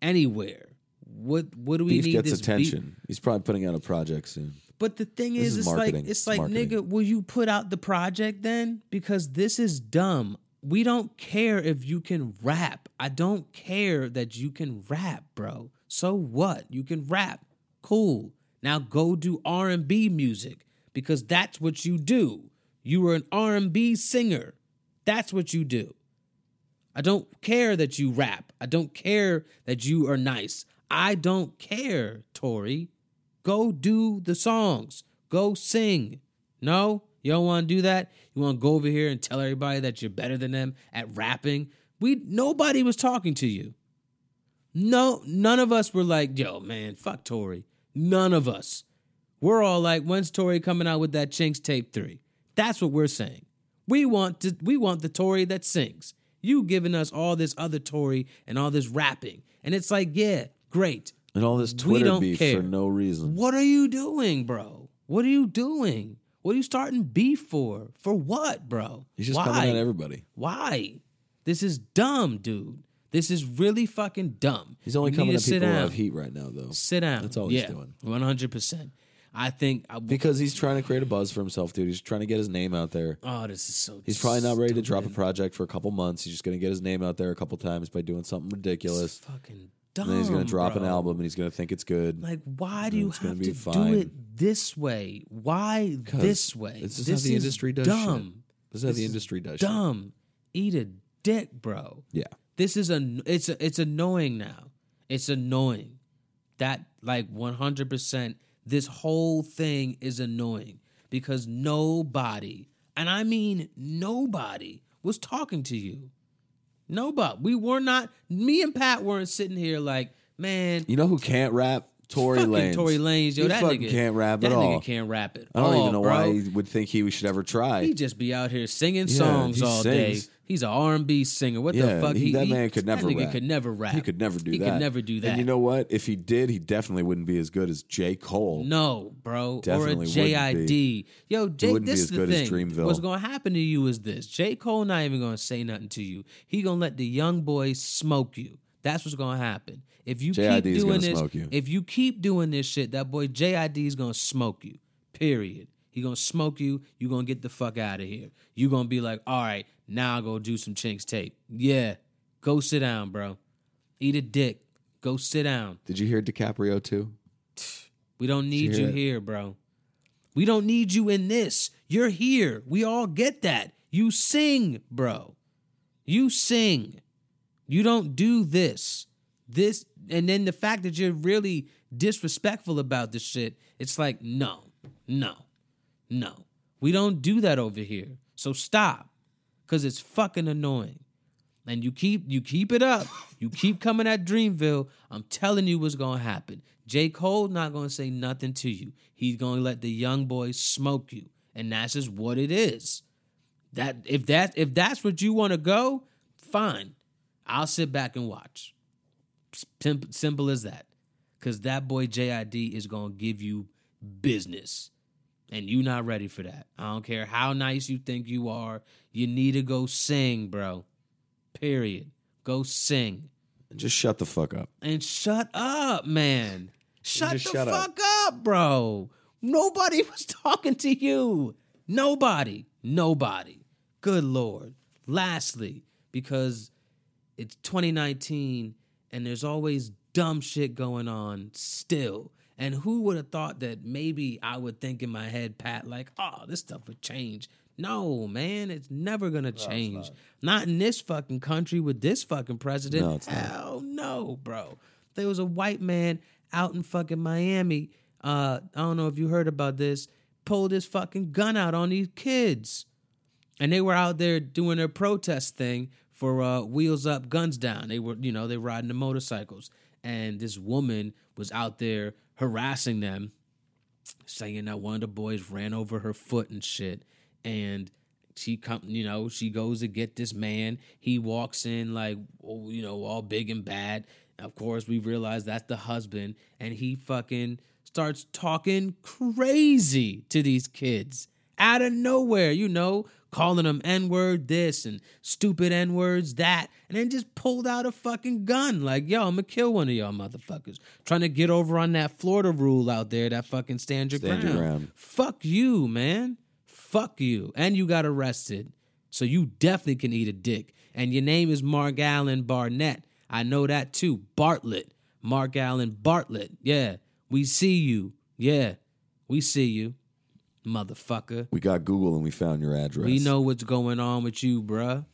[SPEAKER 1] anywhere. What what do we
[SPEAKER 2] beef
[SPEAKER 1] need
[SPEAKER 2] gets
[SPEAKER 1] this beef-
[SPEAKER 2] attention. He's probably putting out a project soon.
[SPEAKER 1] But the thing
[SPEAKER 2] This
[SPEAKER 1] is,
[SPEAKER 2] is
[SPEAKER 1] it's like
[SPEAKER 2] marketing.
[SPEAKER 1] it's,
[SPEAKER 2] It's
[SPEAKER 1] like
[SPEAKER 2] marketing.
[SPEAKER 1] nigga, will you put out the project then? Because this is dumb. We don't care if you can rap. I don't care that you can rap, bro. So what? You can rap. Cool. Now go do R&B music because that's what you do. You were an R&B singer. That's what you do. I don't care that you rap. I don't care that you are nice. I don't care, Tori. Go do the songs. Go sing. No, you don't want to do that. You want to go over here and tell everybody that you're better than them at rapping. We nobody was talking to you. No, none of us were like, "Yo, man, fuck Tory." None of us. We're all like, "When's Tory coming out with that Chinks tape 3?" That's what we're saying. We want to, we want the Tory that sings. You giving us all this other Tory and all this rapping, and it's like, yeah, great.
[SPEAKER 2] And all this Twitter
[SPEAKER 1] don't
[SPEAKER 2] beef
[SPEAKER 1] care.
[SPEAKER 2] for no reason.
[SPEAKER 1] What are you doing, bro? What are you doing? What are you starting beef for? For what, bro?
[SPEAKER 2] He's just
[SPEAKER 1] Why?
[SPEAKER 2] coming at everybody.
[SPEAKER 1] Why? This is dumb, dude. This is really fucking dumb.
[SPEAKER 2] He's only
[SPEAKER 1] You need
[SPEAKER 2] coming
[SPEAKER 1] to
[SPEAKER 2] at
[SPEAKER 1] sit
[SPEAKER 2] people who
[SPEAKER 1] down.
[SPEAKER 2] have heat right now, though.
[SPEAKER 1] Sit down.
[SPEAKER 2] That's all he's
[SPEAKER 1] Yeah,
[SPEAKER 2] doing.
[SPEAKER 1] 100%. I think. I,
[SPEAKER 2] Because he's trying to create a buzz for himself, dude. He's trying to get his name out there.
[SPEAKER 1] oh, this is so.
[SPEAKER 2] He's probably not ready to drop a project for a couple months. He's just going to get his name out there a couple times by doing something ridiculous.
[SPEAKER 1] fucking dumb.
[SPEAKER 2] And then he's going to drop an
[SPEAKER 1] bro.
[SPEAKER 2] album and he's going to think it's good.
[SPEAKER 1] Like, why do you
[SPEAKER 2] It's gonna
[SPEAKER 1] have
[SPEAKER 2] be
[SPEAKER 1] to
[SPEAKER 2] fine.
[SPEAKER 1] do it this way? Why this way?
[SPEAKER 2] This is
[SPEAKER 1] this
[SPEAKER 2] how the
[SPEAKER 1] is
[SPEAKER 2] industry does shit.
[SPEAKER 1] dumb.
[SPEAKER 2] This is how
[SPEAKER 1] This
[SPEAKER 2] the
[SPEAKER 1] is
[SPEAKER 2] industry does shit.
[SPEAKER 1] Dumb. Eat a dick, bro.
[SPEAKER 2] Yeah.
[SPEAKER 1] this is a it's a, it's annoying now. It's annoying. That like 100% this whole thing is annoying because nobody, and I mean nobody was talking to you. Nobody. We were not me and Pat weren't sitting here like, man,
[SPEAKER 2] You know who can't rap? Tory
[SPEAKER 1] fucking
[SPEAKER 2] Lanez.
[SPEAKER 1] Tory Lanez, yo,
[SPEAKER 2] He
[SPEAKER 1] that
[SPEAKER 2] fucking
[SPEAKER 1] nigga
[SPEAKER 2] can't rap
[SPEAKER 1] that
[SPEAKER 2] at all.
[SPEAKER 1] nigga can't rap it.
[SPEAKER 2] I don't even know
[SPEAKER 1] Oh, bro.
[SPEAKER 2] why he would think he should ever try.
[SPEAKER 1] He just be out here singing
[SPEAKER 2] Yeah,
[SPEAKER 1] songs
[SPEAKER 2] he
[SPEAKER 1] all
[SPEAKER 2] sings.
[SPEAKER 1] day. He's an R and B singer. What
[SPEAKER 2] yeah,
[SPEAKER 1] the fuck?
[SPEAKER 2] he- that man could never
[SPEAKER 1] That nigga
[SPEAKER 2] rap.
[SPEAKER 1] could never rap.
[SPEAKER 2] He could never do
[SPEAKER 1] He
[SPEAKER 2] that.
[SPEAKER 1] could never do that.
[SPEAKER 2] And you know what? If he did, he definitely wouldn't be as good as J. Cole.
[SPEAKER 1] no, bro, or
[SPEAKER 2] Definitely
[SPEAKER 1] a
[SPEAKER 2] wouldn't
[SPEAKER 1] JID. Yo, Jake,
[SPEAKER 2] wouldn't be
[SPEAKER 1] this
[SPEAKER 2] as
[SPEAKER 1] is the
[SPEAKER 2] good as
[SPEAKER 1] thing.
[SPEAKER 2] Dreamville.
[SPEAKER 1] What's gonna happen to you is this: J Cole not even gonna say nothing to you. He gonna let the young boy smoke you. That's what's gonna happen. If you
[SPEAKER 2] JID
[SPEAKER 1] keep
[SPEAKER 2] is
[SPEAKER 1] doing
[SPEAKER 2] gonna
[SPEAKER 1] this,
[SPEAKER 2] smoke you.
[SPEAKER 1] if you keep doing this shit, that boy JID is gonna smoke you. Period. He gonna smoke you. You gonna get the fuck out of here. You gonna be like, all right, now I go do some chinks tape. Yeah, go sit down, bro. Eat a dick. Go sit down.
[SPEAKER 2] Did you hear DiCaprio too?
[SPEAKER 1] We don't need
[SPEAKER 2] hear
[SPEAKER 1] you
[SPEAKER 2] that?
[SPEAKER 1] here, bro. We don't need you in this. You're here. We all get that. You sing, bro. You sing. You don't do this. This and then the fact that you're really disrespectful about this shit, it's like, no, no, no. We don't do that over here. So stop. Cause it's fucking annoying. And you keep you keep it up. You keep coming at Dreamville. I'm telling you what's gonna happen. J. Cole not gonna say nothing to you. He's gonna let the young boy smoke you. And that's just what it is. That if that if that's what you wanna go, fine. I'll sit back and watch. Simple, simple as that. Cause that boy JID is gonna give you business and you not ready for that. I don't care how nice you think you are. You need to go sing, bro. Period. Go sing
[SPEAKER 2] Just shut the fuck up.
[SPEAKER 1] and shut up, man. Shut the
[SPEAKER 2] just shut up.
[SPEAKER 1] fuck up. bro. Nobody was talking to you. Nobody. Nobody. Good lord. Lastly, because it's 2019 and there's always dumb shit going on still. And who would have thought that maybe I would think in my head, Pat, like, oh, this stuff would change. No, man, it's never gonna change. not. in this fucking country with this fucking president.
[SPEAKER 2] No, it's not.
[SPEAKER 1] Hell no, bro. There was a white man out in fucking Miami. Uh, I don't know if you heard about this. Pulled his fucking gun out on these kids, and they were out there doing their protest thing for uh, wheels up, guns down. They were, you know, they riding the motorcycles, and this woman was out there harassing them saying that one of the boys ran over her foot and shit. And she come, you know, she goes to get this man. He walks in like, oh, you know, all big and bad. Of course, we realize that's the husband, and he fucking starts talking crazy to these kids out of nowhere. You know, calling them n word this and stupid n words that, and then just pulled out a fucking gun like, yo, I'm gonna kill one of y'all motherfuckers. Trying to get over on that Florida rule out there, that fucking stand your,
[SPEAKER 2] Stand your
[SPEAKER 1] ground.
[SPEAKER 2] ground.
[SPEAKER 1] Fuck you, man. Fuck you. And you got arrested. So you definitely can eat a dick. And your name is Mark Allen Barnett. I know that too. Bartlett. Mark Allen Bartlett. Yeah. We see you. Yeah. We see you, motherfucker.
[SPEAKER 2] We got Google and we found your address.
[SPEAKER 1] We know what's going on with you, bruh.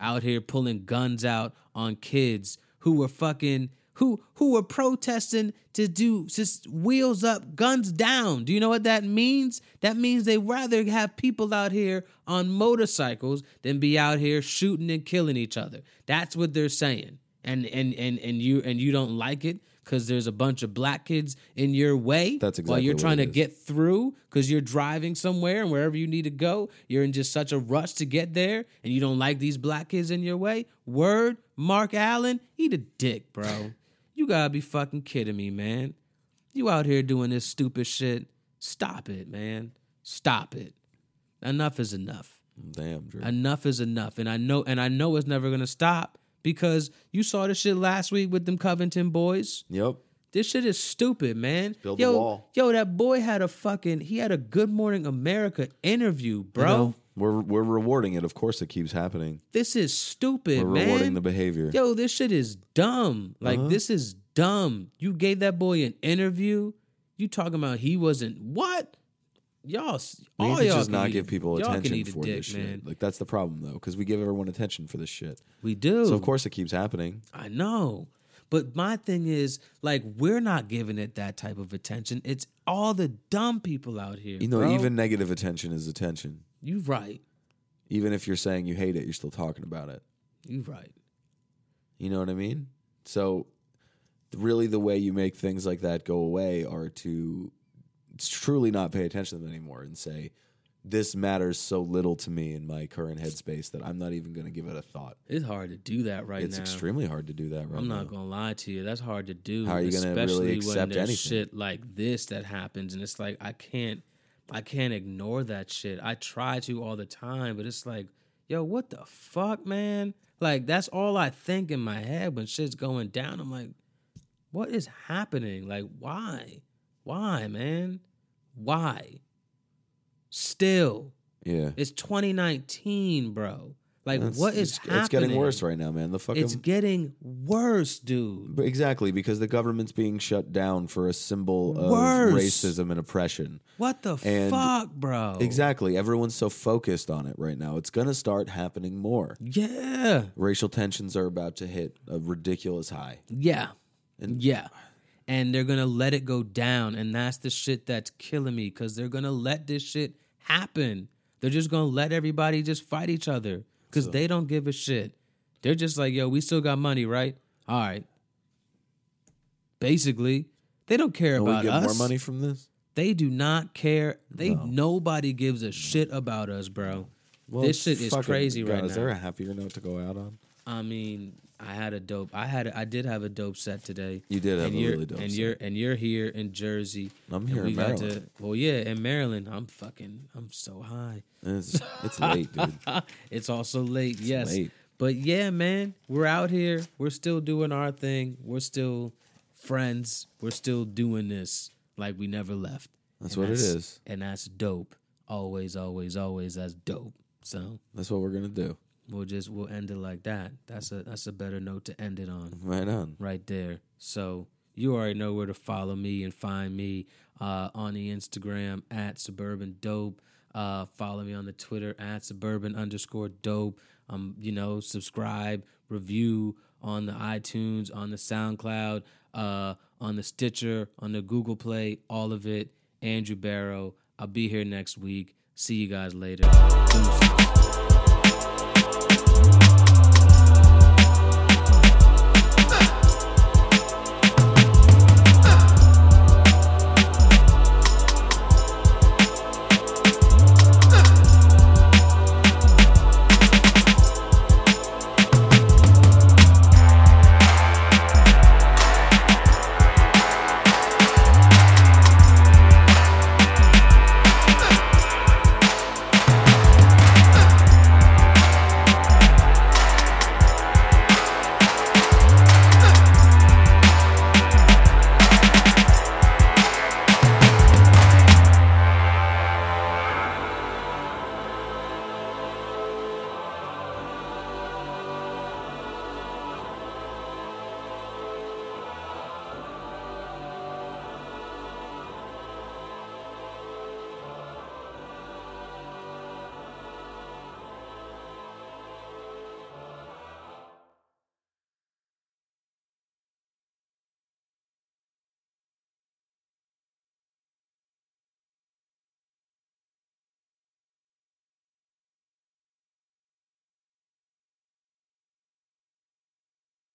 [SPEAKER 1] Out here pulling guns out on kids who were fucking who who were protesting to do just wheels up, guns down. Do you know what that means? That means they rather have people out here on motorcycles than be out here shooting and killing each other. That's what they're saying. And and and and you and you don't like it because there's a bunch of black kids in your way
[SPEAKER 2] That's
[SPEAKER 1] while
[SPEAKER 2] exactly
[SPEAKER 1] you're
[SPEAKER 2] what
[SPEAKER 1] trying
[SPEAKER 2] it
[SPEAKER 1] to
[SPEAKER 2] is.
[SPEAKER 1] get get through because you're driving somewhere and wherever you need to go, you're in just such a rush to get there and you don't like these black kids in your way. Word, Mark Allen, eat a dick, bro. you gotta be fucking kidding me, man. You out here doing this stupid shit. Stop it, man. Stop it. Enough is enough
[SPEAKER 2] Damn, Drew.
[SPEAKER 1] enough is enough and i know and i know it's never gonna stop because you saw this shit last week with them covington boys
[SPEAKER 2] Yep.
[SPEAKER 1] this shit is stupid, man.
[SPEAKER 2] build a
[SPEAKER 1] yo,
[SPEAKER 2] wall.
[SPEAKER 1] yo, that boy had a fucking he had a Good Morning America interview, bro.
[SPEAKER 2] No, we're we're rewarding it. Of course, it keeps happening.
[SPEAKER 1] This is stupid,
[SPEAKER 2] We're
[SPEAKER 1] man.
[SPEAKER 2] rewarding the Uh-huh. behavior.
[SPEAKER 1] Yo, this shit is dumb. Like this is dumb. You gave that boy an interview. You talking about he wasn't what? Y'all, s-
[SPEAKER 2] we
[SPEAKER 1] all
[SPEAKER 2] need to
[SPEAKER 1] y'all
[SPEAKER 2] just
[SPEAKER 1] can
[SPEAKER 2] not
[SPEAKER 1] eat-
[SPEAKER 2] give people
[SPEAKER 1] y'all can
[SPEAKER 2] attention
[SPEAKER 1] eat a
[SPEAKER 2] for
[SPEAKER 1] dick,
[SPEAKER 2] this shit.
[SPEAKER 1] man.
[SPEAKER 2] Like that's the problem though, because we give everyone attention for this shit.
[SPEAKER 1] We do.
[SPEAKER 2] So of course it keeps happening.
[SPEAKER 1] I know. But my thing is, like, we're not giving it that type of attention. It's all the dumb people out here.
[SPEAKER 2] You know,
[SPEAKER 1] bro.
[SPEAKER 2] even negative attention is attention.
[SPEAKER 1] you right.
[SPEAKER 2] Even if you're saying you hate it, you're still talking about it.
[SPEAKER 1] You right.
[SPEAKER 2] You know what I mean? So really the way you make things like that go away are to truly not pay attention to them anymore and say this matters so little to me in my current headspace that I'm not even going to give it a thought.
[SPEAKER 1] It's hard to do that right
[SPEAKER 2] it's
[SPEAKER 1] now.
[SPEAKER 2] extremely hard to do that right
[SPEAKER 1] I'm
[SPEAKER 2] now.
[SPEAKER 1] not gonna lie to you. That's hard to do.
[SPEAKER 2] How are you gonna
[SPEAKER 1] especially
[SPEAKER 2] really
[SPEAKER 1] when
[SPEAKER 2] accept
[SPEAKER 1] there's
[SPEAKER 2] anything?
[SPEAKER 1] shit like this that happens, and it's like I can't, I can't ignore that shit. I try to all the time, but it's like, yo, what the fuck, man? Like that's all I think in my head when shit's going down. I'm like, what is happening? Like why, why, man, why? Still,
[SPEAKER 2] yeah.
[SPEAKER 1] it's 2019, bro. Like
[SPEAKER 2] That's-
[SPEAKER 1] what is
[SPEAKER 2] it's,
[SPEAKER 1] happening?
[SPEAKER 2] It's getting worse right now, man. The fucking
[SPEAKER 1] It's getting worse, dude.
[SPEAKER 2] But exactly because the government's being shut down for a symbol of
[SPEAKER 1] Worse.
[SPEAKER 2] racism and oppression.
[SPEAKER 1] What the
[SPEAKER 2] And-
[SPEAKER 1] fuck, bro?
[SPEAKER 2] Exactly, everyone's so focused on it right now. It's going to start happening more.
[SPEAKER 1] Yeah.
[SPEAKER 2] Racial tensions are about to hit a ridiculous high.
[SPEAKER 1] Yeah.
[SPEAKER 2] And-
[SPEAKER 1] yeah. And they're going to let it go down. And that's the shit that's killing me because they're going to let this shit happen. They're just going to let everybody just fight each other because they don't give a shit. They're just like, yo, we still got money, right? All right. Basically, they don't care
[SPEAKER 2] And we
[SPEAKER 1] about
[SPEAKER 2] get
[SPEAKER 1] us.
[SPEAKER 2] more money from this.
[SPEAKER 1] They do not care. They nobody gives a shit about us, bro. this shit is
[SPEAKER 2] fucking
[SPEAKER 1] crazy
[SPEAKER 2] God,
[SPEAKER 1] right now.
[SPEAKER 2] Is there a happier note to go out on?
[SPEAKER 1] I mean, I had a dope. I had. A, I did have a dope set today.
[SPEAKER 2] You did have
[SPEAKER 1] and
[SPEAKER 2] a
[SPEAKER 1] you're-
[SPEAKER 2] really dope
[SPEAKER 1] And
[SPEAKER 2] set.
[SPEAKER 1] you're and you're here in Jersey.
[SPEAKER 2] I'm
[SPEAKER 1] and
[SPEAKER 2] here in
[SPEAKER 1] we got
[SPEAKER 2] Maryland.
[SPEAKER 1] To, well, yeah, in Maryland. I'm fucking. I'm so high.
[SPEAKER 2] It's, it's late, dude.
[SPEAKER 1] it's also late. yes.
[SPEAKER 2] late.
[SPEAKER 1] But yeah, man, we're out here. We're still doing our thing. We're still friends. We're still doing this like we never left.
[SPEAKER 2] That's what it is.
[SPEAKER 1] And that's dope. Always, always, always. That's dope. So
[SPEAKER 2] That's what we're gonna do.
[SPEAKER 1] we'll just we'll end it like that. That's a that's a better note to end it on
[SPEAKER 2] Right on.
[SPEAKER 1] right there. So you already know where to follow me and find me uh, on the Instagram at Suburban Dope. Uh, follow me on the Twitter at suburban underscore dope. Um, you know, subscribe, review on the iTunes, on the SoundCloud, uh, on the Stitcher, on the Google Play, all of it. Andrew Barrow. I'll be here next week. See you guys later. Deuces.